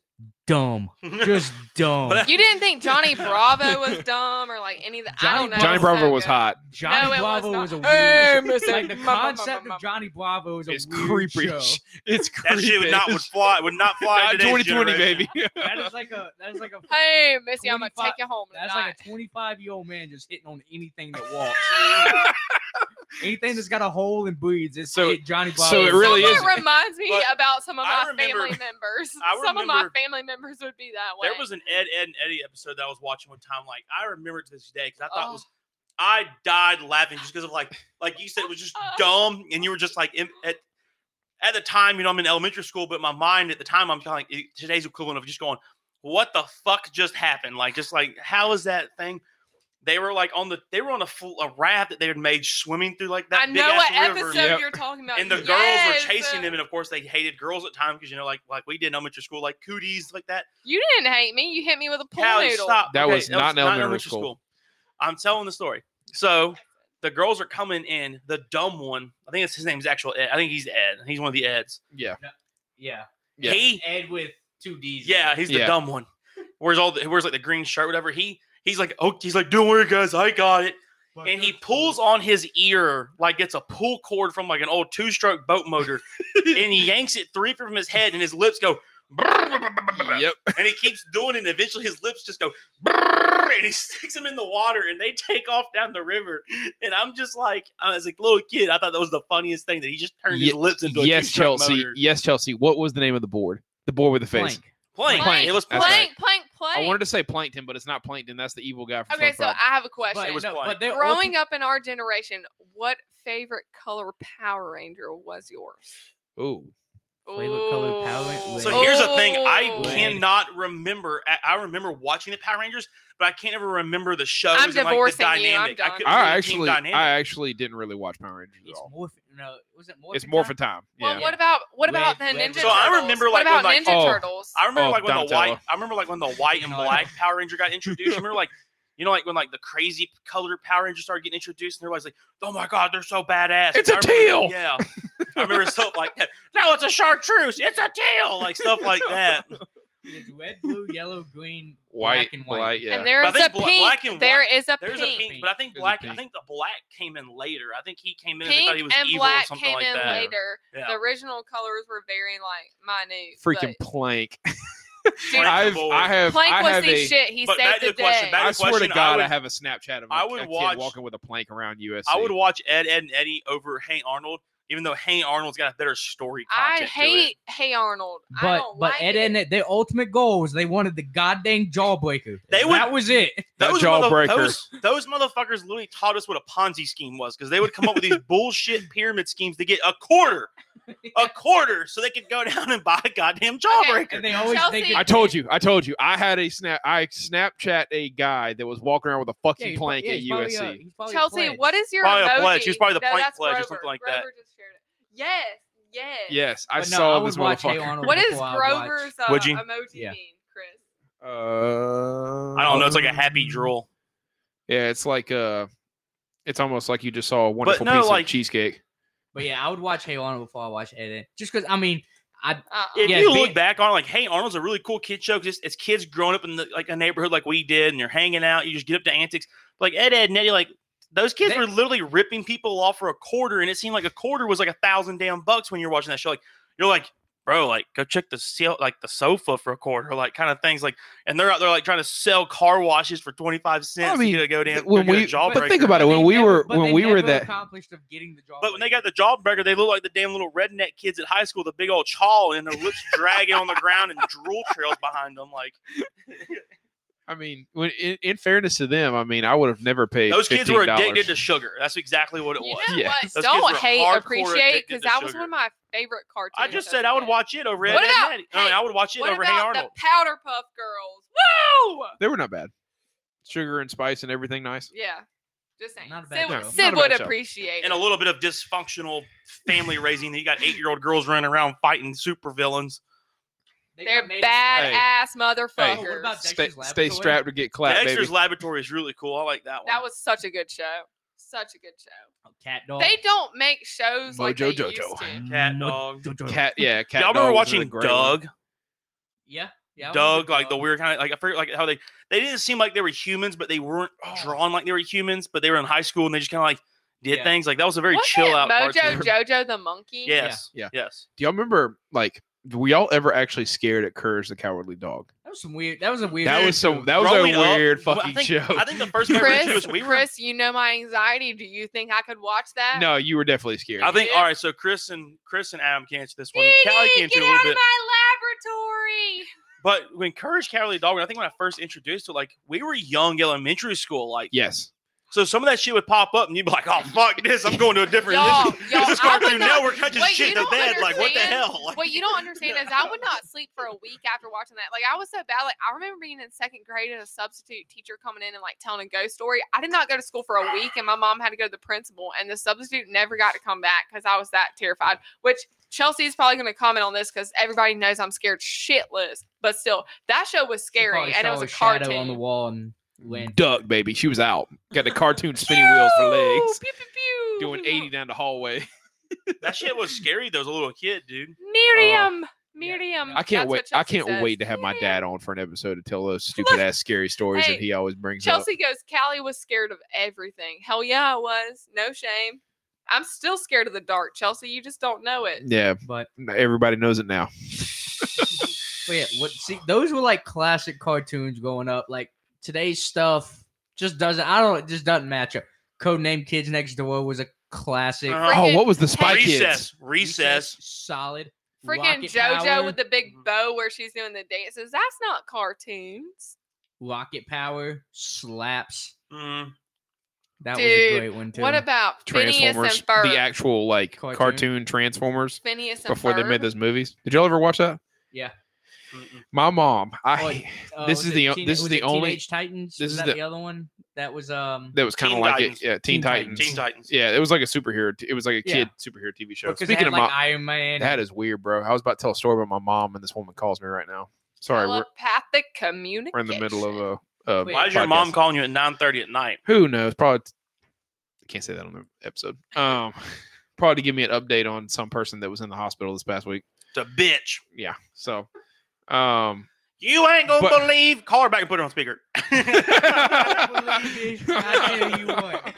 Speaker 4: dumb, just dumb.
Speaker 3: But-
Speaker 1: You didn't think Johnny Bravo was dumb or like any of the I
Speaker 4: Johnny-
Speaker 1: don't know.
Speaker 5: Johnny
Speaker 1: It's so
Speaker 5: Bravo was
Speaker 1: good.
Speaker 5: hot.
Speaker 4: Johnny
Speaker 1: No, it was
Speaker 4: Bravo
Speaker 1: not.
Speaker 4: was, a
Speaker 1: Hey,
Speaker 4: weird.
Speaker 1: Mr.
Speaker 4: like the
Speaker 1: Ma- ma- ma-
Speaker 4: concept
Speaker 1: ma-
Speaker 4: of Johnny Bravo is a
Speaker 5: It's
Speaker 4: weird
Speaker 5: creepy.
Speaker 4: show.
Speaker 5: It's
Speaker 3: That shit would not would fly. Would not fly. in today's
Speaker 5: 2020,
Speaker 3: generation.
Speaker 5: baby.
Speaker 4: That is like a that is like a
Speaker 1: Hey, Missy, I'm gonna
Speaker 4: 25
Speaker 1: take you home
Speaker 4: that's
Speaker 1: tonight.
Speaker 4: like a 25 year old man just hitting on anything that walks. anything that's got a hole and bleeds. It's
Speaker 5: So-
Speaker 4: it, Johnny Bravo.
Speaker 5: so it really
Speaker 1: Somewhat
Speaker 5: is-
Speaker 1: reminds me
Speaker 3: But
Speaker 1: about some of
Speaker 3: I
Speaker 1: my
Speaker 3: remember-
Speaker 1: family members.
Speaker 3: I
Speaker 1: Some of my
Speaker 3: remember-
Speaker 1: family members would be that way.
Speaker 3: There was an Ed, Ed, and Eddie episode that I was watching one time. Like I remember it to this day because I thought it
Speaker 1: Oh.
Speaker 3: was. I died laughing just because of like, like you said, it was just dumb, and you were just like in- at at the time, you know, I'm in elementary school, but my mind at the time, I'm kind of like it- today's equivalent of just going, what the fuck just happened? Like, just like how is that thing? They were like on the they were on a, full, a raft that they had made swimming through like that.
Speaker 1: I
Speaker 3: big
Speaker 1: know
Speaker 3: ass
Speaker 1: what
Speaker 3: river.
Speaker 1: episode
Speaker 5: Yep.
Speaker 1: you're talking about.
Speaker 3: And the
Speaker 1: Yes. uh,
Speaker 3: girls were chasing them, and of course they hated girls at times because you know, like like we did in elementary school, like cooties like that.
Speaker 1: You didn't hate me. You hit me with a pool
Speaker 3: Callie,
Speaker 1: noodle.
Speaker 3: stop.
Speaker 5: That was not in elementary school.
Speaker 3: I'm telling the story. So the girls are coming in. The dumb one, I think it's his name's actual Ed. I think he's Ed. He's one of the Eds.
Speaker 5: yeah.
Speaker 4: yeah,
Speaker 5: Yeah.
Speaker 3: He,
Speaker 4: Ed with two D's.
Speaker 3: yeah, he's the
Speaker 5: Yeah.
Speaker 3: dumb one. Wears all the, wears like the green shirt, whatever. He, he's like, oh, he's like, don't worry, guys, I got it. And he pulls on his ear like it's a pull cord from like an old two stroke boat motor, and he yanks it three from his head, and his lips go.
Speaker 5: Yep.
Speaker 3: and he keeps doing it. And eventually, his lips just go, "Brrr," and he sticks them in the water, and they take off down the river. And I'm just like, as a little kid, I thought that was the funniest thing that he just turned his
Speaker 5: Ye-
Speaker 3: lips into. A
Speaker 5: Yes,
Speaker 3: two-stroke
Speaker 5: Chelsea.
Speaker 3: motor.
Speaker 5: Yes, Chelsea. What was the name of the board? The board with the face.
Speaker 4: Plank.
Speaker 3: Plank.
Speaker 1: Plank,
Speaker 3: It was
Speaker 5: That's
Speaker 1: plank,
Speaker 3: plank.
Speaker 1: plank, plank.
Speaker 5: I wanted to say Plankton, but it's not Plankton. That's the evil guy from
Speaker 1: okay, so
Speaker 5: SpongeBob.
Speaker 1: I have a question.
Speaker 4: But,
Speaker 3: was
Speaker 4: no,
Speaker 3: funny.
Speaker 4: but they're
Speaker 1: Growing up in our generation, what favorite color Power Ranger was yours?
Speaker 5: Ooh.
Speaker 4: Favorite color Power Ran-
Speaker 1: Ooh.
Speaker 4: Red.
Speaker 3: So here's the thing: I
Speaker 1: Ooh.
Speaker 3: cannot remember. I, I remember watching the Power Rangers, but I can't ever remember the shows.
Speaker 1: I'm
Speaker 3: and, like, the
Speaker 1: divorcing you. I'm
Speaker 3: dynamic. I
Speaker 1: done.
Speaker 3: couldn't
Speaker 5: I
Speaker 3: remember the team
Speaker 5: actually,
Speaker 3: dynamic.
Speaker 5: I actually didn't really watch Power Rangers at
Speaker 4: It's
Speaker 5: all.
Speaker 4: morph. No, was it morph?
Speaker 5: It's more for time.
Speaker 1: Well,
Speaker 5: Yeah.
Speaker 1: what about what about the
Speaker 4: Red- red
Speaker 1: Ninja
Speaker 3: So I
Speaker 1: Turtles?
Speaker 3: remember,
Speaker 1: what
Speaker 3: like, when,
Speaker 1: about
Speaker 3: like-
Speaker 1: Ninja
Speaker 5: Oh.
Speaker 1: Turtles?
Speaker 3: I remember
Speaker 5: Oh,
Speaker 3: like when the
Speaker 5: Donatello.
Speaker 3: white. I remember like when the white and
Speaker 4: No, I
Speaker 3: black Power Ranger got introduced. I remember like, you know, like when like the crazy colored Power Ranger started getting introduced, and everybody's like, "Oh my god, they're so badass!"
Speaker 5: It's a
Speaker 3: I remember-
Speaker 5: tail!
Speaker 3: Yeah, I remember stuff like that. No, it's a chartreuse. It's a tail, like stuff like that.
Speaker 4: It's red, blue, yellow, green,
Speaker 5: white,
Speaker 4: black, and white.
Speaker 5: black, yeah.
Speaker 1: And there
Speaker 3: But I
Speaker 1: is a
Speaker 3: think
Speaker 1: pink.
Speaker 3: bla- black and
Speaker 1: there is a
Speaker 3: There's
Speaker 1: pink.
Speaker 3: a pink, but I think
Speaker 5: There's a
Speaker 3: black. I
Speaker 5: pink.
Speaker 3: think the black came in later. I think he came in. and they thought he
Speaker 1: Pink
Speaker 3: was
Speaker 1: and
Speaker 3: evil or
Speaker 1: black
Speaker 3: something
Speaker 1: came
Speaker 3: like
Speaker 1: in
Speaker 3: that.
Speaker 1: later.
Speaker 3: Yeah.
Speaker 1: The original colors were very like minute.
Speaker 5: Freaking
Speaker 1: but-
Speaker 5: plank.
Speaker 1: Dude,
Speaker 3: Plank
Speaker 5: I've,
Speaker 3: boy.
Speaker 5: I have,
Speaker 1: Plank
Speaker 5: I
Speaker 1: was
Speaker 5: have
Speaker 1: the
Speaker 5: a.
Speaker 1: shit. He
Speaker 3: But
Speaker 1: saved
Speaker 3: back to
Speaker 1: the
Speaker 3: the question,
Speaker 1: day.
Speaker 3: back to
Speaker 5: I
Speaker 3: the
Speaker 5: swear to
Speaker 3: question, I
Speaker 5: God, I,
Speaker 3: would-
Speaker 5: have a Snapchat of a,
Speaker 3: I would
Speaker 5: a kid
Speaker 3: watch-
Speaker 5: walking with a plank around USC.
Speaker 3: I would watch Ed, Ed, and Eddie over Hey Arnold, even though Hey Arnold's got a better story.
Speaker 1: I
Speaker 3: content to it.
Speaker 1: hate Hey Arnold. I
Speaker 4: But
Speaker 1: don't
Speaker 4: but
Speaker 1: like
Speaker 4: Ed
Speaker 1: it.
Speaker 4: and Ed, their ultimate goal was they wanted the goddamn jawbreaker.
Speaker 3: They would-
Speaker 4: that was it.
Speaker 5: That
Speaker 3: Those, mother-
Speaker 5: jawbreaker.
Speaker 3: those, those motherfuckers literally taught us what a Ponzi scheme was because they would come up with these bullshit pyramid schemes to get a quarter, a quarter, so they could go down and buy a goddamn jawbreaker.
Speaker 4: And they always
Speaker 1: Chelsea-
Speaker 4: they could-
Speaker 5: I told you. I told you. I had a snap. I Snapchat a guy that was walking around with a
Speaker 4: Yeah,
Speaker 5: fucking
Speaker 4: he's prob-
Speaker 5: plank
Speaker 4: yeah,
Speaker 5: at
Speaker 4: he's probably uh, a-
Speaker 5: USC.
Speaker 4: he's probably a
Speaker 1: Chelsea,
Speaker 4: pledge.
Speaker 1: what is your
Speaker 3: Probably a
Speaker 1: emoji?
Speaker 3: pledge. He's probably the
Speaker 1: No,
Speaker 3: plank
Speaker 1: that's
Speaker 3: pledge or
Speaker 1: Grover.
Speaker 3: something like
Speaker 1: Grover
Speaker 3: that.
Speaker 1: Just shared it. Yes, yes.
Speaker 5: Yes, I
Speaker 4: But no,
Speaker 5: saw
Speaker 4: I would
Speaker 5: this
Speaker 4: watch Hey
Speaker 5: motherfucker.
Speaker 4: Arnold
Speaker 1: What is
Speaker 4: before I watch-
Speaker 1: Grover's uh,
Speaker 3: Would you?
Speaker 1: emoji
Speaker 4: Yeah.
Speaker 1: mean, Chris?
Speaker 5: Uh,
Speaker 3: I don't know. It's like a happy drool.
Speaker 5: Yeah, it's like uh, it's almost like you just saw a wonderful
Speaker 3: no,
Speaker 5: piece
Speaker 3: like-
Speaker 5: of cheesecake.
Speaker 4: But yeah, I would watch Hey Arnold before I watch Ed. Ed. Just because I mean, I
Speaker 1: Uh-uh.
Speaker 3: If
Speaker 4: Yeah,
Speaker 3: you
Speaker 4: be-
Speaker 3: look back on it, like, hey, Arnold's a really cool kid show because it's, it's kids growing up in the, like a neighborhood like we did, and you're hanging out, you just get up to antics. Like Ed, Ed, and Eddie, like those kids
Speaker 4: They-
Speaker 3: were literally ripping people off for a quarter, and it seemed like a quarter was like a thousand damn bucks when you're watching that show. Like you're like, bro, like go check the sale, like the sofa for a quarter, like kind of things. Like, and they're out there like trying to sell car washes for twenty five cents.
Speaker 5: mean,
Speaker 3: to go down
Speaker 5: when we- but think about it. When
Speaker 4: they
Speaker 5: we
Speaker 4: never-
Speaker 5: were
Speaker 4: but
Speaker 5: when
Speaker 4: they
Speaker 5: we were
Speaker 4: never
Speaker 5: that
Speaker 4: accomplished of getting the jawbreaker.
Speaker 3: But when they got the jawbreaker, they look like the damn little redneck kids at high school, the big old chawl, and their lips dragging on the ground and drool trails behind them. Like
Speaker 5: I mean, when in, in fairness to them, I mean, I would have never paid.
Speaker 3: those kids were addicted to
Speaker 5: $15.
Speaker 3: sugar. That's exactly what it
Speaker 1: You
Speaker 3: was.
Speaker 1: know
Speaker 5: Yeah.
Speaker 1: what?
Speaker 3: Those kids
Speaker 1: Don't
Speaker 3: were
Speaker 1: hate,
Speaker 3: hardcore
Speaker 1: appreciate,
Speaker 3: addicted
Speaker 1: because
Speaker 3: to
Speaker 1: that was
Speaker 3: sugar.
Speaker 1: one of my favorite cartoons.
Speaker 3: I just
Speaker 1: as
Speaker 3: said
Speaker 1: a
Speaker 3: I would
Speaker 1: kid.
Speaker 3: watch it over Ed,
Speaker 1: What
Speaker 3: Ed,
Speaker 1: about-
Speaker 3: and Eddie. I mean,
Speaker 1: hey,
Speaker 3: I would watch it
Speaker 1: What
Speaker 3: over Hey
Speaker 1: about
Speaker 3: Arnold.
Speaker 1: the Powderpuff Girls? Woo!
Speaker 5: They were not bad. Sugar and spice and everything nice.
Speaker 1: Yeah. Just saying.
Speaker 4: Not a bad
Speaker 1: Sid, would-
Speaker 5: show. Not
Speaker 1: Sid
Speaker 5: a
Speaker 1: would
Speaker 5: bad show.
Speaker 1: appreciate
Speaker 3: and
Speaker 1: it.
Speaker 3: a little bit of dysfunctional family raising. You got eight year old girls running around fighting supervillains.
Speaker 1: They're
Speaker 4: made it-
Speaker 1: badass
Speaker 4: Hey. Oh,
Speaker 1: motherfuckers.
Speaker 4: what about Dexter's
Speaker 5: Stay, stay
Speaker 4: Laboratory?
Speaker 5: strapped or get
Speaker 3: The
Speaker 5: clapped,
Speaker 3: Dexter's
Speaker 5: baby.
Speaker 3: Laboratory is really cool. I like that one.
Speaker 1: that was such a good show. Such a good show.
Speaker 4: Cat dog.
Speaker 1: They don't make shows like they
Speaker 5: Mojo
Speaker 1: used
Speaker 5: Jojo.
Speaker 1: to.
Speaker 4: Mm.
Speaker 3: Cat
Speaker 4: Mo-
Speaker 3: Dog.
Speaker 4: Jojo.
Speaker 5: Cat, yeah, cat.
Speaker 3: Y'all remember
Speaker 5: dog was
Speaker 3: watching
Speaker 5: a great one.
Speaker 3: Doug?
Speaker 4: Yeah. Yeah. I
Speaker 3: Doug,
Speaker 4: remember
Speaker 3: like the
Speaker 4: Doug.
Speaker 3: weird kind of like I forget like how they they didn't seem like they were humans, but they weren't
Speaker 5: Oh.
Speaker 3: drawn like they were humans, but they were in high school and they just kind of like did
Speaker 4: Yeah.
Speaker 3: things. Like that was a very
Speaker 1: Wasn't
Speaker 3: chill
Speaker 1: it
Speaker 3: out.
Speaker 1: Mojo
Speaker 3: cartoon.
Speaker 1: Jojo the monkey.
Speaker 3: Yes.
Speaker 5: Yeah.
Speaker 3: Yes.
Speaker 5: Do y'all remember like? Were y'all ever actually scared at Courage the Cowardly Dog?
Speaker 4: That was some weird. That was a weird.
Speaker 5: That was so. That was
Speaker 3: Growing
Speaker 5: a
Speaker 3: up-
Speaker 5: weird
Speaker 3: well,
Speaker 5: fucking
Speaker 3: I think,
Speaker 5: show.
Speaker 3: I think the first memory too
Speaker 1: Chris,
Speaker 3: is we were
Speaker 1: Chris, you know my anxiety. Do you think I could watch that?
Speaker 5: no, you were definitely scared.
Speaker 3: I think
Speaker 1: Yeah.
Speaker 3: all right, so Chris and Chris and Adam can answer this one.
Speaker 1: Dee
Speaker 3: Callie
Speaker 1: Dee,
Speaker 3: can answer
Speaker 1: get
Speaker 3: a
Speaker 1: out
Speaker 3: little
Speaker 1: of
Speaker 3: bit.
Speaker 1: my laboratory.
Speaker 3: But when Courage Cowardly Dog, I think when I first introduced it, like we were young elementary school, like
Speaker 5: yes.
Speaker 3: so some of that shit would pop up and you'd be like, Oh fuck this, I'm going to a different
Speaker 1: Y'all-
Speaker 3: this,
Speaker 1: y'all,
Speaker 3: this
Speaker 1: I would
Speaker 3: cartoon
Speaker 1: not-
Speaker 3: network, I just
Speaker 1: wait, you
Speaker 3: shit the
Speaker 1: don't
Speaker 3: bed, like what the
Speaker 1: understand?
Speaker 3: hell? Like,
Speaker 1: What you don't understand is I would not sleep for a week after watching that. Like I was so bad. Like I remember being in second grade and a substitute teacher coming in and like telling a ghost story. I did not go to school for a week, and my mom had to go to the principal, and the substitute never got to come back because I was that terrified. Which Chelsea is probably going to comment on this because everybody knows I'm scared shitless. But still, that show was
Speaker 4: She probably
Speaker 1: scary, and it
Speaker 4: saw
Speaker 1: was a
Speaker 4: shadow
Speaker 1: cartoon.
Speaker 4: on the wall and went.
Speaker 5: Duck, baby. She was out. Got the cartoon spinning wheels for
Speaker 1: Pew!
Speaker 5: legs.
Speaker 1: Pew, pew, pew.
Speaker 5: Doing 80 down the hallway.
Speaker 3: that shit was scary though as a little kid, dude.
Speaker 1: Miriam. Miriam.
Speaker 5: uh, I
Speaker 1: That's
Speaker 5: can't wait.
Speaker 1: what
Speaker 5: I
Speaker 1: Chelsea
Speaker 5: can't
Speaker 1: says.
Speaker 5: wait to have my
Speaker 1: Miriam.
Speaker 5: dad on for an episode to tell those stupid ass scary stories
Speaker 1: Hey,
Speaker 5: that he always brings up.
Speaker 1: Chelsea goes, Callie was scared of everything. Hell yeah, I was. No shame. I'm still scared of the dark, Chelsea. You just don't know it.
Speaker 5: Yeah,
Speaker 4: But
Speaker 5: everybody knows it now.
Speaker 4: but yeah, what? See, those were like classic cartoons growing up. Like today's stuff just doesn't. I don't. It just doesn't match up. Codename Kids Next Door was a classic.
Speaker 3: Uh-huh.
Speaker 5: Oh,
Speaker 1: Freaking
Speaker 5: what was the Spy Kids?
Speaker 3: Recess. Recess.
Speaker 4: Solid.
Speaker 1: Freaking
Speaker 4: Rocket
Speaker 1: JoJo
Speaker 4: Power- Mm-hmm.
Speaker 1: with the big bow where she's doing the dances. That's not cartoons.
Speaker 4: rocket power slaps.
Speaker 3: Mm.
Speaker 4: That was a
Speaker 1: Dude,
Speaker 4: great one too.
Speaker 1: What about Phineas
Speaker 5: Transformers,
Speaker 1: and Ferb?
Speaker 5: the actual like
Speaker 4: Cartoon.
Speaker 5: cartoon, Transformers
Speaker 1: Phineas and
Speaker 5: before they made
Speaker 1: Ferb?
Speaker 5: those movies. Did y'all ever watch that?
Speaker 4: yeah?
Speaker 3: Mm-mm.
Speaker 5: My mom,
Speaker 4: Oh,
Speaker 5: I
Speaker 4: Uh,
Speaker 5: This
Speaker 4: was
Speaker 5: is
Speaker 4: it
Speaker 5: the o-
Speaker 4: Teen-
Speaker 5: this is
Speaker 4: was
Speaker 5: the
Speaker 4: it
Speaker 5: only-
Speaker 4: Teenage Titans.
Speaker 5: this
Speaker 4: was
Speaker 5: is
Speaker 4: that
Speaker 5: the-
Speaker 4: the, other one that was um
Speaker 5: that was kind of
Speaker 3: Teen
Speaker 5: like
Speaker 3: Titans.
Speaker 5: it. Yeah, Teen,
Speaker 4: Teen
Speaker 5: Titans.
Speaker 4: Titans.
Speaker 3: Teen Titans.
Speaker 5: Yeah, it was like a superhero. It was like a
Speaker 4: Yeah.
Speaker 5: kid superhero TV show.
Speaker 4: because it
Speaker 5: Speaking
Speaker 4: had,
Speaker 5: of
Speaker 4: like
Speaker 5: my,
Speaker 4: Iron Man.
Speaker 5: that is weird, bro. I was about to tell a story about my mom, and this woman calls me right now. Sorry, we're,
Speaker 1: Telepathic communication.
Speaker 5: we're in the middle of a. a
Speaker 4: Wait.
Speaker 3: Why is your
Speaker 5: podcast.
Speaker 3: mom calling you at nine thirty at night?
Speaker 5: Who knows? Probably. I can't say that on the episode. Um, probably to give me an update on some person that was in the hospital this past week.
Speaker 3: It's a bitch.
Speaker 5: Yeah. So, um,
Speaker 3: You ain't gonna
Speaker 5: But-
Speaker 3: believe. Call her back and put her on speaker.
Speaker 4: believe it. I tell you what.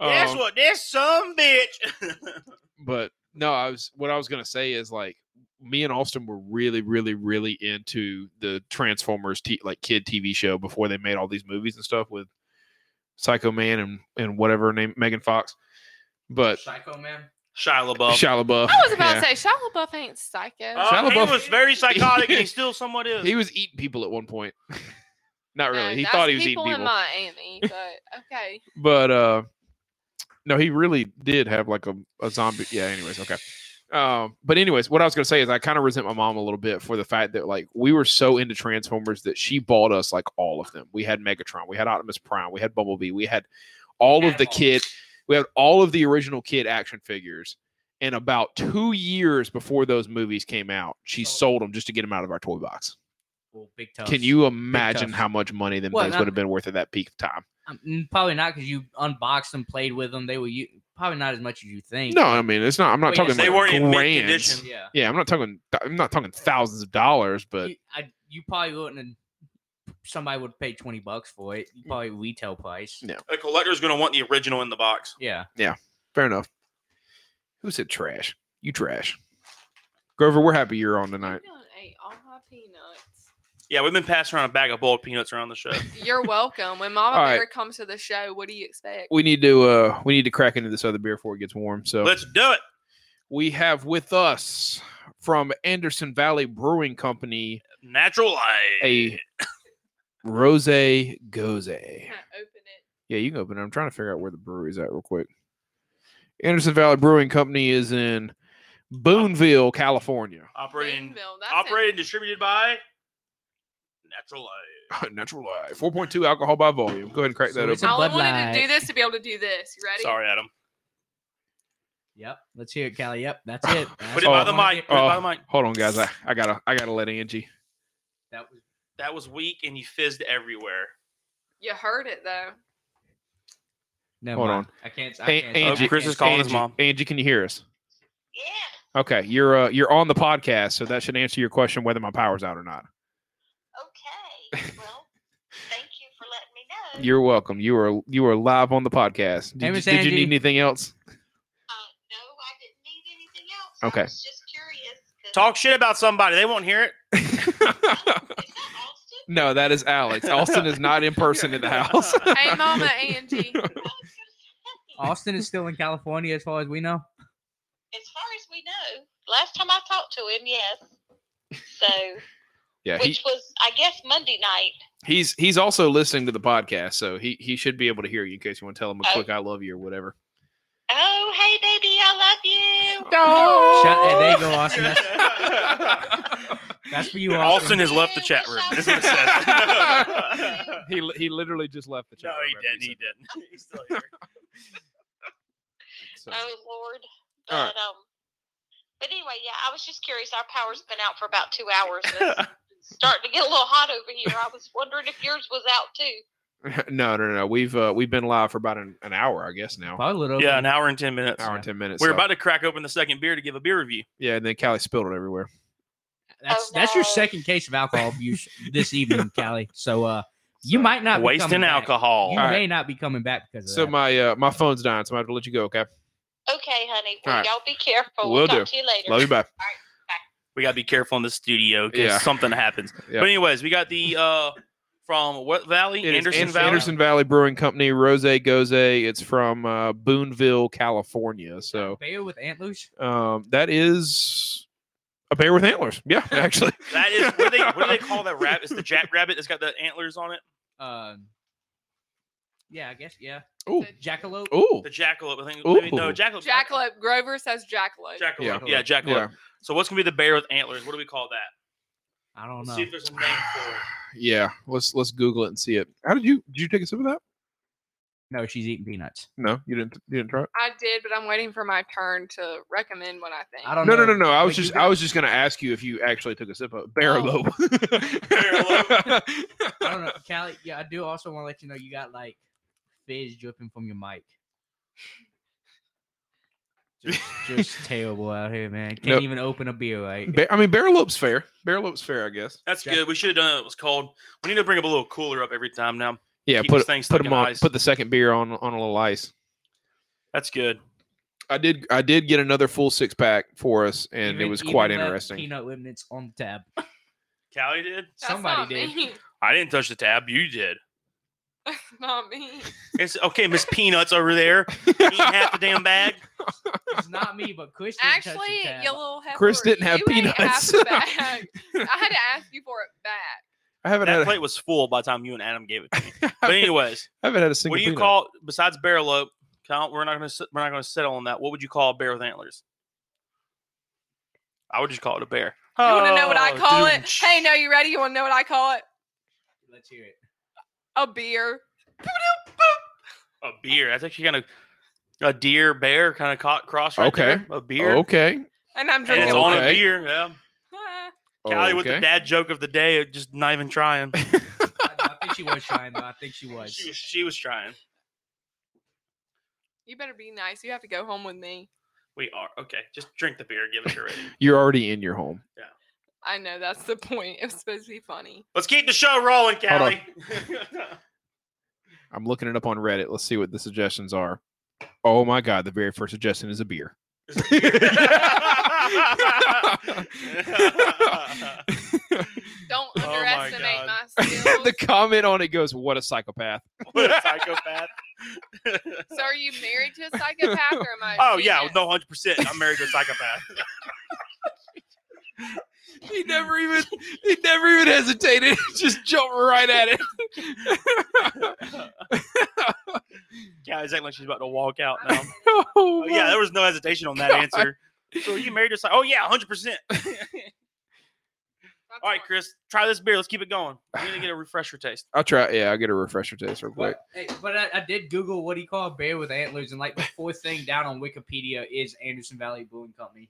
Speaker 3: That's
Speaker 5: Um,
Speaker 3: what this some bitch.
Speaker 5: but no, I was what I was gonna say is like me and Austin were really, really, really into the Transformers t- like kid TV show before they made all these movies and stuff with Psycho Man and and whatever her name Megan Fox, but
Speaker 4: Psycho Man.
Speaker 3: Shia LaBeouf.
Speaker 5: Shia LaBeouf.
Speaker 1: I was about
Speaker 5: yeah.
Speaker 1: to say, Shia LaBeouf ain't psycho.
Speaker 4: Oh,
Speaker 3: Uh,
Speaker 5: Shia
Speaker 3: he
Speaker 5: LaBeouf-
Speaker 3: was very psychotic, and he still somewhat is.
Speaker 5: he was eating people at one point. Not
Speaker 1: No,
Speaker 5: really. he
Speaker 1: that's
Speaker 5: thought he was eating
Speaker 1: people
Speaker 5: people,
Speaker 1: in Miami, but okay.
Speaker 5: but uh, no, he really did have like a, a zombie. Yeah. Anyways, okay. Um, but anyways, what I was gonna say is I kind of resent my mom a little bit for the fact that like we were so into Transformers that she bought us like all of them. We had Megatron, we had Optimus Prime, we had Bumblebee, we had all of the
Speaker 4: Batmobile.
Speaker 5: kid, we had all of the original kid action figures. And about two years before those movies came out, she
Speaker 4: Sold.
Speaker 5: sold them just to get them out of our toy box.
Speaker 4: Well, big Oh. tough.
Speaker 5: Can you imagine
Speaker 4: tough.
Speaker 5: how much money them
Speaker 4: Well,
Speaker 5: things
Speaker 4: not-
Speaker 5: would have been worth at that peak of time?
Speaker 4: Um, mm, probably not because you unboxed them, played with them. They were you probably not as much as you think.
Speaker 5: No, I mean it's not. I'm not
Speaker 4: Wait,
Speaker 5: talking.
Speaker 4: they
Speaker 5: about
Speaker 3: weren't in mint
Speaker 5: grands.
Speaker 3: condition.
Speaker 4: Yeah.
Speaker 5: Yeah, I'm not talking. I'm not talking thousands of dollars, but
Speaker 4: you, I, you probably wouldn't. Somebody would pay twenty bucks for it. You probably retail price.
Speaker 5: Yeah.
Speaker 3: a collector's gonna want the original in the box.
Speaker 4: Yeah.
Speaker 5: fair enough. Who said trash? You trash. Grover, we're happy you're on
Speaker 1: I
Speaker 5: tonight.
Speaker 1: ate all my peanuts.
Speaker 3: Yeah, we've been passing around a bag of boiled peanuts around the show.
Speaker 1: You're welcome. When Mama
Speaker 5: All right.
Speaker 1: Bear comes to the show, what do you expect?
Speaker 5: We need to uh we need to crack into this other beer before it gets warm. So
Speaker 3: Let's do it.
Speaker 5: we have with us from Anderson Valley Brewing Company
Speaker 3: Natural light.
Speaker 5: a rose goze.
Speaker 1: Can I open it?
Speaker 5: Yeah, you can open it. I'm trying to figure out where the brewery's at real quick. Anderson Valley Brewing Company is in Boonville, California.
Speaker 3: operating
Speaker 1: Greenville, that's in-
Speaker 3: operated and distributed by Natural life.
Speaker 5: Natural life. 4.2 alcohol by volume. Go ahead and crack
Speaker 4: So
Speaker 5: that
Speaker 4: it's
Speaker 5: open.
Speaker 1: I
Speaker 4: a Bud
Speaker 1: only wanted
Speaker 4: Light.
Speaker 1: to do this to be able to do this. You ready?
Speaker 3: Sorry, Adam.
Speaker 4: Yep. Let's hear it, Callie. Yep. That's it. That's
Speaker 3: Put it
Speaker 4: what
Speaker 3: by
Speaker 4: I
Speaker 3: the
Speaker 4: wanna
Speaker 3: mic.
Speaker 4: hear.
Speaker 3: Put it by
Speaker 5: Oh.
Speaker 3: the mic.
Speaker 5: Hold on, guys. I, I gotta I gotta let Angie.
Speaker 4: That was
Speaker 3: That was weak, and you fizzed everywhere.
Speaker 1: You heard it though.
Speaker 4: no.
Speaker 5: Hold
Speaker 4: mind. I can't. I
Speaker 5: A-
Speaker 4: can't Oh, I
Speaker 5: Angie,
Speaker 4: can't
Speaker 3: Chris is
Speaker 4: say it.
Speaker 3: calling his
Speaker 5: Angie-
Speaker 3: mom.
Speaker 5: Angie, can you hear us?
Speaker 1: Yeah.
Speaker 5: Okay, you're uh, you're on the podcast, so that should answer your question whether my power's out or not.
Speaker 6: Okay. Well, thank you for letting me know.
Speaker 5: You're welcome. You are you are live on the podcast. Did,
Speaker 4: Hey,
Speaker 5: you,
Speaker 4: Miss
Speaker 5: did you
Speaker 4: Angie.
Speaker 5: need anything else?
Speaker 6: uh, no, I didn't need anything else.
Speaker 5: Okay.
Speaker 6: I was just curious. 'cause-
Speaker 3: Talk shit about somebody. They won't hear it.
Speaker 6: Is that Austin?
Speaker 5: no, that is Alex. Austin is not in person in the house.
Speaker 1: Hey, Mama Angie.
Speaker 6: I was gonna say.
Speaker 4: Austin is still in California, as far as we know.
Speaker 6: As far as we know, last time I talked to him, yes. So,
Speaker 5: yeah, he,
Speaker 6: which was, I guess, Monday night.
Speaker 5: he's he's also listening to the podcast, so he he should be able to hear you in case you want to tell him a
Speaker 6: Oh.
Speaker 5: quick "I love you" or whatever.
Speaker 6: Oh, hey, baby, I love you.
Speaker 5: Oh,
Speaker 4: Shut, hey, there you go, Austin. That's, that's for you, Austin.
Speaker 3: Austin has left the chat room. That's what it says.
Speaker 5: He li- he literally just left the chat.
Speaker 3: no,
Speaker 5: room
Speaker 3: he
Speaker 5: after
Speaker 3: didn't. He
Speaker 5: said
Speaker 3: didn't. He's still here.
Speaker 5: that, so.
Speaker 6: Oh Lord. But
Speaker 5: All right.
Speaker 6: um but anyway, yeah, I was just curious. Our power's been out for about two hours. and It's starting to get a little hot over here. I was wondering if yours was out too.
Speaker 5: no, no, no. We've uh, we've been live for about an, an hour, I guess now.
Speaker 4: Probably a little.
Speaker 3: Yeah, an hour and ten minutes.
Speaker 5: hour and ten minutes.
Speaker 3: We We're
Speaker 5: so-
Speaker 3: about to crack open the second beer to give a beer review.
Speaker 5: yeah, and then Callie spilled it everywhere.
Speaker 4: That's
Speaker 6: Oh,
Speaker 4: that's your
Speaker 6: no.
Speaker 4: second case of alcohol abuse this evening, Callie. So uh, you might not be
Speaker 3: Wasting
Speaker 4: coming back.
Speaker 3: alcohol.
Speaker 4: You
Speaker 5: All right.
Speaker 4: may not be coming back because of
Speaker 5: So
Speaker 4: that.
Speaker 5: my uh, my phone's dying, so I have to let you go. Okay,
Speaker 6: Okay, honey. Well,
Speaker 5: All right.
Speaker 6: y'all be careful.
Speaker 5: Will
Speaker 6: We'll
Speaker 5: do.
Speaker 6: talk to you later.
Speaker 5: love you. Bye.
Speaker 3: We gotta be careful in the studio because
Speaker 5: Yeah.
Speaker 3: something happens.
Speaker 5: Yeah.
Speaker 3: But anyways, we got the uh from what valley?
Speaker 5: It is
Speaker 3: Anderson
Speaker 5: An-
Speaker 3: Valley.
Speaker 5: Anderson Valley Brewing Company, Rose Goze. It's from uh, Boonville, California. So
Speaker 4: Bear with antlers.
Speaker 5: um, that is a bear with antlers. Yeah, actually.
Speaker 3: That is what do they what do they call that rabbit? It's the jackrabbit that's got the antlers on it.
Speaker 4: Um, yeah, I guess. Yeah,
Speaker 5: Ooh,
Speaker 4: jackalope.
Speaker 5: ooh,
Speaker 3: The jackalope. I think maybe, no
Speaker 5: Ooh.
Speaker 3: jackalope.
Speaker 1: Jackalope. Grover says jackalope.
Speaker 3: Jackalope. Yeah,
Speaker 5: Yeah.
Speaker 3: jackalope.
Speaker 5: yeah,
Speaker 3: So what's gonna be the bear with antlers? What do we call that?
Speaker 4: I don't
Speaker 3: Let's
Speaker 4: know.
Speaker 3: see if there's a name for it.
Speaker 5: yeah. Let's let's Google it and see it. How did you did you take a sip of that?
Speaker 4: No, she's eating peanuts.
Speaker 5: No, you didn't. You didn't try it.
Speaker 1: I did, but I'm waiting for my turn to recommend what I think.
Speaker 4: I
Speaker 3: Oh,
Speaker 4: don't
Speaker 5: No,
Speaker 4: know.
Speaker 5: no, no, no. I was
Speaker 4: Like, you
Speaker 5: just,
Speaker 4: got-
Speaker 5: I was just gonna ask you if you actually took a sip of
Speaker 3: Oh.
Speaker 5: Barrel
Speaker 4: I don't know, Callie. Yeah, I do also want to let you know you got like fizz dripping from your mic. Just, just terrible out here, man. Can't
Speaker 5: Nope.
Speaker 4: even open a beer, right?
Speaker 5: Ba- I mean, Barrelope's fair. Barrelope's fair, I guess.
Speaker 3: That's
Speaker 4: Jack-
Speaker 3: good. We should have done it. It was cold. We need to bring up a little cooler up every time now.
Speaker 5: Yeah,
Speaker 3: Keep
Speaker 5: put
Speaker 3: this
Speaker 5: it-
Speaker 3: thing stuck
Speaker 5: put 'em
Speaker 3: in
Speaker 5: on.
Speaker 3: ice.
Speaker 5: Put the second beer on on a little ice.
Speaker 3: That's good.
Speaker 5: I did. I did get another full six pack for us, and it
Speaker 4: Even-
Speaker 5: was
Speaker 4: even
Speaker 5: quite
Speaker 4: left
Speaker 5: interesting.
Speaker 4: Peanut remnants on the tab.
Speaker 3: Callie did.
Speaker 1: That's not
Speaker 4: Somebody did.
Speaker 1: Me.
Speaker 3: I didn't touch the tab. You did.
Speaker 1: not me.
Speaker 3: It's okay, Miss Peanuts over there. Eating half the damn bag.
Speaker 4: It's not me, but Chris. didn't touch the
Speaker 1: Actually,
Speaker 4: tab.
Speaker 1: you little heifer.
Speaker 5: Chris didn't have
Speaker 1: you ate half
Speaker 5: peanuts.
Speaker 1: the bag. I had to ask you for it back.
Speaker 5: I haven't
Speaker 3: That
Speaker 5: had.
Speaker 3: plate was full by the time you and Adam gave it to me.
Speaker 5: a,
Speaker 3: But anyways,
Speaker 5: I haven't had a single.
Speaker 3: what do you
Speaker 5: peanut.
Speaker 3: call besides Barrelope? Count. We're not gonna sit- we're not gonna settle on that. What would you call a bear with antlers? I would just call it a bear.
Speaker 1: You want to know what I
Speaker 3: Oh,
Speaker 1: call it?
Speaker 3: dooch.
Speaker 1: Hey, no, you ready? You want to know what I call it?
Speaker 4: Let's hear it.
Speaker 1: A beer.
Speaker 3: a beer. That's actually kind of a deer bear kind of caught cross right
Speaker 5: Okay.
Speaker 3: there. A beer.
Speaker 5: Okay.
Speaker 1: And I'm
Speaker 3: And
Speaker 1: drinking.
Speaker 3: it's on a
Speaker 5: Okay.
Speaker 3: beer. Yeah.
Speaker 1: Ah,
Speaker 3: Callie with the
Speaker 5: Okay.
Speaker 3: dad joke of the day, uh, just not even trying.
Speaker 4: I, I think she was trying, though. I think she was.
Speaker 3: she, was, she was trying.
Speaker 1: you better be nice. You have to go home with me.
Speaker 3: We are okay. Just drink the beer. Give us your rating.
Speaker 5: You're already in your home.
Speaker 1: I know that's the point. It was supposed to be funny.
Speaker 3: Let's keep the show rolling,
Speaker 5: Hold on.
Speaker 3: Callie.
Speaker 5: I'm looking it up on Reddit. Let's see what the suggestions are. Oh my god, the very first suggestion is a beer.
Speaker 1: Don't
Speaker 3: Oh my
Speaker 1: underestimate
Speaker 3: God.
Speaker 1: my, skills.
Speaker 5: the comment on it goes, "What a psychopath."
Speaker 3: what a psychopath.
Speaker 1: so, are you married to a psychopath or am I? a
Speaker 3: oh yeah,
Speaker 1: genius?
Speaker 3: no, hundred percent. I'm married to a psychopath.
Speaker 5: He never even he never even hesitated. Just jumped right at it.
Speaker 3: Callie's acting like she's about to walk out now.
Speaker 1: I'm married.
Speaker 5: Oh,
Speaker 3: Oh, yeah, there was no hesitation on that
Speaker 5: God.
Speaker 3: answer. So are you married to a psych? Oh yeah, hundred percent.
Speaker 1: My
Speaker 3: All right, Chris, try this beer. Let's keep it going. We need to get a refresher taste.
Speaker 5: I'll try. Yeah, I'll get a refresher taste real quick.
Speaker 4: But, hey, but I, I did Google what he called bear with antlers, and like the fourth thing down on Wikipedia is Anderson Valley Brewing Company.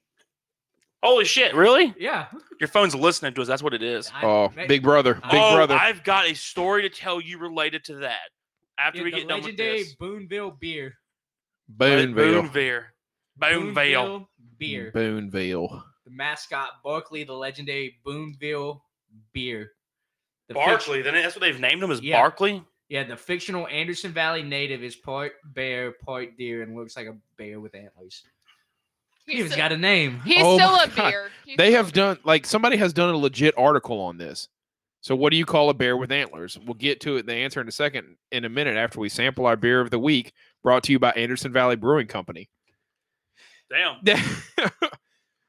Speaker 3: Holy shit, really?
Speaker 4: Yeah.
Speaker 3: Your phone's listening to us. That's what it is.
Speaker 4: I-
Speaker 5: Oh,
Speaker 4: ma-
Speaker 5: Big Brother, Big
Speaker 3: oh,
Speaker 5: Brother.
Speaker 3: I've got a story to tell you related to that. After
Speaker 4: yeah,
Speaker 3: we
Speaker 4: the
Speaker 3: get done with
Speaker 4: legendary
Speaker 3: this,
Speaker 4: Boonville beer.
Speaker 5: Boonville.
Speaker 3: Boonville, Boonville.
Speaker 4: Boonville beer.
Speaker 5: Boonville.
Speaker 4: the mascot Barkley, the legendary Boonville beer. The fic-
Speaker 3: Barkley. Then that's what they've named him as
Speaker 4: Yeah.
Speaker 3: Barkley.
Speaker 4: yeah, the fictional Anderson Valley native is part bear, part deer, and looks like a bear with antlers. He
Speaker 1: He's,
Speaker 4: even
Speaker 1: still,
Speaker 4: got a name.
Speaker 1: he's
Speaker 5: Oh
Speaker 1: still
Speaker 5: my
Speaker 1: a
Speaker 5: God.
Speaker 1: beer. He's
Speaker 5: They
Speaker 1: still-
Speaker 5: have done like somebody has done a legit article on this. So what do you call a bear with antlers? We'll get to it the answer in a second in a minute after we sample our beer of the week brought to you by Anderson Valley Brewing Company.
Speaker 3: Damn.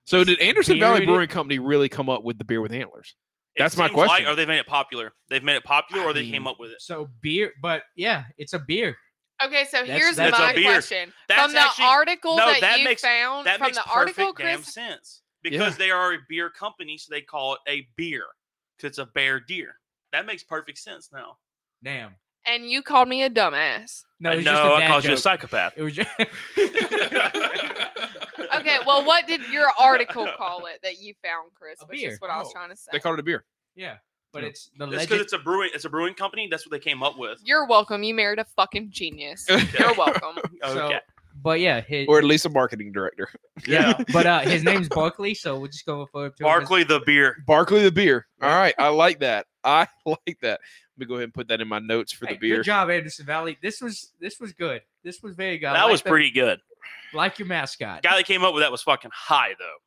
Speaker 5: so did Anderson
Speaker 4: Beer
Speaker 5: Valley
Speaker 4: it-
Speaker 5: Brewing Company really come up with the beer with antlers? That's my
Speaker 3: seems like-
Speaker 5: question.
Speaker 3: or they've made it popular. They've made it popular, or they came
Speaker 5: mean,
Speaker 3: up with it.
Speaker 4: So beer, but yeah, it's a beer.
Speaker 1: Okay, so
Speaker 4: That's-
Speaker 1: here's
Speaker 4: that's
Speaker 3: a
Speaker 1: my
Speaker 3: beer.
Speaker 1: question.
Speaker 3: That's
Speaker 1: from the
Speaker 3: actually-
Speaker 1: article
Speaker 3: no,
Speaker 1: that,
Speaker 3: that
Speaker 1: you
Speaker 3: makes-
Speaker 1: found,
Speaker 3: That
Speaker 1: from
Speaker 3: makes
Speaker 1: the
Speaker 3: perfect
Speaker 1: article,
Speaker 3: damn
Speaker 1: Chris,
Speaker 3: sense because they are a beer company, so they call it a beer because it's a bear deer. That makes perfect sense now.
Speaker 4: Damn.
Speaker 1: and you called me a dumbass.
Speaker 4: No,
Speaker 3: I
Speaker 4: it's
Speaker 3: know
Speaker 4: just a
Speaker 3: I
Speaker 4: dad
Speaker 3: called
Speaker 4: joke.
Speaker 3: you a psychopath.
Speaker 4: It was just
Speaker 1: Okay, well, what did your article call it that you found, Chris?
Speaker 4: A
Speaker 1: Which
Speaker 4: beer.
Speaker 1: is what I was
Speaker 4: Oh.
Speaker 1: trying to say.
Speaker 5: They called it a beer.
Speaker 4: yeah, but
Speaker 5: Yeah.
Speaker 4: it's the
Speaker 3: It's because
Speaker 4: legend.
Speaker 3: it's a brewing. It's a brewing company. That's what they came up with.
Speaker 1: You're welcome. You married a fucking genius. You're welcome.
Speaker 4: so,
Speaker 3: Okay.
Speaker 4: but yeah, his,
Speaker 5: Or at least a marketing director.
Speaker 3: yeah.
Speaker 4: but uh, his name's Barkley, so we'll just go forward to him as-
Speaker 3: Barkley the beer.
Speaker 5: Barkley the beer. All right. I like that. I like that. Let me go ahead and put that in my notes for
Speaker 4: Hey,
Speaker 5: the beer.
Speaker 4: Good job, Anderson Valley. This was this was good. This was very good. I
Speaker 3: That
Speaker 4: like
Speaker 3: was
Speaker 4: the-
Speaker 3: pretty good.
Speaker 4: like your mascot.
Speaker 3: guy that came up with that was fucking high though.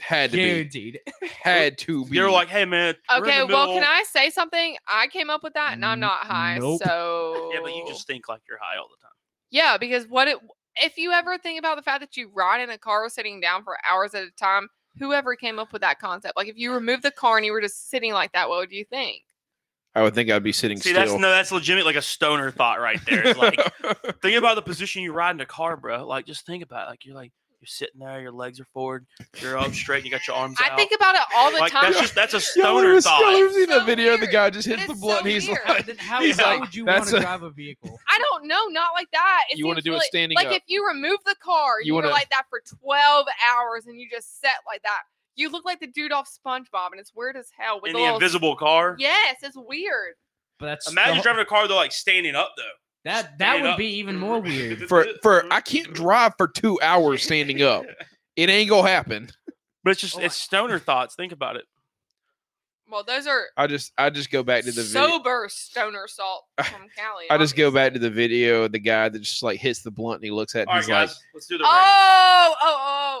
Speaker 5: Had to
Speaker 4: Guaranteed.
Speaker 5: be. Had to be.
Speaker 3: You're like, hey man. we're in
Speaker 1: Okay,
Speaker 3: the
Speaker 1: well,
Speaker 3: middle-
Speaker 1: can I say something? I came up with that, and I'm
Speaker 4: N-
Speaker 1: not high.
Speaker 4: nope.
Speaker 1: So
Speaker 3: Yeah, but you
Speaker 5: Oh.
Speaker 3: just think like you're high all the time.
Speaker 1: yeah, because what it if you ever think about the fact that you ride in a car sitting down for hours at a time, whoever came up with that concept, like if you remove the car and you were just sitting like that, what would you think?
Speaker 5: I would think I'd be sitting
Speaker 3: See,
Speaker 5: still.
Speaker 3: that's no, that's legitimate, like a stoner thought right there. It's like, think about the position you ride in a car, bro. Like, just think about it. like you're like you're sitting there, your legs are forward, you're up straight, you got your arms out.
Speaker 1: I think about it all the
Speaker 3: like
Speaker 1: time.
Speaker 3: that's just that's a
Speaker 5: Y'all
Speaker 3: stoner
Speaker 5: ever, y'all ever
Speaker 3: thought.
Speaker 5: seen that
Speaker 1: So
Speaker 5: video? The
Speaker 1: weird.
Speaker 5: guy just
Speaker 1: But
Speaker 5: hits the
Speaker 1: it's
Speaker 5: blunt
Speaker 1: so
Speaker 5: and he's
Speaker 1: weird.
Speaker 5: like,
Speaker 4: Then how,
Speaker 3: He's
Speaker 4: how
Speaker 3: like,
Speaker 4: would you want
Speaker 5: that's
Speaker 4: to
Speaker 5: a-
Speaker 4: drive a vehicle?
Speaker 1: I don't know, not like that.
Speaker 5: You wanna
Speaker 1: seems
Speaker 5: do it
Speaker 1: really-
Speaker 5: standing
Speaker 1: Like
Speaker 5: up.
Speaker 1: if you remove the car,
Speaker 5: You
Speaker 1: you, were
Speaker 5: wanna-
Speaker 1: like that for twelve hours, and you just sat like that. You look like the dude off SpongeBob, and it's weird as hell. With
Speaker 3: In
Speaker 1: the
Speaker 3: the
Speaker 1: little-
Speaker 3: invisible car.
Speaker 1: Yes, it's weird.
Speaker 4: But that's the
Speaker 3: Imagine
Speaker 4: whole-
Speaker 3: driving a car though, like standing up though.
Speaker 4: that.
Speaker 3: stand
Speaker 4: That would
Speaker 3: up.
Speaker 4: be even more weird.
Speaker 5: for for I can't drive for two hours standing up. It ain't gonna happen.
Speaker 3: But it's just
Speaker 4: Oh,
Speaker 3: it's stoner thoughts. Think about it.
Speaker 1: Well, those are
Speaker 5: I just I just go back to the video.
Speaker 1: sober stoner salt from Cali.
Speaker 5: I just go
Speaker 1: obviously.
Speaker 5: back to the video. of The guy that just like hits the blunt and he looks at it
Speaker 3: All
Speaker 5: and
Speaker 3: right,
Speaker 5: he's
Speaker 3: guys, let's do the. ratings.
Speaker 1: Oh, oh,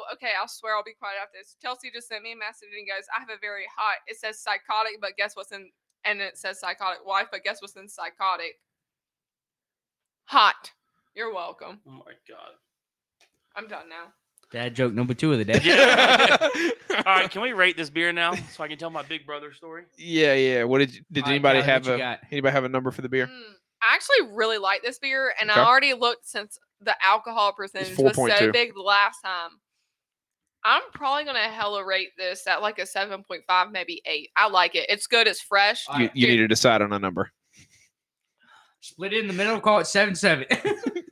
Speaker 1: oh. Okay, I'll swear I'll be quiet after this. Chelsea just sent me a message and goes, "I have a very hot. It says psychotic, but guess what's in? And it says psychotic wife, but guess what's in psychotic? Hot. You're welcome.
Speaker 3: Oh my god.
Speaker 1: I'm done now.
Speaker 4: Dad joke number two of the day.
Speaker 5: like,
Speaker 3: All right, can we rate this beer now so I can tell my big brother story?
Speaker 5: yeah, yeah. What did you, did
Speaker 4: All right,
Speaker 5: anybody
Speaker 4: Callie,
Speaker 5: have
Speaker 4: what you
Speaker 5: a
Speaker 4: got?
Speaker 5: anybody have a number for the beer?
Speaker 1: Mm, I actually really like this beer, and
Speaker 5: Okay.
Speaker 1: I already looked since the alcohol percentage was so
Speaker 5: 4.2.
Speaker 1: big the last time. I'm probably gonna hella rate this at like a 7.5, maybe eight. I like it. It's good. It's fresh.
Speaker 4: All
Speaker 5: You,
Speaker 4: right,
Speaker 5: you
Speaker 1: dude.
Speaker 5: need to decide on a number.
Speaker 4: Split it in the middle. Call it seven seven.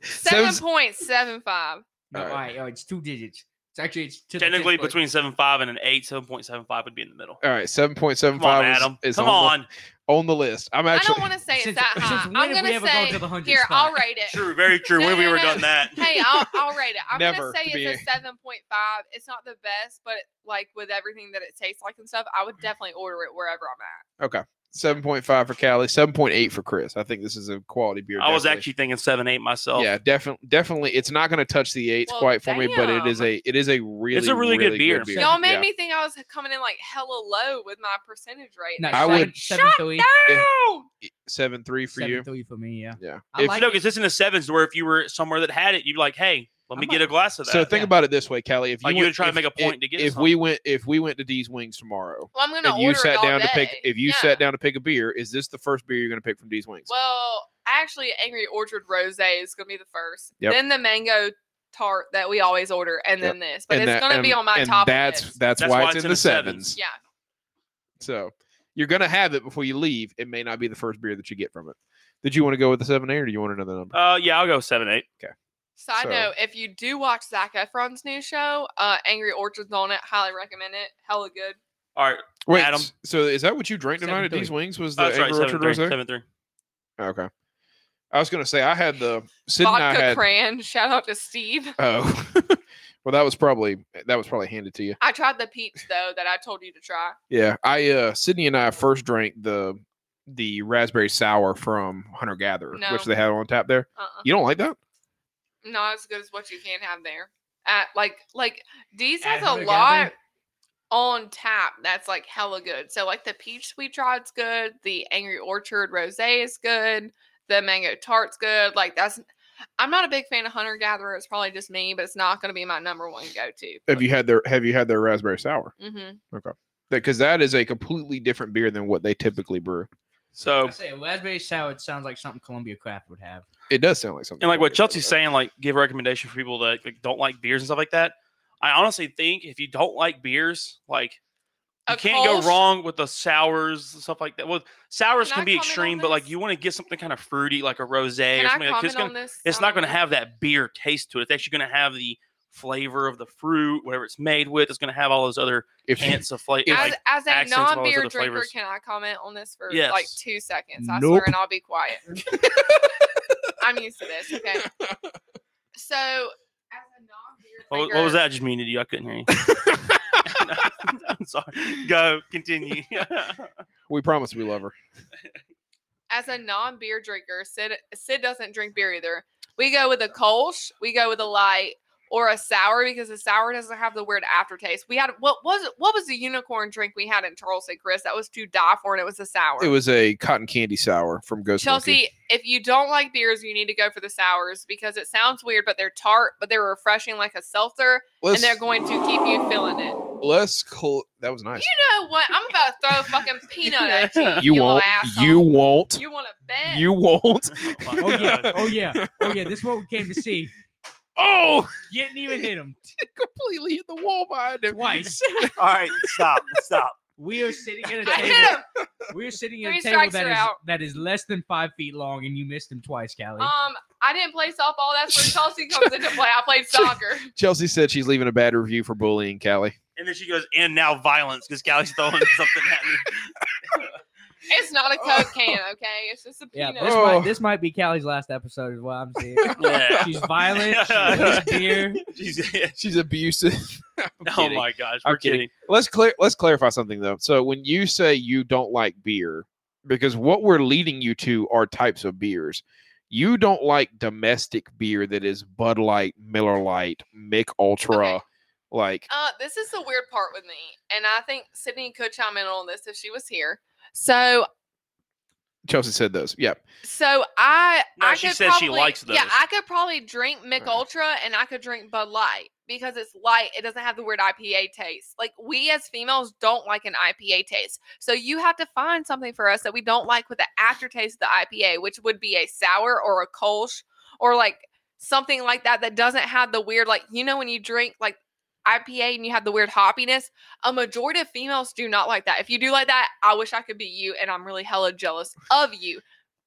Speaker 1: Seven point seven five.
Speaker 4: no,
Speaker 5: All
Speaker 4: all
Speaker 5: right.
Speaker 4: right. oh, it's two digits. It's actually it's to the tenth
Speaker 3: Technically,
Speaker 4: place.
Speaker 3: between seven five and an eight, seven point seven five would be in the middle.
Speaker 5: All right, seven point seven
Speaker 3: Come on,
Speaker 5: five
Speaker 3: Adam.
Speaker 5: is, is
Speaker 3: Come on.
Speaker 5: on the, on the list. I'm
Speaker 1: I
Speaker 5: actually
Speaker 1: don't want to say it's
Speaker 4: Since-
Speaker 1: that high.
Speaker 4: since when
Speaker 1: I'm
Speaker 4: have we
Speaker 1: gonna
Speaker 4: ever gone
Speaker 1: say
Speaker 4: to the 100
Speaker 1: here. I'll
Speaker 4: spot?
Speaker 1: rate it.
Speaker 3: True, very true.
Speaker 1: No,
Speaker 3: when we
Speaker 1: no,
Speaker 3: were
Speaker 1: no.
Speaker 3: done that.
Speaker 1: Hey, I'll, I'll rate it. I'm
Speaker 5: Never
Speaker 1: gonna say
Speaker 5: to be
Speaker 1: it's a seven point five. It's not the best, but like with everything that it tastes like and stuff, I would definitely order it wherever I'm at.
Speaker 5: seven point five for Callie, seven point eight for Chris. I think this is a quality beer.
Speaker 3: I was
Speaker 5: definitely.
Speaker 3: actually thinking seven eight myself.
Speaker 5: Yeah, definitely, definitely. It's not going to touch the eights
Speaker 1: Well,
Speaker 5: quite for me, but it is
Speaker 1: damn.
Speaker 5: a it is a really
Speaker 3: really good beer.
Speaker 1: Y'all made
Speaker 5: Yeah.
Speaker 1: me think I was coming in like hella low with my percentage rate.
Speaker 4: No,
Speaker 5: I
Speaker 4: seven,
Speaker 5: would-
Speaker 4: seven three.
Speaker 1: Ow!
Speaker 5: seven three for
Speaker 4: seven
Speaker 5: you.
Speaker 4: three for me. Yeah.
Speaker 5: Yeah.
Speaker 4: I
Speaker 5: If-
Speaker 3: You
Speaker 4: like
Speaker 3: know,
Speaker 4: it.
Speaker 3: because it's in the sevens to where if you were somewhere that had it, you'd be like, hey, let
Speaker 4: I
Speaker 3: me
Speaker 4: might-
Speaker 3: get a glass of that.
Speaker 5: so think about it this way, Callie. If you
Speaker 3: Like, you
Speaker 5: went-
Speaker 3: would try to
Speaker 5: if-
Speaker 3: make a point
Speaker 5: if-
Speaker 3: to get
Speaker 5: If we went if we went to D's Wings tomorrow,
Speaker 1: Well, I'm gonna
Speaker 5: and
Speaker 1: order
Speaker 5: you
Speaker 1: it
Speaker 5: sat
Speaker 1: all
Speaker 5: down to pick
Speaker 1: day.
Speaker 5: if you
Speaker 1: yeah.
Speaker 5: sat down to pick a beer, is this the first beer you're going to pick from D's Wings?
Speaker 1: Well, actually, Angry Orchard Rose is gonna be the first.
Speaker 5: Yep.
Speaker 1: Then the mango tart that we always order, and
Speaker 5: Yep.
Speaker 1: then this. But
Speaker 5: And
Speaker 1: it's
Speaker 5: that-
Speaker 1: gonna be
Speaker 5: and-
Speaker 1: on my
Speaker 5: and
Speaker 1: top.
Speaker 5: That's
Speaker 1: of this.
Speaker 5: that's why it's in the
Speaker 3: sevens.
Speaker 5: sevens.
Speaker 1: yeah.
Speaker 5: So You're gonna have it before you leave. It may not be the first beer that you get from it. Did you want to go with the seven eight, or do you want another number?
Speaker 3: Uh, yeah, I'll go seven eight.
Speaker 1: Side
Speaker 5: So-
Speaker 1: note: If you do watch Zach Efron's new show, uh, Angry Orchard's on it. Highly recommend it. Hella good.
Speaker 3: All right,
Speaker 5: Wait,
Speaker 3: Adam.
Speaker 5: s- so is that what you drank tonight at
Speaker 4: 7.3.
Speaker 5: these wings? Was the
Speaker 3: oh, that's right,
Speaker 5: Angry
Speaker 3: seven
Speaker 5: Orchard
Speaker 3: three,
Speaker 5: Rosé?
Speaker 3: seven three.
Speaker 5: Okay. I was gonna say I had the Sid and I
Speaker 1: Vodka
Speaker 5: had.
Speaker 1: Cran. Shout out to Steve.
Speaker 5: Oh, well, that was probably that was probably handed to you.
Speaker 1: I tried the peeps though that I told you to try.
Speaker 5: Yeah, I uh Sydney and I first drank the the raspberry sour from Hunter Gatherer,
Speaker 1: No.
Speaker 5: which they had on tap there.
Speaker 1: Uh-uh.
Speaker 5: You don't like that?
Speaker 1: Not as good as what you can have there. At like like Dee's has
Speaker 4: At
Speaker 1: a
Speaker 4: Hunter
Speaker 1: lot
Speaker 4: Gatherer?
Speaker 1: on tap that's like hella good. So like the peach sweet tried's good. The Angry Orchard rosé is good. The mango tart's good. Like that's. I'm not a big fan of hunter gatherer. It's probably just me, but it's not going to be my number one go to.
Speaker 5: Have you had their Have you had their raspberry sour?
Speaker 1: Mm-hmm.
Speaker 5: Because that is a completely different beer than what they typically brew.
Speaker 3: So
Speaker 4: I say raspberry sour it sounds like something Columbia Craft would have.
Speaker 5: It does sound like something.
Speaker 3: and like what
Speaker 5: Columbia does,
Speaker 3: Chelsea's
Speaker 5: though.
Speaker 3: saying, like give recommendation for people that like, don't like beers and stuff like that. I honestly think if you don't like beers, like you
Speaker 1: A
Speaker 3: can't go
Speaker 1: Kolsch-
Speaker 3: wrong with the sours and stuff like that. Well, sours
Speaker 1: Can
Speaker 3: can
Speaker 1: I
Speaker 3: be
Speaker 1: comment on
Speaker 3: extreme, but like
Speaker 1: this?
Speaker 3: you want to get something kind of fruity, like a rosé
Speaker 1: Can
Speaker 3: or
Speaker 1: I
Speaker 3: something. Like, 'cause it's
Speaker 1: comment
Speaker 3: gonna,
Speaker 1: on this?
Speaker 3: it's not going to
Speaker 1: Um,
Speaker 3: have that beer taste to it. It's actually going to have the flavor of the fruit, whatever it's made with. It's going to have all those other
Speaker 5: if you,
Speaker 3: hints of flavor.
Speaker 1: As, as a
Speaker 3: accents of all those
Speaker 1: non-beer
Speaker 3: other
Speaker 1: drinker,
Speaker 3: flavors.
Speaker 1: can I comment on this for like
Speaker 3: Yes.
Speaker 1: two seconds? I
Speaker 5: Nope.
Speaker 1: swear, and I'll be quiet. I'm used to this. Okay. So, as a non-beer
Speaker 3: what,
Speaker 1: drinker,
Speaker 3: what was that? I just muted you. I couldn't hear you. I'm sorry. Go continue.
Speaker 5: we promise we love her.
Speaker 1: As a non-beer drinker, Sid Sid doesn't drink beer either. We go with a Kolsch, we go with a light or a sour because the sour doesn't have the weird aftertaste. We had what was it? What was the unicorn drink we had in Charleston, Chris? That was to die for, and it was a sour.
Speaker 5: It was a cotton candy sour from Ghost
Speaker 1: Chelsea,
Speaker 5: Monkey.
Speaker 1: if you don't like beers, you need to go for the sours because it sounds weird, but they're tart, but they're refreshing like a seltzer,
Speaker 5: Let's,
Speaker 1: and they're going to keep you feeling it.
Speaker 5: let's cl- that was nice.
Speaker 1: You know what? I'm about to throw a fucking peanut at you.
Speaker 5: You,
Speaker 1: little
Speaker 5: won't.
Speaker 1: asshole.
Speaker 5: You won't.
Speaker 1: You want to bet?
Speaker 5: You won't.
Speaker 3: Oh my God.
Speaker 4: oh yeah, oh yeah. This is what we came to see.
Speaker 5: Oh,
Speaker 4: You didn't even hit him
Speaker 5: completely hit the wall behind him.
Speaker 4: twice.
Speaker 3: All right, stop, stop.
Speaker 4: We are sitting at a
Speaker 1: I hit
Speaker 4: table.
Speaker 1: him.
Speaker 4: We are sitting at
Speaker 1: Three
Speaker 4: a table
Speaker 1: strikes,
Speaker 4: that
Speaker 1: you're
Speaker 4: is
Speaker 1: out.
Speaker 4: that is less than five feet long, and you missed him twice, Callie.
Speaker 1: Um, I didn't play softball. That's where Chelsea comes into play. I played soccer.
Speaker 5: Chelsea said she's leaving a bad review for bullying Callie.
Speaker 3: And then she goes, and now violence because Callie's throwing something at me.
Speaker 1: It's not a coke can, okay? It's just a
Speaker 4: yeah,
Speaker 1: peanut.
Speaker 4: this
Speaker 5: Oh.
Speaker 4: might this might be Callie's last episode, is what I'm seeing.
Speaker 3: Yeah.
Speaker 4: She's violent. She drinks beer.
Speaker 3: She's-
Speaker 5: She's abusive. I'm
Speaker 3: oh
Speaker 5: kidding.
Speaker 3: my gosh,
Speaker 5: I'm
Speaker 3: we're
Speaker 5: kidding.
Speaker 3: kidding.
Speaker 5: Let's clear. Let's clarify something though. So when you say you don't like beer, because what we're leading you to are types of beers. You don't like domestic beer that is Bud Light, Miller Light, Mick Ultra,
Speaker 1: Okay.
Speaker 5: like
Speaker 1: Uh, this is the weird part with me, and I think Sydney could chime in on this if she was here. So
Speaker 5: Chelsea said those. Yep.
Speaker 1: So I,
Speaker 3: No,
Speaker 1: I
Speaker 3: she
Speaker 1: could
Speaker 3: says she
Speaker 1: probably,
Speaker 3: likes
Speaker 1: Yeah,
Speaker 3: those.
Speaker 1: I could probably drink Mick
Speaker 5: Right.
Speaker 1: Ultra and I could drink Bud Light because it's light. It doesn't have the weird IPA taste. Like we as females don't like an IPA taste, so you have to find something for us that we don't like with the aftertaste of the IPA, which would be a sour or a Kolsch or like something like that that doesn't have the weird like you know when you drink like. IPA and you have the weird hoppiness. A majority of females do not like that. If you do like that, I wish I could be you, and I'm really hella jealous of you.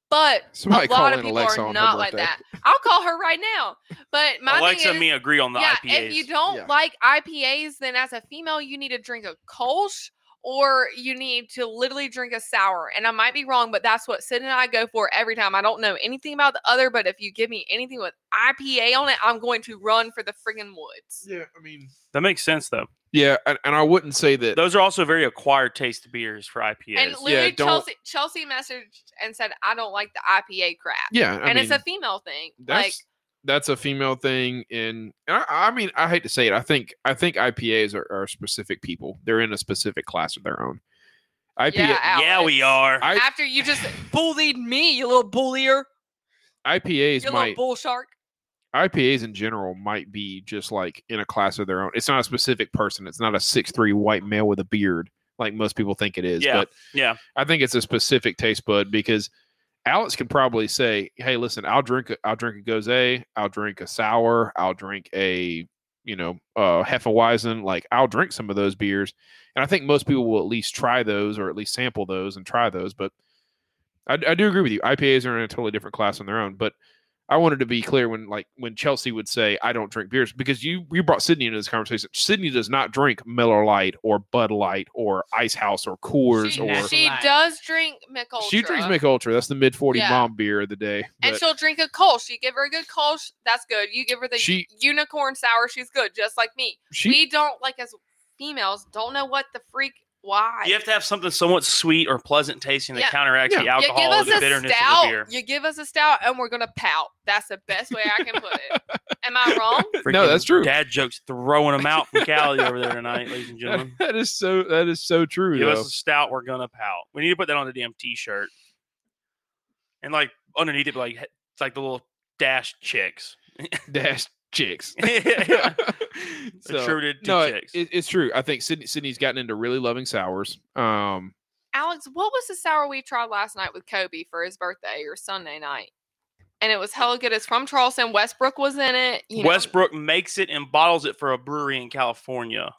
Speaker 1: But
Speaker 5: Somebody
Speaker 1: a lot
Speaker 5: call
Speaker 1: of
Speaker 5: in
Speaker 1: people
Speaker 5: Alexa
Speaker 1: are
Speaker 5: on
Speaker 1: not
Speaker 5: her
Speaker 1: like
Speaker 5: birthday.
Speaker 1: that. I'll call her right now. But my
Speaker 3: Alexa
Speaker 1: thing
Speaker 3: and
Speaker 1: is,
Speaker 3: me agree on the
Speaker 1: yeah,
Speaker 3: IPAs.
Speaker 1: if you don't
Speaker 5: Yeah.
Speaker 1: like IPAs, then as a female, you need to drink a Kolsch or you need to literally drink a sour. And I might be wrong, but that's what Sid and I go for every time. I don't know anything about the other, but if you give me anything with IPA on it, I'm going to run for the friggin' woods.
Speaker 5: Yeah, I mean.
Speaker 3: that makes sense though.
Speaker 5: Yeah, and, and I wouldn't say that.
Speaker 3: Those are also very acquired taste beers for IPAs.
Speaker 1: And literally,
Speaker 5: don't-
Speaker 1: Chelsea, Chelsea messaged and said, I don't like the IPA crap.
Speaker 5: yeah, I
Speaker 1: and
Speaker 5: mean,
Speaker 1: it's a female thing.
Speaker 5: that's
Speaker 1: Like,
Speaker 5: that's a female thing and, and I, I mean i hate to say it i think i think ipas are, are specific people they're in a specific class of their own ipa
Speaker 1: Yeah,
Speaker 3: yeah, we
Speaker 1: Alex.
Speaker 3: are.
Speaker 5: I-
Speaker 1: after you just bullied me, you little bullier,
Speaker 5: ipas
Speaker 1: you little
Speaker 5: might
Speaker 1: bull shark.
Speaker 5: ipas in general might be just like in a class of their own it's not a specific person it's not a six three white male with a beard like most people think it is
Speaker 3: Yeah,
Speaker 5: but
Speaker 3: yeah.
Speaker 5: i think it's a specific taste bud because alex can probably say hey listen i'll drink a, i'll drink a gose i'll drink a sour i'll drink a you know, uh, Hefeweizen, like I'll drink some of those beers. And I think most people will at least try those or at least sample those and try those. But I, I do agree with you. IPAs are in a totally different class on their own. But I wanted to be clear when, like, when Chelsea would say, "I don't drink beers," because you you brought Sydney into this conversation. Sydney does not drink Miller Lite or Bud Light or Ice House or Coors
Speaker 1: She,
Speaker 5: or
Speaker 1: she does drink McUltra.
Speaker 5: she drinks Mick Ultra. That's the mid forty
Speaker 1: Yeah.
Speaker 5: mom beer of the day.
Speaker 1: And
Speaker 5: But
Speaker 1: she'll drink a Kolsch. You give her a good Kolsch, that's good. You give her the
Speaker 5: She-
Speaker 1: unicorn sour, she's good, just like me.
Speaker 5: she
Speaker 1: we don't, like, as females, don't know what the freak, why.
Speaker 3: You have to have something somewhat sweet or pleasant tasting that
Speaker 1: Yeah.
Speaker 3: counteracts the
Speaker 5: Yeah.
Speaker 1: You give
Speaker 3: alcohol or
Speaker 1: us
Speaker 3: the
Speaker 1: a
Speaker 3: bitterness of the
Speaker 1: stout.
Speaker 3: beer.
Speaker 1: You give us a stout, and we're gonna pout. That's the best way I can put it. Am I wrong?
Speaker 5: No, that's
Speaker 3: Freaking
Speaker 5: true.
Speaker 3: Dad jokes throwing them out from Cali over there tonight, ladies and gentlemen.
Speaker 5: that is so that is so true.
Speaker 3: Give
Speaker 5: though.
Speaker 3: us a stout, we're gonna pout. We need to put that on the damn t-shirt, and like underneath it, like it's like the little dash chicks
Speaker 5: Dash chicks. So,
Speaker 3: attributed to
Speaker 5: no, it-
Speaker 3: chicks.
Speaker 5: it- it's true. I think Sydney Sydney's gotten into really loving sours. Um,
Speaker 1: Alex, what was the sour we tried last night with Kobe for his birthday or Sunday night? And it was hella good. It's from Charleston. Westbrook was in it. You know,
Speaker 3: Westbrook makes it and bottles it for a brewery in California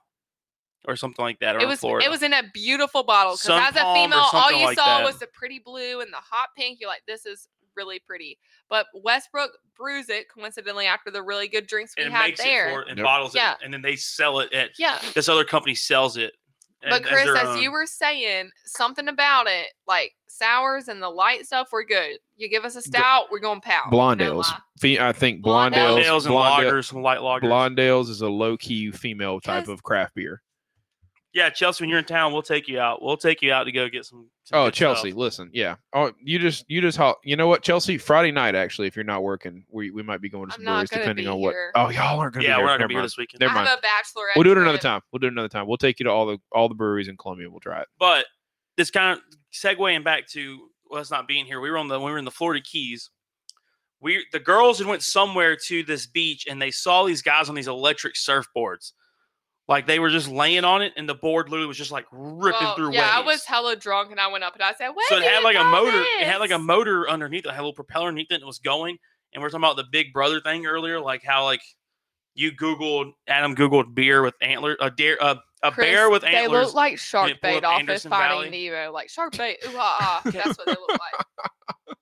Speaker 3: or something like that, or
Speaker 1: It
Speaker 3: in
Speaker 1: was
Speaker 3: Florida.
Speaker 1: it was in a beautiful bottle. Because
Speaker 3: Sun
Speaker 1: as a
Speaker 3: Palm or
Speaker 1: female, all
Speaker 3: something
Speaker 1: you
Speaker 3: like
Speaker 1: saw
Speaker 3: that.
Speaker 1: was the pretty blue and the hot pink. You're like, this is really pretty. But Westbrook brews it coincidentally after the really good drinks we
Speaker 3: and
Speaker 1: had
Speaker 3: makes it for
Speaker 1: there.
Speaker 3: it and
Speaker 5: Yep.
Speaker 3: bottles
Speaker 1: Yeah.
Speaker 3: it, and then they sell it at
Speaker 1: Yeah.
Speaker 3: this other company sells it.
Speaker 1: But
Speaker 3: and- um
Speaker 1: Chris,
Speaker 3: their
Speaker 1: as you
Speaker 3: own.
Speaker 1: were saying, something about it, like sours and the light stuff, we're good. You give us a stout, we're going pout. No
Speaker 5: blonde ales.
Speaker 1: lie.
Speaker 5: Fe- I think
Speaker 1: Blonde
Speaker 5: blonde
Speaker 1: ales.
Speaker 3: blonde ales
Speaker 5: ales.
Speaker 3: and
Speaker 5: blonde ale-
Speaker 3: lagers, and light lagers.
Speaker 5: blonde ales is a low key female type
Speaker 1: Yes.
Speaker 5: of craft beer.
Speaker 3: Yeah, Chelsea, when you're in town, we'll take you out. We'll take you out to go get some. some
Speaker 5: Oh,
Speaker 3: good stuff.
Speaker 5: Chelsea, listen, yeah. Oh, you just you just ho- you know what, Chelsea? Friday night, actually, if you're not working, we, we might be going to
Speaker 1: I'm
Speaker 5: some
Speaker 1: not
Speaker 5: breweries
Speaker 1: gonna
Speaker 5: depending
Speaker 1: be
Speaker 5: on what.
Speaker 1: here.
Speaker 5: Oh, y'all aren't going to
Speaker 3: Yeah,
Speaker 5: be
Speaker 3: we're not
Speaker 5: here.
Speaker 3: gonna
Speaker 5: Never
Speaker 3: be here
Speaker 5: mind.
Speaker 3: this weekend.
Speaker 5: Never
Speaker 1: I
Speaker 5: mind.
Speaker 1: have a bachelorette.
Speaker 5: We'll do it another
Speaker 1: trip.
Speaker 5: time. We'll do it another time. We'll take you to all the all the breweries in Columbia. We'll try it.
Speaker 3: But this kind of segueing back to us not being here. We were on the when we were in the Florida Keys. We the girls had went somewhere to this beach and they saw these guys on these electric surfboards. Like they were just laying on it and the board literally was just like ripping
Speaker 1: Well,
Speaker 3: through
Speaker 1: Yeah, I
Speaker 3: waves.
Speaker 1: was hella drunk and I went up and I said, Wait,
Speaker 3: so it had like a motor. It had like a motor underneath. It had a little propeller underneath it, and it was going. And we are talking about the Big Brother thing earlier, like how like you googled Adam googled beer with antler a deer a, a bear with
Speaker 1: They
Speaker 3: antlers.
Speaker 1: look like shark
Speaker 3: pull
Speaker 1: bait
Speaker 3: up
Speaker 1: off
Speaker 3: Anderson
Speaker 1: of Finding
Speaker 3: Valley.
Speaker 1: Nemo. Like shark bait, ooh ah, ah. That's what they look like.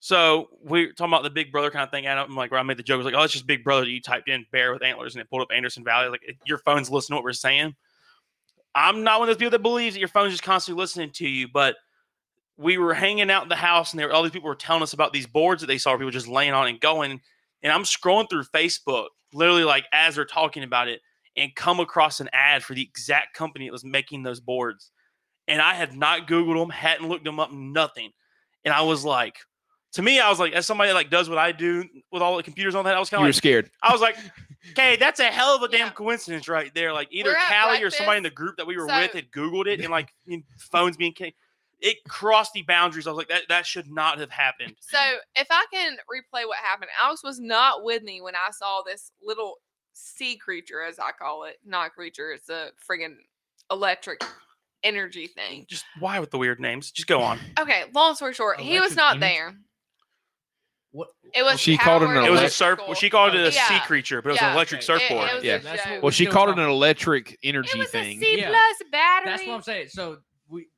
Speaker 3: so we are talking about the Big Brother kind of thing. Adam, I'm like where I made the joke I was like, oh, it's just Big Brother. You typed in bear with antlers, and it pulled up Anderson Valley. Like it- your phone's listening to what we're saying. I'm not one of those people that believes that your phone's just constantly listening to you, but. We were hanging out in the house, and there were, all these people were telling us about these boards that they saw people just laying on and going. and I'm scrolling through Facebook, literally like as they're talking about it, and come across an ad for the exact company that was making those boards. And I had not Googled them, hadn't looked them up, nothing. And I was like, to me, I was like, as somebody that like does what I do with all the computers on that, I was
Speaker 5: You
Speaker 3: kind of
Speaker 5: were
Speaker 3: like,
Speaker 5: scared.
Speaker 3: I was like, okay, that's a hell of a damn
Speaker 1: Yeah.
Speaker 3: coincidence right there. Like either
Speaker 1: We're at
Speaker 3: Callie or somebody in the
Speaker 1: breakfast,
Speaker 3: group that we were
Speaker 1: so-
Speaker 3: with had Googled it and like you know, phones being, ca- it crossed the boundaries. I was like, that, that should not have happened.
Speaker 1: So if I can replay what happened, Alex was not with me when I saw this little sea creature, as I call it. Not a creature, it's a friggin' electric energy thing.
Speaker 3: Just why with the weird names? Just go on.
Speaker 1: Okay, long story short, he was
Speaker 4: Electric
Speaker 1: not
Speaker 4: energy?
Speaker 1: there.
Speaker 4: What?
Speaker 1: It was
Speaker 5: She called it an
Speaker 1: powered
Speaker 3: It was a
Speaker 5: Electrical.
Speaker 3: surf. well, she called it a sea
Speaker 1: Yeah.
Speaker 3: creature, but it was an
Speaker 1: Yeah.
Speaker 3: electric
Speaker 4: Okay.
Speaker 3: surfboard.
Speaker 1: It was
Speaker 5: Yeah.
Speaker 1: a
Speaker 4: That's
Speaker 1: joke.
Speaker 4: We're
Speaker 5: Well, she
Speaker 4: still
Speaker 5: called it
Speaker 4: talking.
Speaker 5: an electric
Speaker 1: It
Speaker 5: energy
Speaker 1: was a
Speaker 5: thing.
Speaker 1: C
Speaker 4: Yeah.
Speaker 1: plus battery.
Speaker 4: That's what I'm saying. So we,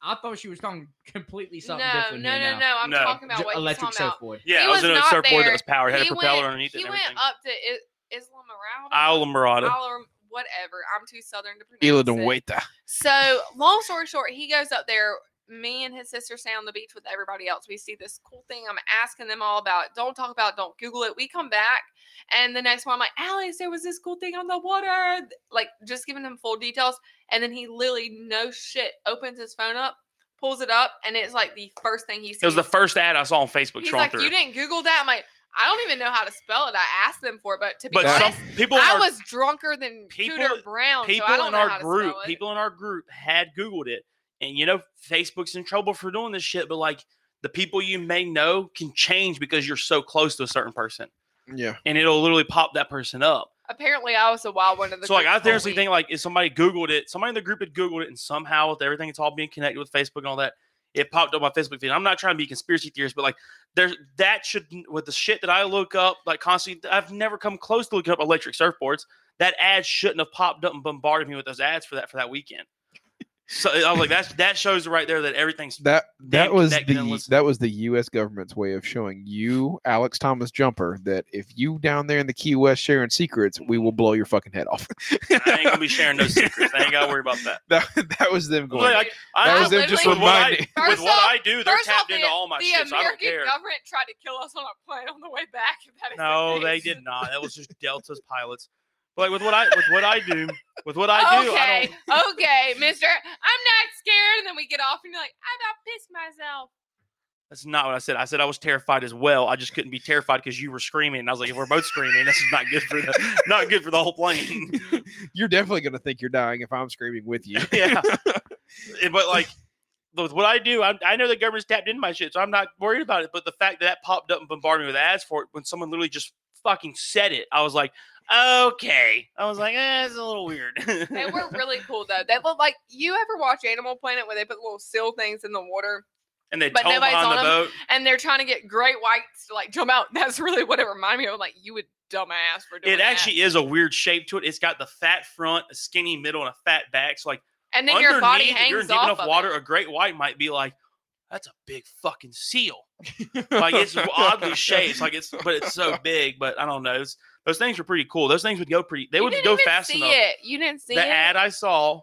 Speaker 4: I thought she was talking completely
Speaker 1: No,
Speaker 4: something
Speaker 1: no,
Speaker 4: different.
Speaker 1: no,
Speaker 4: here
Speaker 1: no,
Speaker 4: now.
Speaker 1: I'm
Speaker 3: No.
Speaker 1: talking about
Speaker 4: Ju-
Speaker 1: what you're
Speaker 4: electric
Speaker 1: talking about.
Speaker 4: surfboard.
Speaker 3: Yeah,
Speaker 1: He
Speaker 3: it was,
Speaker 1: was
Speaker 3: in a
Speaker 1: not
Speaker 3: surfboard that
Speaker 1: there.
Speaker 3: was powered. It had
Speaker 1: he
Speaker 3: a propeller
Speaker 1: went,
Speaker 3: underneath it
Speaker 1: He
Speaker 3: and
Speaker 1: went
Speaker 3: everything.
Speaker 1: up to I- Isla Morada.
Speaker 3: Isla Morada.
Speaker 1: Isla- whatever. I'm too southern to
Speaker 5: Ila
Speaker 1: pronounce
Speaker 5: de
Speaker 1: it.
Speaker 5: Huerta.
Speaker 1: So, long story short, he goes up there. Me and his sister stay on the beach with everybody else. We see this cool thing. I'm asking them all about it. Don't talk about it. Don't Google it. We come back. And the next one, I'm like, Alex, there was this cool thing on the water. Like, just giving him full details. And then he literally, no shit, opens his phone up, pulls it up, and it's like the first thing he sees.
Speaker 3: It was the first ad I saw on Facebook.
Speaker 1: He's
Speaker 3: scrolling
Speaker 1: like,
Speaker 3: through.
Speaker 1: you didn't Google that? I'm like, I don't even know how to spell it. I asked them for it, but to be
Speaker 3: but
Speaker 1: honest,
Speaker 3: some people in
Speaker 1: I
Speaker 3: our,
Speaker 1: was drunker than
Speaker 3: people-
Speaker 1: Cooter Brown.
Speaker 3: people
Speaker 1: so I don't
Speaker 3: in
Speaker 1: know
Speaker 3: our
Speaker 1: how to
Speaker 3: group,
Speaker 1: spell it.
Speaker 3: people in our group had Googled it, and you know Facebook's in trouble for doing this shit. But like the people you may know can change because you're so close to a certain person,
Speaker 5: Yeah.
Speaker 3: and it'll literally pop that person up.
Speaker 1: Apparently, I was a wild one of the.
Speaker 3: so like
Speaker 1: group
Speaker 3: I
Speaker 1: all
Speaker 3: seriously
Speaker 1: week.
Speaker 3: think like if somebody Googled it, somebody in the group had Googled it, and somehow with everything it's all being connected with Facebook and all that, it popped up my Facebook feed. I'm not trying to be conspiracy theorist, but like there's that should with the shit that I look up like constantly. I've never come close to looking up electric surfboards. that ad shouldn't have popped up and bombarded me with those ads for that for that weekend. So I was like, that's that shows right there that everything's
Speaker 5: That that
Speaker 3: Damn
Speaker 5: was
Speaker 3: connected and
Speaker 5: the
Speaker 3: listen.
Speaker 5: that was the U.S. government's way of showing you, Alex Thomas Jumper, that if you down there in the Key West sharing secrets, we will blow your fucking head off.
Speaker 3: I ain't gonna be sharing no secrets. I ain't gotta worry about that.
Speaker 5: that, that was them going.
Speaker 3: Like, I,
Speaker 5: that
Speaker 1: I
Speaker 5: was them
Speaker 1: literally-
Speaker 5: just
Speaker 3: with what I-
Speaker 5: reminding.
Speaker 3: with
Speaker 1: First
Speaker 3: what
Speaker 1: off-
Speaker 3: I do, they're
Speaker 1: first off,
Speaker 3: tapped into all my
Speaker 1: the
Speaker 3: shit, so I don't
Speaker 1: American
Speaker 3: care.
Speaker 1: government tried to kill us on a plane on the way back. if that is the
Speaker 3: No, they
Speaker 1: case.
Speaker 3: did not. That was just Delta's pilots. But like with what I with what I do, with what I do, I
Speaker 1: okay,
Speaker 3: don't.
Speaker 1: okay, Mister, I'm not scared. And then we get off, and you're like, I about pissed myself.
Speaker 3: That's not what I said. I said I was terrified as well. I just couldn't be terrified because you were screaming, and I was like, if we're both screaming, this is not good for the not good for the whole plane.
Speaker 5: You're definitely gonna think you're dying if I'm screaming with you.
Speaker 3: yeah, Yeah, but like with what I do, I, I know the government's tapped into my shit, so I'm not worried about it. But the fact that that popped up and bombarded me with ads for it when someone literally just fucking said it, I was like, okay. I was like, eh, it's a little weird.
Speaker 1: They were really cool though. They look like you ever watch Animal Planet where they put little seal things in the water
Speaker 3: and they
Speaker 1: but
Speaker 3: told
Speaker 1: nobody's on
Speaker 3: behind the
Speaker 1: 'em.
Speaker 3: boat.
Speaker 1: and they're trying to get great whites to like jump out. That's really what it reminded me of. Like you would dumbass for doing
Speaker 3: It actually is a weird shape to it. It's got the fat front, a skinny middle, and a fat back. So like
Speaker 1: that. and then your body
Speaker 3: underneath, if
Speaker 1: hangs
Speaker 3: you're in deep
Speaker 1: off
Speaker 3: enough
Speaker 1: of
Speaker 3: water,
Speaker 1: It.
Speaker 3: a great white might be like, that's a big fucking seal. like it's oddly shaped. It's Like it's but it's so big. But I don't know. It's, those things were pretty cool. Those things would go pretty. They
Speaker 1: You
Speaker 3: would
Speaker 1: didn't
Speaker 3: go
Speaker 1: even
Speaker 3: fast
Speaker 1: see
Speaker 3: enough.
Speaker 1: It. You didn't see
Speaker 3: The
Speaker 1: it.
Speaker 3: ad I saw,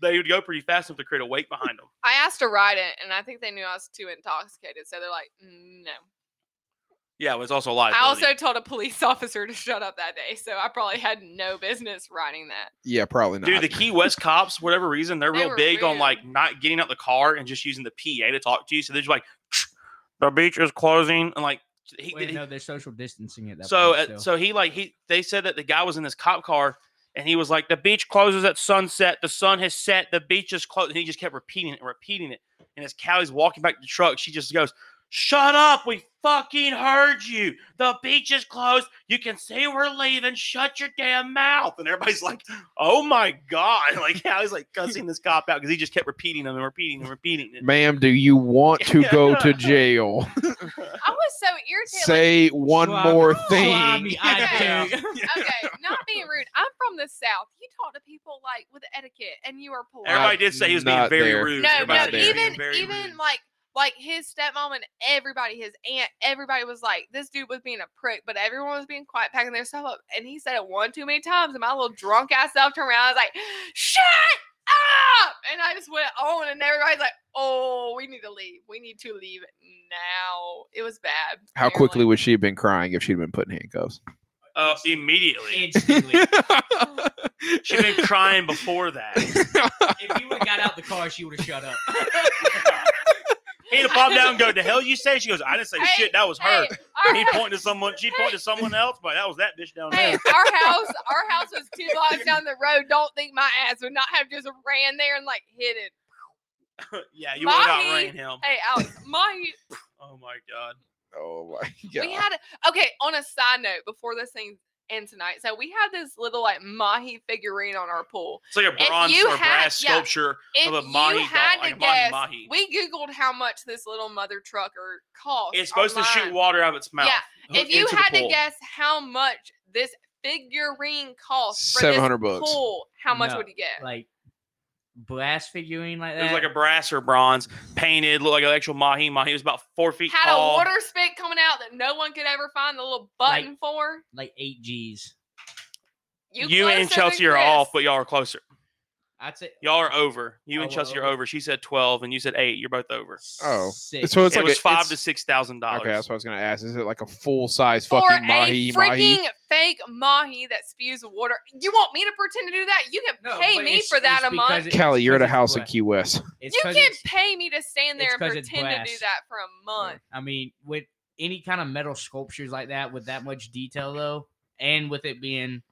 Speaker 3: they would go pretty fast enough to create a weight behind them.
Speaker 1: I asked to ride it, and I think they knew I was too intoxicated, so they're like, "No."
Speaker 3: Yeah, it was also a liability.
Speaker 1: I also told a police officer to shut up that day, so I probably had no business riding that.
Speaker 5: yeah, probably not.
Speaker 3: Dude, the Key West cops, whatever reason, they're
Speaker 1: They
Speaker 3: real
Speaker 1: were
Speaker 3: big on
Speaker 1: rude.
Speaker 3: like not getting out the car and just using the PA to talk to you. So they're just like, the beach is closing, and like he,
Speaker 4: Wait,
Speaker 3: he-
Speaker 4: no, they're social distancing at that.
Speaker 3: so
Speaker 4: point
Speaker 3: uh,
Speaker 4: still.
Speaker 3: so he like he they said that the guy was in this cop car and he was like the beach closes at sunset the sun has set the beach is closed and he just kept repeating it and repeating it and as Callie's walking back to the truck she just goes shut up we fucking heard you the beach is closed you can see we're leaving shut your damn mouth and everybody's like oh my god like Callie's like cussing this cop out because he just kept repeating them and repeating and repeating it
Speaker 5: Ma'am, do you want to go to jail?
Speaker 1: I was so irritated. like,
Speaker 5: Say one
Speaker 4: Swab-
Speaker 5: more
Speaker 4: swab
Speaker 5: thing.
Speaker 4: me, I
Speaker 1: Yeah.
Speaker 4: do.
Speaker 1: okay, not being rude. I'm from the South. You talk to people like with etiquette, and you are polite.
Speaker 3: everybody did say he was being
Speaker 5: Not
Speaker 3: very
Speaker 5: there.
Speaker 3: rude
Speaker 1: no,
Speaker 3: Everybody
Speaker 1: no,
Speaker 5: about
Speaker 3: said he was being
Speaker 1: even
Speaker 3: very
Speaker 1: even
Speaker 3: rude.
Speaker 1: like like his stepmom and everybody, his aunt, everybody was like, this dude was being a prick, but everyone was being quiet, packing their stuff up, and he said it one too many times, and my little drunk ass self turned around, I was like, shut up, and I just went on, and everybody's like, oh, we need to leave, we need to leave now. It was bad.
Speaker 5: How
Speaker 1: They were
Speaker 5: quickly
Speaker 1: like-
Speaker 5: would she have been crying if she'd been put in handcuffs?
Speaker 3: uh, immediately
Speaker 4: Instantly.
Speaker 5: Oh
Speaker 3: She'd been crying before that.
Speaker 4: if you would have got out the car, she would have shut up.
Speaker 3: He'd have popped down and go, "The hell you say?" She goes, "I didn't say
Speaker 1: Hey,
Speaker 3: shit. That was her."
Speaker 1: Hey, our,
Speaker 3: He pointed to someone. She pointed to someone else, but that was that bitch down
Speaker 1: hey,
Speaker 3: there.
Speaker 1: our house, our house was two blocks down the road. Don't think my ass would not have just ran there and like hit it.
Speaker 3: yeah, you would have
Speaker 1: Mahi.
Speaker 3: outran him.
Speaker 1: Hey, Alex, my
Speaker 3: Oh my god.
Speaker 5: Oh my god!
Speaker 1: we had a, okay. On a side note, before this thing ends tonight, so we had this little like mahi figurine on our pool.
Speaker 3: It's like a
Speaker 1: If
Speaker 3: bronze
Speaker 1: you
Speaker 3: or
Speaker 1: had-
Speaker 3: brass
Speaker 1: yeah.
Speaker 3: sculpture
Speaker 1: If
Speaker 3: of a
Speaker 1: you
Speaker 3: mahi, doll,
Speaker 1: had
Speaker 3: like
Speaker 1: to
Speaker 3: a
Speaker 1: guess,
Speaker 3: mahi mahi.
Speaker 1: we googled how much this little mother trucker cost.
Speaker 3: It's supposed to shoot
Speaker 1: online.
Speaker 3: water out of its mouth.
Speaker 1: Yeah,
Speaker 3: hooked
Speaker 1: If you
Speaker 3: into the
Speaker 1: had to
Speaker 3: pole.
Speaker 1: guess how much this figurine cost for
Speaker 5: seven
Speaker 1: this
Speaker 5: hundred bucks.
Speaker 1: pool, how much
Speaker 4: No,
Speaker 1: would you get?
Speaker 4: Like blast figurine like
Speaker 3: It
Speaker 4: that.
Speaker 3: was like a brass or bronze, painted, looked like an actual mahi mahi. It was about four feet
Speaker 1: had
Speaker 3: tall.
Speaker 1: a water spit coming out that no one could ever find the little button for.
Speaker 4: like eight G's.
Speaker 3: you
Speaker 1: closer
Speaker 3: and
Speaker 1: than
Speaker 3: Chelsea are
Speaker 1: Chris.
Speaker 3: off, but y'all are closer.
Speaker 4: I'd say
Speaker 3: Y'all are over. You
Speaker 4: Oh,
Speaker 3: and
Speaker 4: we're
Speaker 3: Chelsea are
Speaker 4: over?
Speaker 3: over. She said twelve, and you said eight. You're both over.
Speaker 5: Oh,
Speaker 4: six.
Speaker 5: so it's
Speaker 3: it
Speaker 5: like
Speaker 3: was
Speaker 5: a-
Speaker 3: five
Speaker 5: it's-
Speaker 3: to six thousand dollars.
Speaker 5: Okay, that's what I was gonna ask. Is it like a full size
Speaker 1: for
Speaker 5: fucking
Speaker 1: a
Speaker 5: mahi
Speaker 1: freaking
Speaker 5: mahi?
Speaker 1: fake mahi that spews water. You want me to pretend to do that? You can
Speaker 4: No,
Speaker 1: pay
Speaker 4: but
Speaker 1: me
Speaker 4: it's-
Speaker 1: for that
Speaker 4: it's
Speaker 1: a month.
Speaker 4: because it-
Speaker 5: Callie, you're at a
Speaker 4: it's
Speaker 5: house in
Speaker 4: black.
Speaker 5: Key West.
Speaker 4: It's
Speaker 1: You
Speaker 4: 'cause
Speaker 1: can
Speaker 4: it's-
Speaker 1: pay me to stand there
Speaker 4: it's
Speaker 1: and
Speaker 4: 'cause it's
Speaker 1: pretend to do
Speaker 4: glass.
Speaker 1: that for a month.
Speaker 4: I mean, with any kind of metal sculptures like that with that much detail though, and with it being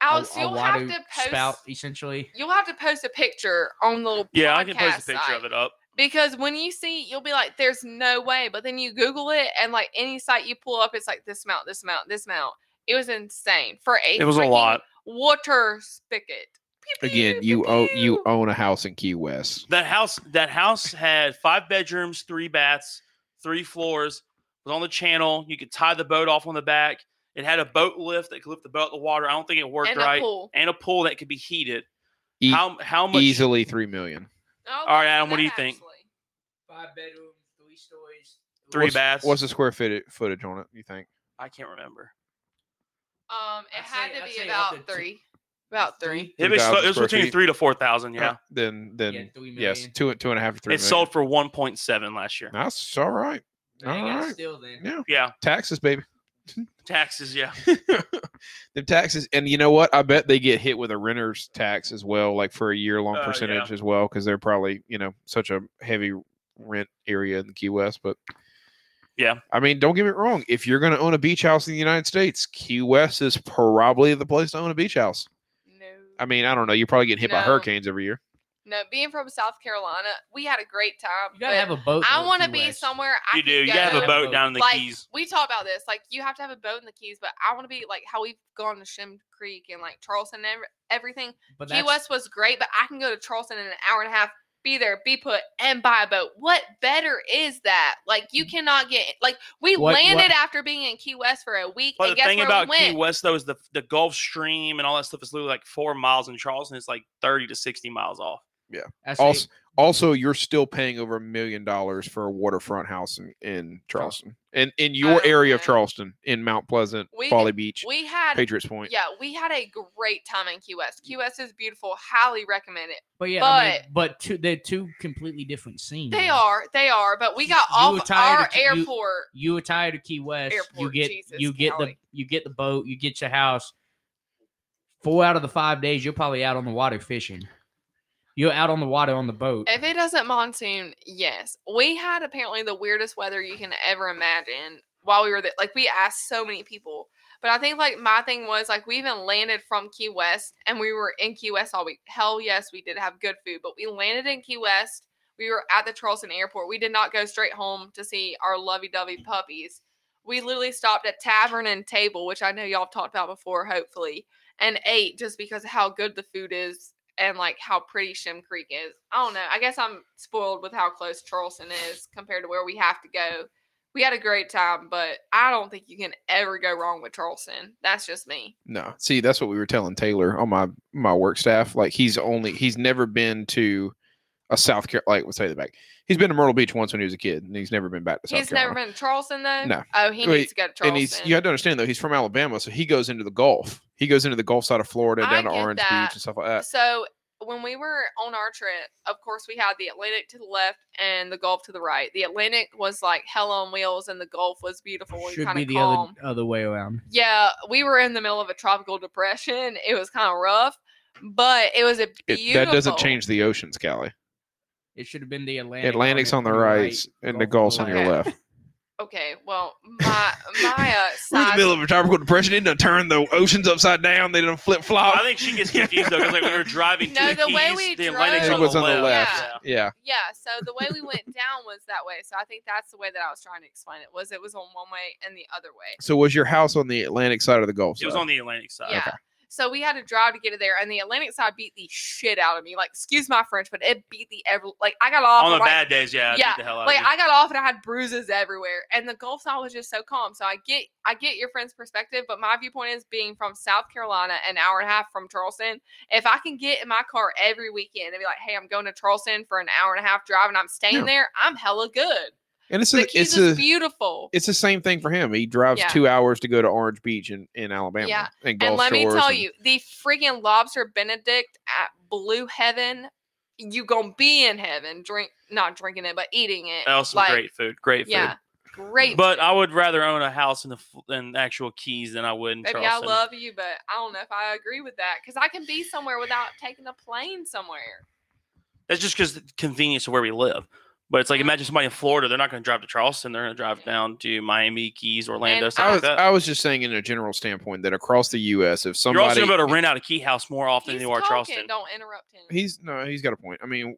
Speaker 4: a-
Speaker 1: Alex,
Speaker 4: a,
Speaker 1: you'll have
Speaker 4: water
Speaker 1: to post.
Speaker 4: spout essentially.
Speaker 1: You'll have to post a picture on the little
Speaker 3: Yeah, I can post a
Speaker 1: podcast
Speaker 3: picture
Speaker 1: site.
Speaker 3: of it up.
Speaker 1: because when you see you'll be like there's no way but then you google it and like any site you pull up it's like this amount this amount this amount it was insane for a
Speaker 3: It was a
Speaker 1: freaking
Speaker 3: lot.
Speaker 1: water spigot Pew,
Speaker 5: Again,
Speaker 1: pew,
Speaker 5: you
Speaker 1: pew,
Speaker 5: own you
Speaker 1: pew.
Speaker 5: own a house in Key West.
Speaker 3: That house that house had five bedrooms, three baths, three floors, was on the channel. You could tie the boat off on the back. It had a boat lift that could lift the boat out of the water. I don't think it worked
Speaker 1: and
Speaker 3: right.
Speaker 1: a pool.
Speaker 3: And a pool that could be heated.
Speaker 5: E-
Speaker 3: how how much?
Speaker 5: Easily three million.
Speaker 1: All
Speaker 3: right, Adam, what do you think?
Speaker 4: Five bedrooms, three stories.
Speaker 3: Three
Speaker 5: What's-
Speaker 3: baths.
Speaker 5: What's the square footage footage on it? You think?
Speaker 3: I can't remember.
Speaker 1: Um, it
Speaker 4: I'd
Speaker 1: had
Speaker 4: say-
Speaker 1: to
Speaker 4: I'd
Speaker 1: be
Speaker 4: say up
Speaker 1: about
Speaker 4: to two-
Speaker 1: three. About three.
Speaker 3: It was,
Speaker 5: 3,000
Speaker 3: it was
Speaker 5: square
Speaker 3: between
Speaker 5: feet.
Speaker 3: three to four thousand. Yeah,
Speaker 5: Uh, Then then
Speaker 4: Yeah, three
Speaker 5: yes,
Speaker 4: million.
Speaker 5: two and two and a half to
Speaker 3: it
Speaker 5: three. million.
Speaker 3: sold for one point seven last year.
Speaker 5: That's all right.
Speaker 4: They ain't
Speaker 5: All
Speaker 4: got
Speaker 5: right.
Speaker 4: still then.
Speaker 5: Yeah,
Speaker 3: Yeah,
Speaker 5: taxes, baby.
Speaker 3: taxes. Yeah,
Speaker 5: the taxes, and you know what? I bet they get hit with a renter's tax as well, like for a year long
Speaker 3: Oh, yeah.
Speaker 5: percentage as well, because they're probably you know such a heavy rent area in Key West. But
Speaker 3: Yeah.
Speaker 5: I mean, don't get me wrong. If you're going to own a beach house in the United States, Key West is probably the place to own a beach house.
Speaker 1: No.
Speaker 5: I mean, I don't know. You're probably getting hit by
Speaker 1: No.
Speaker 5: hurricanes every year.
Speaker 1: no, being from South Carolina, we had a great time.
Speaker 4: You gotta have a boat.
Speaker 1: I
Speaker 4: though,
Speaker 1: want to
Speaker 4: Key
Speaker 1: be
Speaker 4: West.
Speaker 1: somewhere. I
Speaker 3: you
Speaker 1: can
Speaker 3: do. You
Speaker 1: Go,
Speaker 3: have a
Speaker 4: Yeah.
Speaker 3: boat down in the
Speaker 1: like,
Speaker 3: Keys.
Speaker 1: We talk about this. Like you have to have a boat in the Keys, but I want to be like how we've gone to Shim Creek and like Charleston and ev- everything.
Speaker 4: But
Speaker 1: Key
Speaker 4: that's-
Speaker 1: West was great, but I can go to Charleston in an hour and a half, be there, be put, and buy a boat. What better is that? Like you cannot get like we
Speaker 4: Mm. What- what-
Speaker 1: landed after being in Key West for a week,
Speaker 3: But
Speaker 1: and
Speaker 3: the
Speaker 1: guess
Speaker 3: thing
Speaker 1: where
Speaker 3: about
Speaker 1: we went?
Speaker 3: Key West though is the the Gulf Stream and all that stuff is literally like four miles in Charleston. It's like thirty to sixty miles off.
Speaker 4: that's a-
Speaker 5: Also, also, you're still paying over a million dollars for a waterfront house in, in Charleston, and in your
Speaker 1: don't
Speaker 5: area of
Speaker 1: know.
Speaker 5: Charleston, in Mount Pleasant,
Speaker 1: We-
Speaker 5: Folly Beach,
Speaker 1: we had
Speaker 5: Patriots Point.
Speaker 1: yeah, we had a great time in Key West. Key West is beautiful. Highly recommend it.
Speaker 4: but yeah, I mean,
Speaker 1: but-
Speaker 4: but two, they're two completely different scenes.
Speaker 1: They are, they are. But we got
Speaker 4: You were
Speaker 1: off
Speaker 4: tired
Speaker 1: our
Speaker 4: of Key- you-
Speaker 1: airport.
Speaker 4: You retire to Key West. you
Speaker 1: Airport,
Speaker 4: get
Speaker 1: Jesus,
Speaker 4: you get
Speaker 1: Cali.
Speaker 4: the you get the boat. You get your house. Four out of the five days, you're probably out on the water fishing. You're out on the water on the boat.
Speaker 1: If it doesn't monsoon, yes. We had apparently the weirdest weather you can ever imagine while we were there. Like we asked so many people. But I think like my thing was like we even landed from Key West and we were in Key West all week. Hell yes, we did have good food, but we landed in Key West. We were at the Charleston airport. We did not go straight home to see our lovey dovey puppies. We literally stopped at Tavern and Table, which I know y'all have talked about before, hopefully, and ate just because of how good the food is and like how pretty Shim Creek is. I don't know. I guess I'm spoiled with how close Charleston is compared to where we have to go. We had a great time, but I don't think you can ever go wrong with Charleston. That's just me.
Speaker 5: No, see, that's what we were telling Taylor on my my work staff. Like he's only he's never been to a South Carolina. Like we'll say the back. He's been to Myrtle Beach once when he was a kid, and he's never been back to South
Speaker 1: He's
Speaker 5: Carolina.
Speaker 1: never been to Charleston though.
Speaker 5: No.
Speaker 1: Oh, he
Speaker 5: Wait,
Speaker 1: needs to go to
Speaker 5: and
Speaker 1: Charleston.
Speaker 5: he's you have to understand though he's from Alabama, so he goes into the Gulf. He goes into the Gulf side of Florida,
Speaker 1: I
Speaker 5: down to
Speaker 1: get
Speaker 5: Orange
Speaker 1: that.
Speaker 5: Beach and stuff like that.
Speaker 1: So when we were on our trip, of course we had the Atlantic to the left and the Gulf to the right. The Atlantic was like hell on wheels, and the Gulf was beautiful and
Speaker 4: Should
Speaker 1: kind
Speaker 4: be
Speaker 1: of
Speaker 4: the
Speaker 1: calm.
Speaker 4: other other way around.
Speaker 1: yeah, we were in the middle of a tropical depression. It was kind of rough, but it was a beautiful.
Speaker 5: It, that doesn't change the oceans, Callie.
Speaker 4: It should have been the Atlantic.
Speaker 5: Atlantic's on the
Speaker 4: your
Speaker 5: right, and the Gulf's on
Speaker 4: on
Speaker 5: your
Speaker 1: left.
Speaker 5: left.
Speaker 1: Okay, well, my my uh, size.
Speaker 5: of a tropical depression. They didn't turn the oceans upside down. They didn't flip
Speaker 3: I think she gets confused though because like we were driving
Speaker 1: No,
Speaker 3: to the,
Speaker 1: the way
Speaker 3: Keys,
Speaker 1: we
Speaker 3: the Atlantic's
Speaker 1: drove-
Speaker 3: on,
Speaker 5: It was
Speaker 3: the
Speaker 5: on the
Speaker 1: left.
Speaker 5: left. Yeah.
Speaker 1: yeah, so the way we went down was that way. So I think that's the way that I was trying to explain it. Was it was on one way and the other way.
Speaker 5: So was your house on the Atlantic side or the Gulf?
Speaker 3: It was
Speaker 5: side?
Speaker 3: on the Atlantic side.
Speaker 1: Yeah. So we had to drive to get it there, and the Atlantic side beat the shit out of me. Like, excuse my French, but it beat the ever. Like, I got off
Speaker 3: On the
Speaker 1: and, like,
Speaker 3: bad days, yeah, it beat
Speaker 1: Yeah,
Speaker 3: the hell out
Speaker 1: like
Speaker 3: of you.
Speaker 1: I got off and I had bruises everywhere, and the Gulf side was just so calm. So I get I get your friend's perspective, but my viewpoint is being from South Carolina, an hour and a half from Charleston. If I can get in my car every weekend and be like, "Hey, I'm going to Charleston for an hour and a half drive, and I'm staying
Speaker 5: Yeah.
Speaker 1: there," I'm hella good.
Speaker 5: and it's
Speaker 1: the
Speaker 5: a,
Speaker 1: Keys
Speaker 5: it's
Speaker 1: is
Speaker 5: a
Speaker 1: beautiful.
Speaker 5: it's the same thing for him. He drives
Speaker 1: Yeah.
Speaker 5: two hours to go to Orange Beach in, in Alabama.
Speaker 1: Yeah.
Speaker 5: And, Gulf
Speaker 1: And let me
Speaker 5: Shores
Speaker 1: tell
Speaker 5: and-
Speaker 1: you, the freaking lobster Benedict at Blue Heaven, you gonna be in heaven. Drink, not drinking it, but eating it.
Speaker 3: That was some great food. Great food.
Speaker 1: Yeah, great.
Speaker 3: But
Speaker 1: food.
Speaker 3: I would rather own a house in the f- in actual Keys than I would in
Speaker 1: Baby, I
Speaker 3: Charleston.
Speaker 1: love you, but I don't know if I agree with that because I can be somewhere without taking a plane somewhere.
Speaker 3: That's just because convenience of where we live. But it's like
Speaker 1: Mm-hmm.
Speaker 3: imagine somebody in Florida; they're not going to drive to Charleston; they're going to drive down to Miami, Keys, Orlando,
Speaker 1: And
Speaker 3: stuff
Speaker 5: I
Speaker 3: like
Speaker 5: was,
Speaker 3: that.
Speaker 5: I was just saying in a general standpoint that across the U.S., if
Speaker 3: You're also
Speaker 5: somebody
Speaker 3: going to be able to rent out a key house more often
Speaker 1: He's
Speaker 3: than you are
Speaker 1: talking.
Speaker 3: Charleston.
Speaker 1: Don't interrupt him.
Speaker 5: he's no, he's got a point. I mean,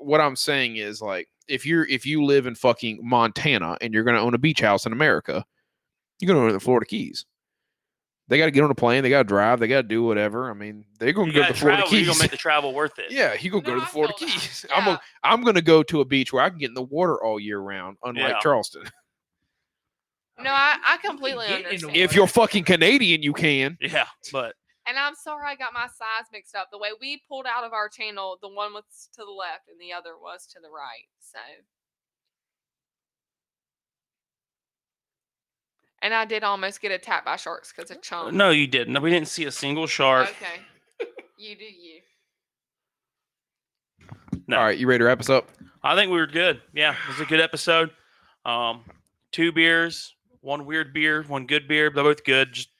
Speaker 5: what I'm saying is like if you're if you live in fucking Montana and you're going to own a beach house in America, you're going to own the Florida Keys. They got to get on a plane. They got to drive. They got to do whatever. I mean, they're
Speaker 3: You
Speaker 5: going to go
Speaker 3: got to
Speaker 5: to the Florida
Speaker 3: travel. You're going
Speaker 5: Keys.
Speaker 3: to make the travel worth it.
Speaker 5: Yeah, he gonna go
Speaker 1: No,
Speaker 5: to the
Speaker 1: I
Speaker 5: Florida
Speaker 1: feel that.
Speaker 5: Keys. I'm
Speaker 1: Yeah.
Speaker 5: gonna I'm gonna go to a beach where I can get in the water all year round, unlike
Speaker 3: Yeah.
Speaker 5: Charleston.
Speaker 1: No, I, I completely
Speaker 4: get in the
Speaker 1: understand.
Speaker 4: way.
Speaker 5: If you're fucking Canadian, you can.
Speaker 3: Yeah, but
Speaker 1: And I'm sorry I got my size mixed up. The way we pulled out of our channel, the one was to the left and the other was to the right. So. And I did almost get attacked by sharks because of chunk.
Speaker 3: Uh, no, you didn't. No, We didn't see a single shark.
Speaker 1: Oh. Okay. you do you.
Speaker 3: No.
Speaker 5: All right, you ready to wrap us up?
Speaker 3: I think we were good. Yeah, it was a good episode. Um, two beers, one weird beer, one good beer. They're both good. Just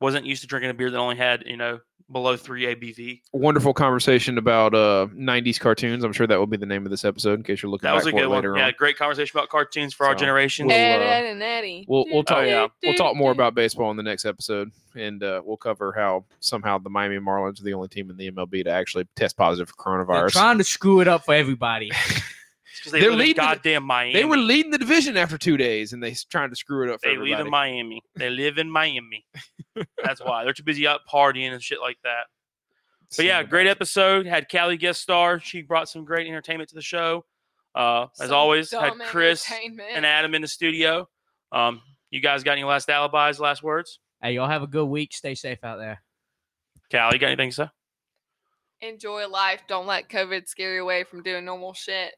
Speaker 3: wasn't used to drinking a beer that only had you know below three ABV.
Speaker 5: Wonderful conversation about uh, 90s cartoons. I'm sure that will be the name of this episode in case you're looking
Speaker 3: That was
Speaker 5: back
Speaker 3: a
Speaker 5: for it
Speaker 3: good one.
Speaker 5: later
Speaker 3: Yeah,
Speaker 5: on.
Speaker 3: great conversation about cartoons for our
Speaker 5: So,
Speaker 3: generation.
Speaker 5: we'll,
Speaker 1: Ed,
Speaker 5: uh,
Speaker 1: Ed, and Eddie.
Speaker 5: We'll we'll talk
Speaker 3: Oh, yeah.
Speaker 5: we'll talk more about baseball in the next episode, and uh, we'll cover how somehow the Miami Marlins are the only team in the MLB to actually test positive for
Speaker 4: They're
Speaker 5: coronavirus.
Speaker 4: trying to screw it up for everybody.
Speaker 3: because they
Speaker 5: They're
Speaker 3: live in
Speaker 5: leading the-
Speaker 3: goddamn Miami.
Speaker 5: They were leading the division after two days, and they s- trying to screw it up for
Speaker 3: They
Speaker 5: everybody.
Speaker 3: live in Miami. They live in Miami. That's why they're too busy out partying and shit like that. But yeah, great episode. Had Callie guest star. She brought some great entertainment to the show. Uh, as
Speaker 1: Some
Speaker 3: always, had
Speaker 1: dumb
Speaker 3: Chris and
Speaker 1: entertainment.
Speaker 3: Adam in the studio. Um, you guys got any last alibis, last words?
Speaker 4: hey, y'all have a good week. Stay safe out there.
Speaker 3: Callie, you got anything to say?
Speaker 1: Enjoy life. Don't let COVID scare you away from doing normal shit.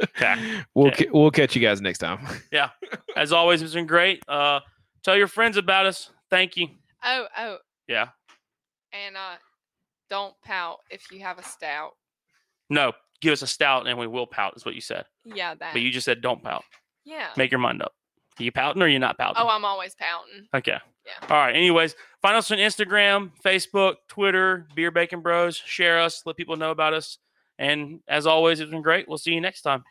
Speaker 3: Okay.
Speaker 5: We'll ca- we'll catch you guys next time.
Speaker 3: As always, it's been great. Uh, tell your friends about us. Thank you.
Speaker 1: Oh, oh.
Speaker 3: Yeah.
Speaker 1: And uh, don't pout if you have a stout.
Speaker 3: No, give us a stout and we will pout. Is what you said,
Speaker 1: Yeah, that.
Speaker 3: but you just said don't pout.
Speaker 1: yeah.
Speaker 3: Make your mind up. Are you pouting or are you not pouting?
Speaker 1: Oh, I'm always pouting.
Speaker 3: Okay.
Speaker 1: Yeah.
Speaker 3: All right. Anyways, find us on Instagram, Facebook, Twitter, Beer Bacon Bros. Share us, let people know about us. And as always, it's been great. We'll see you next time.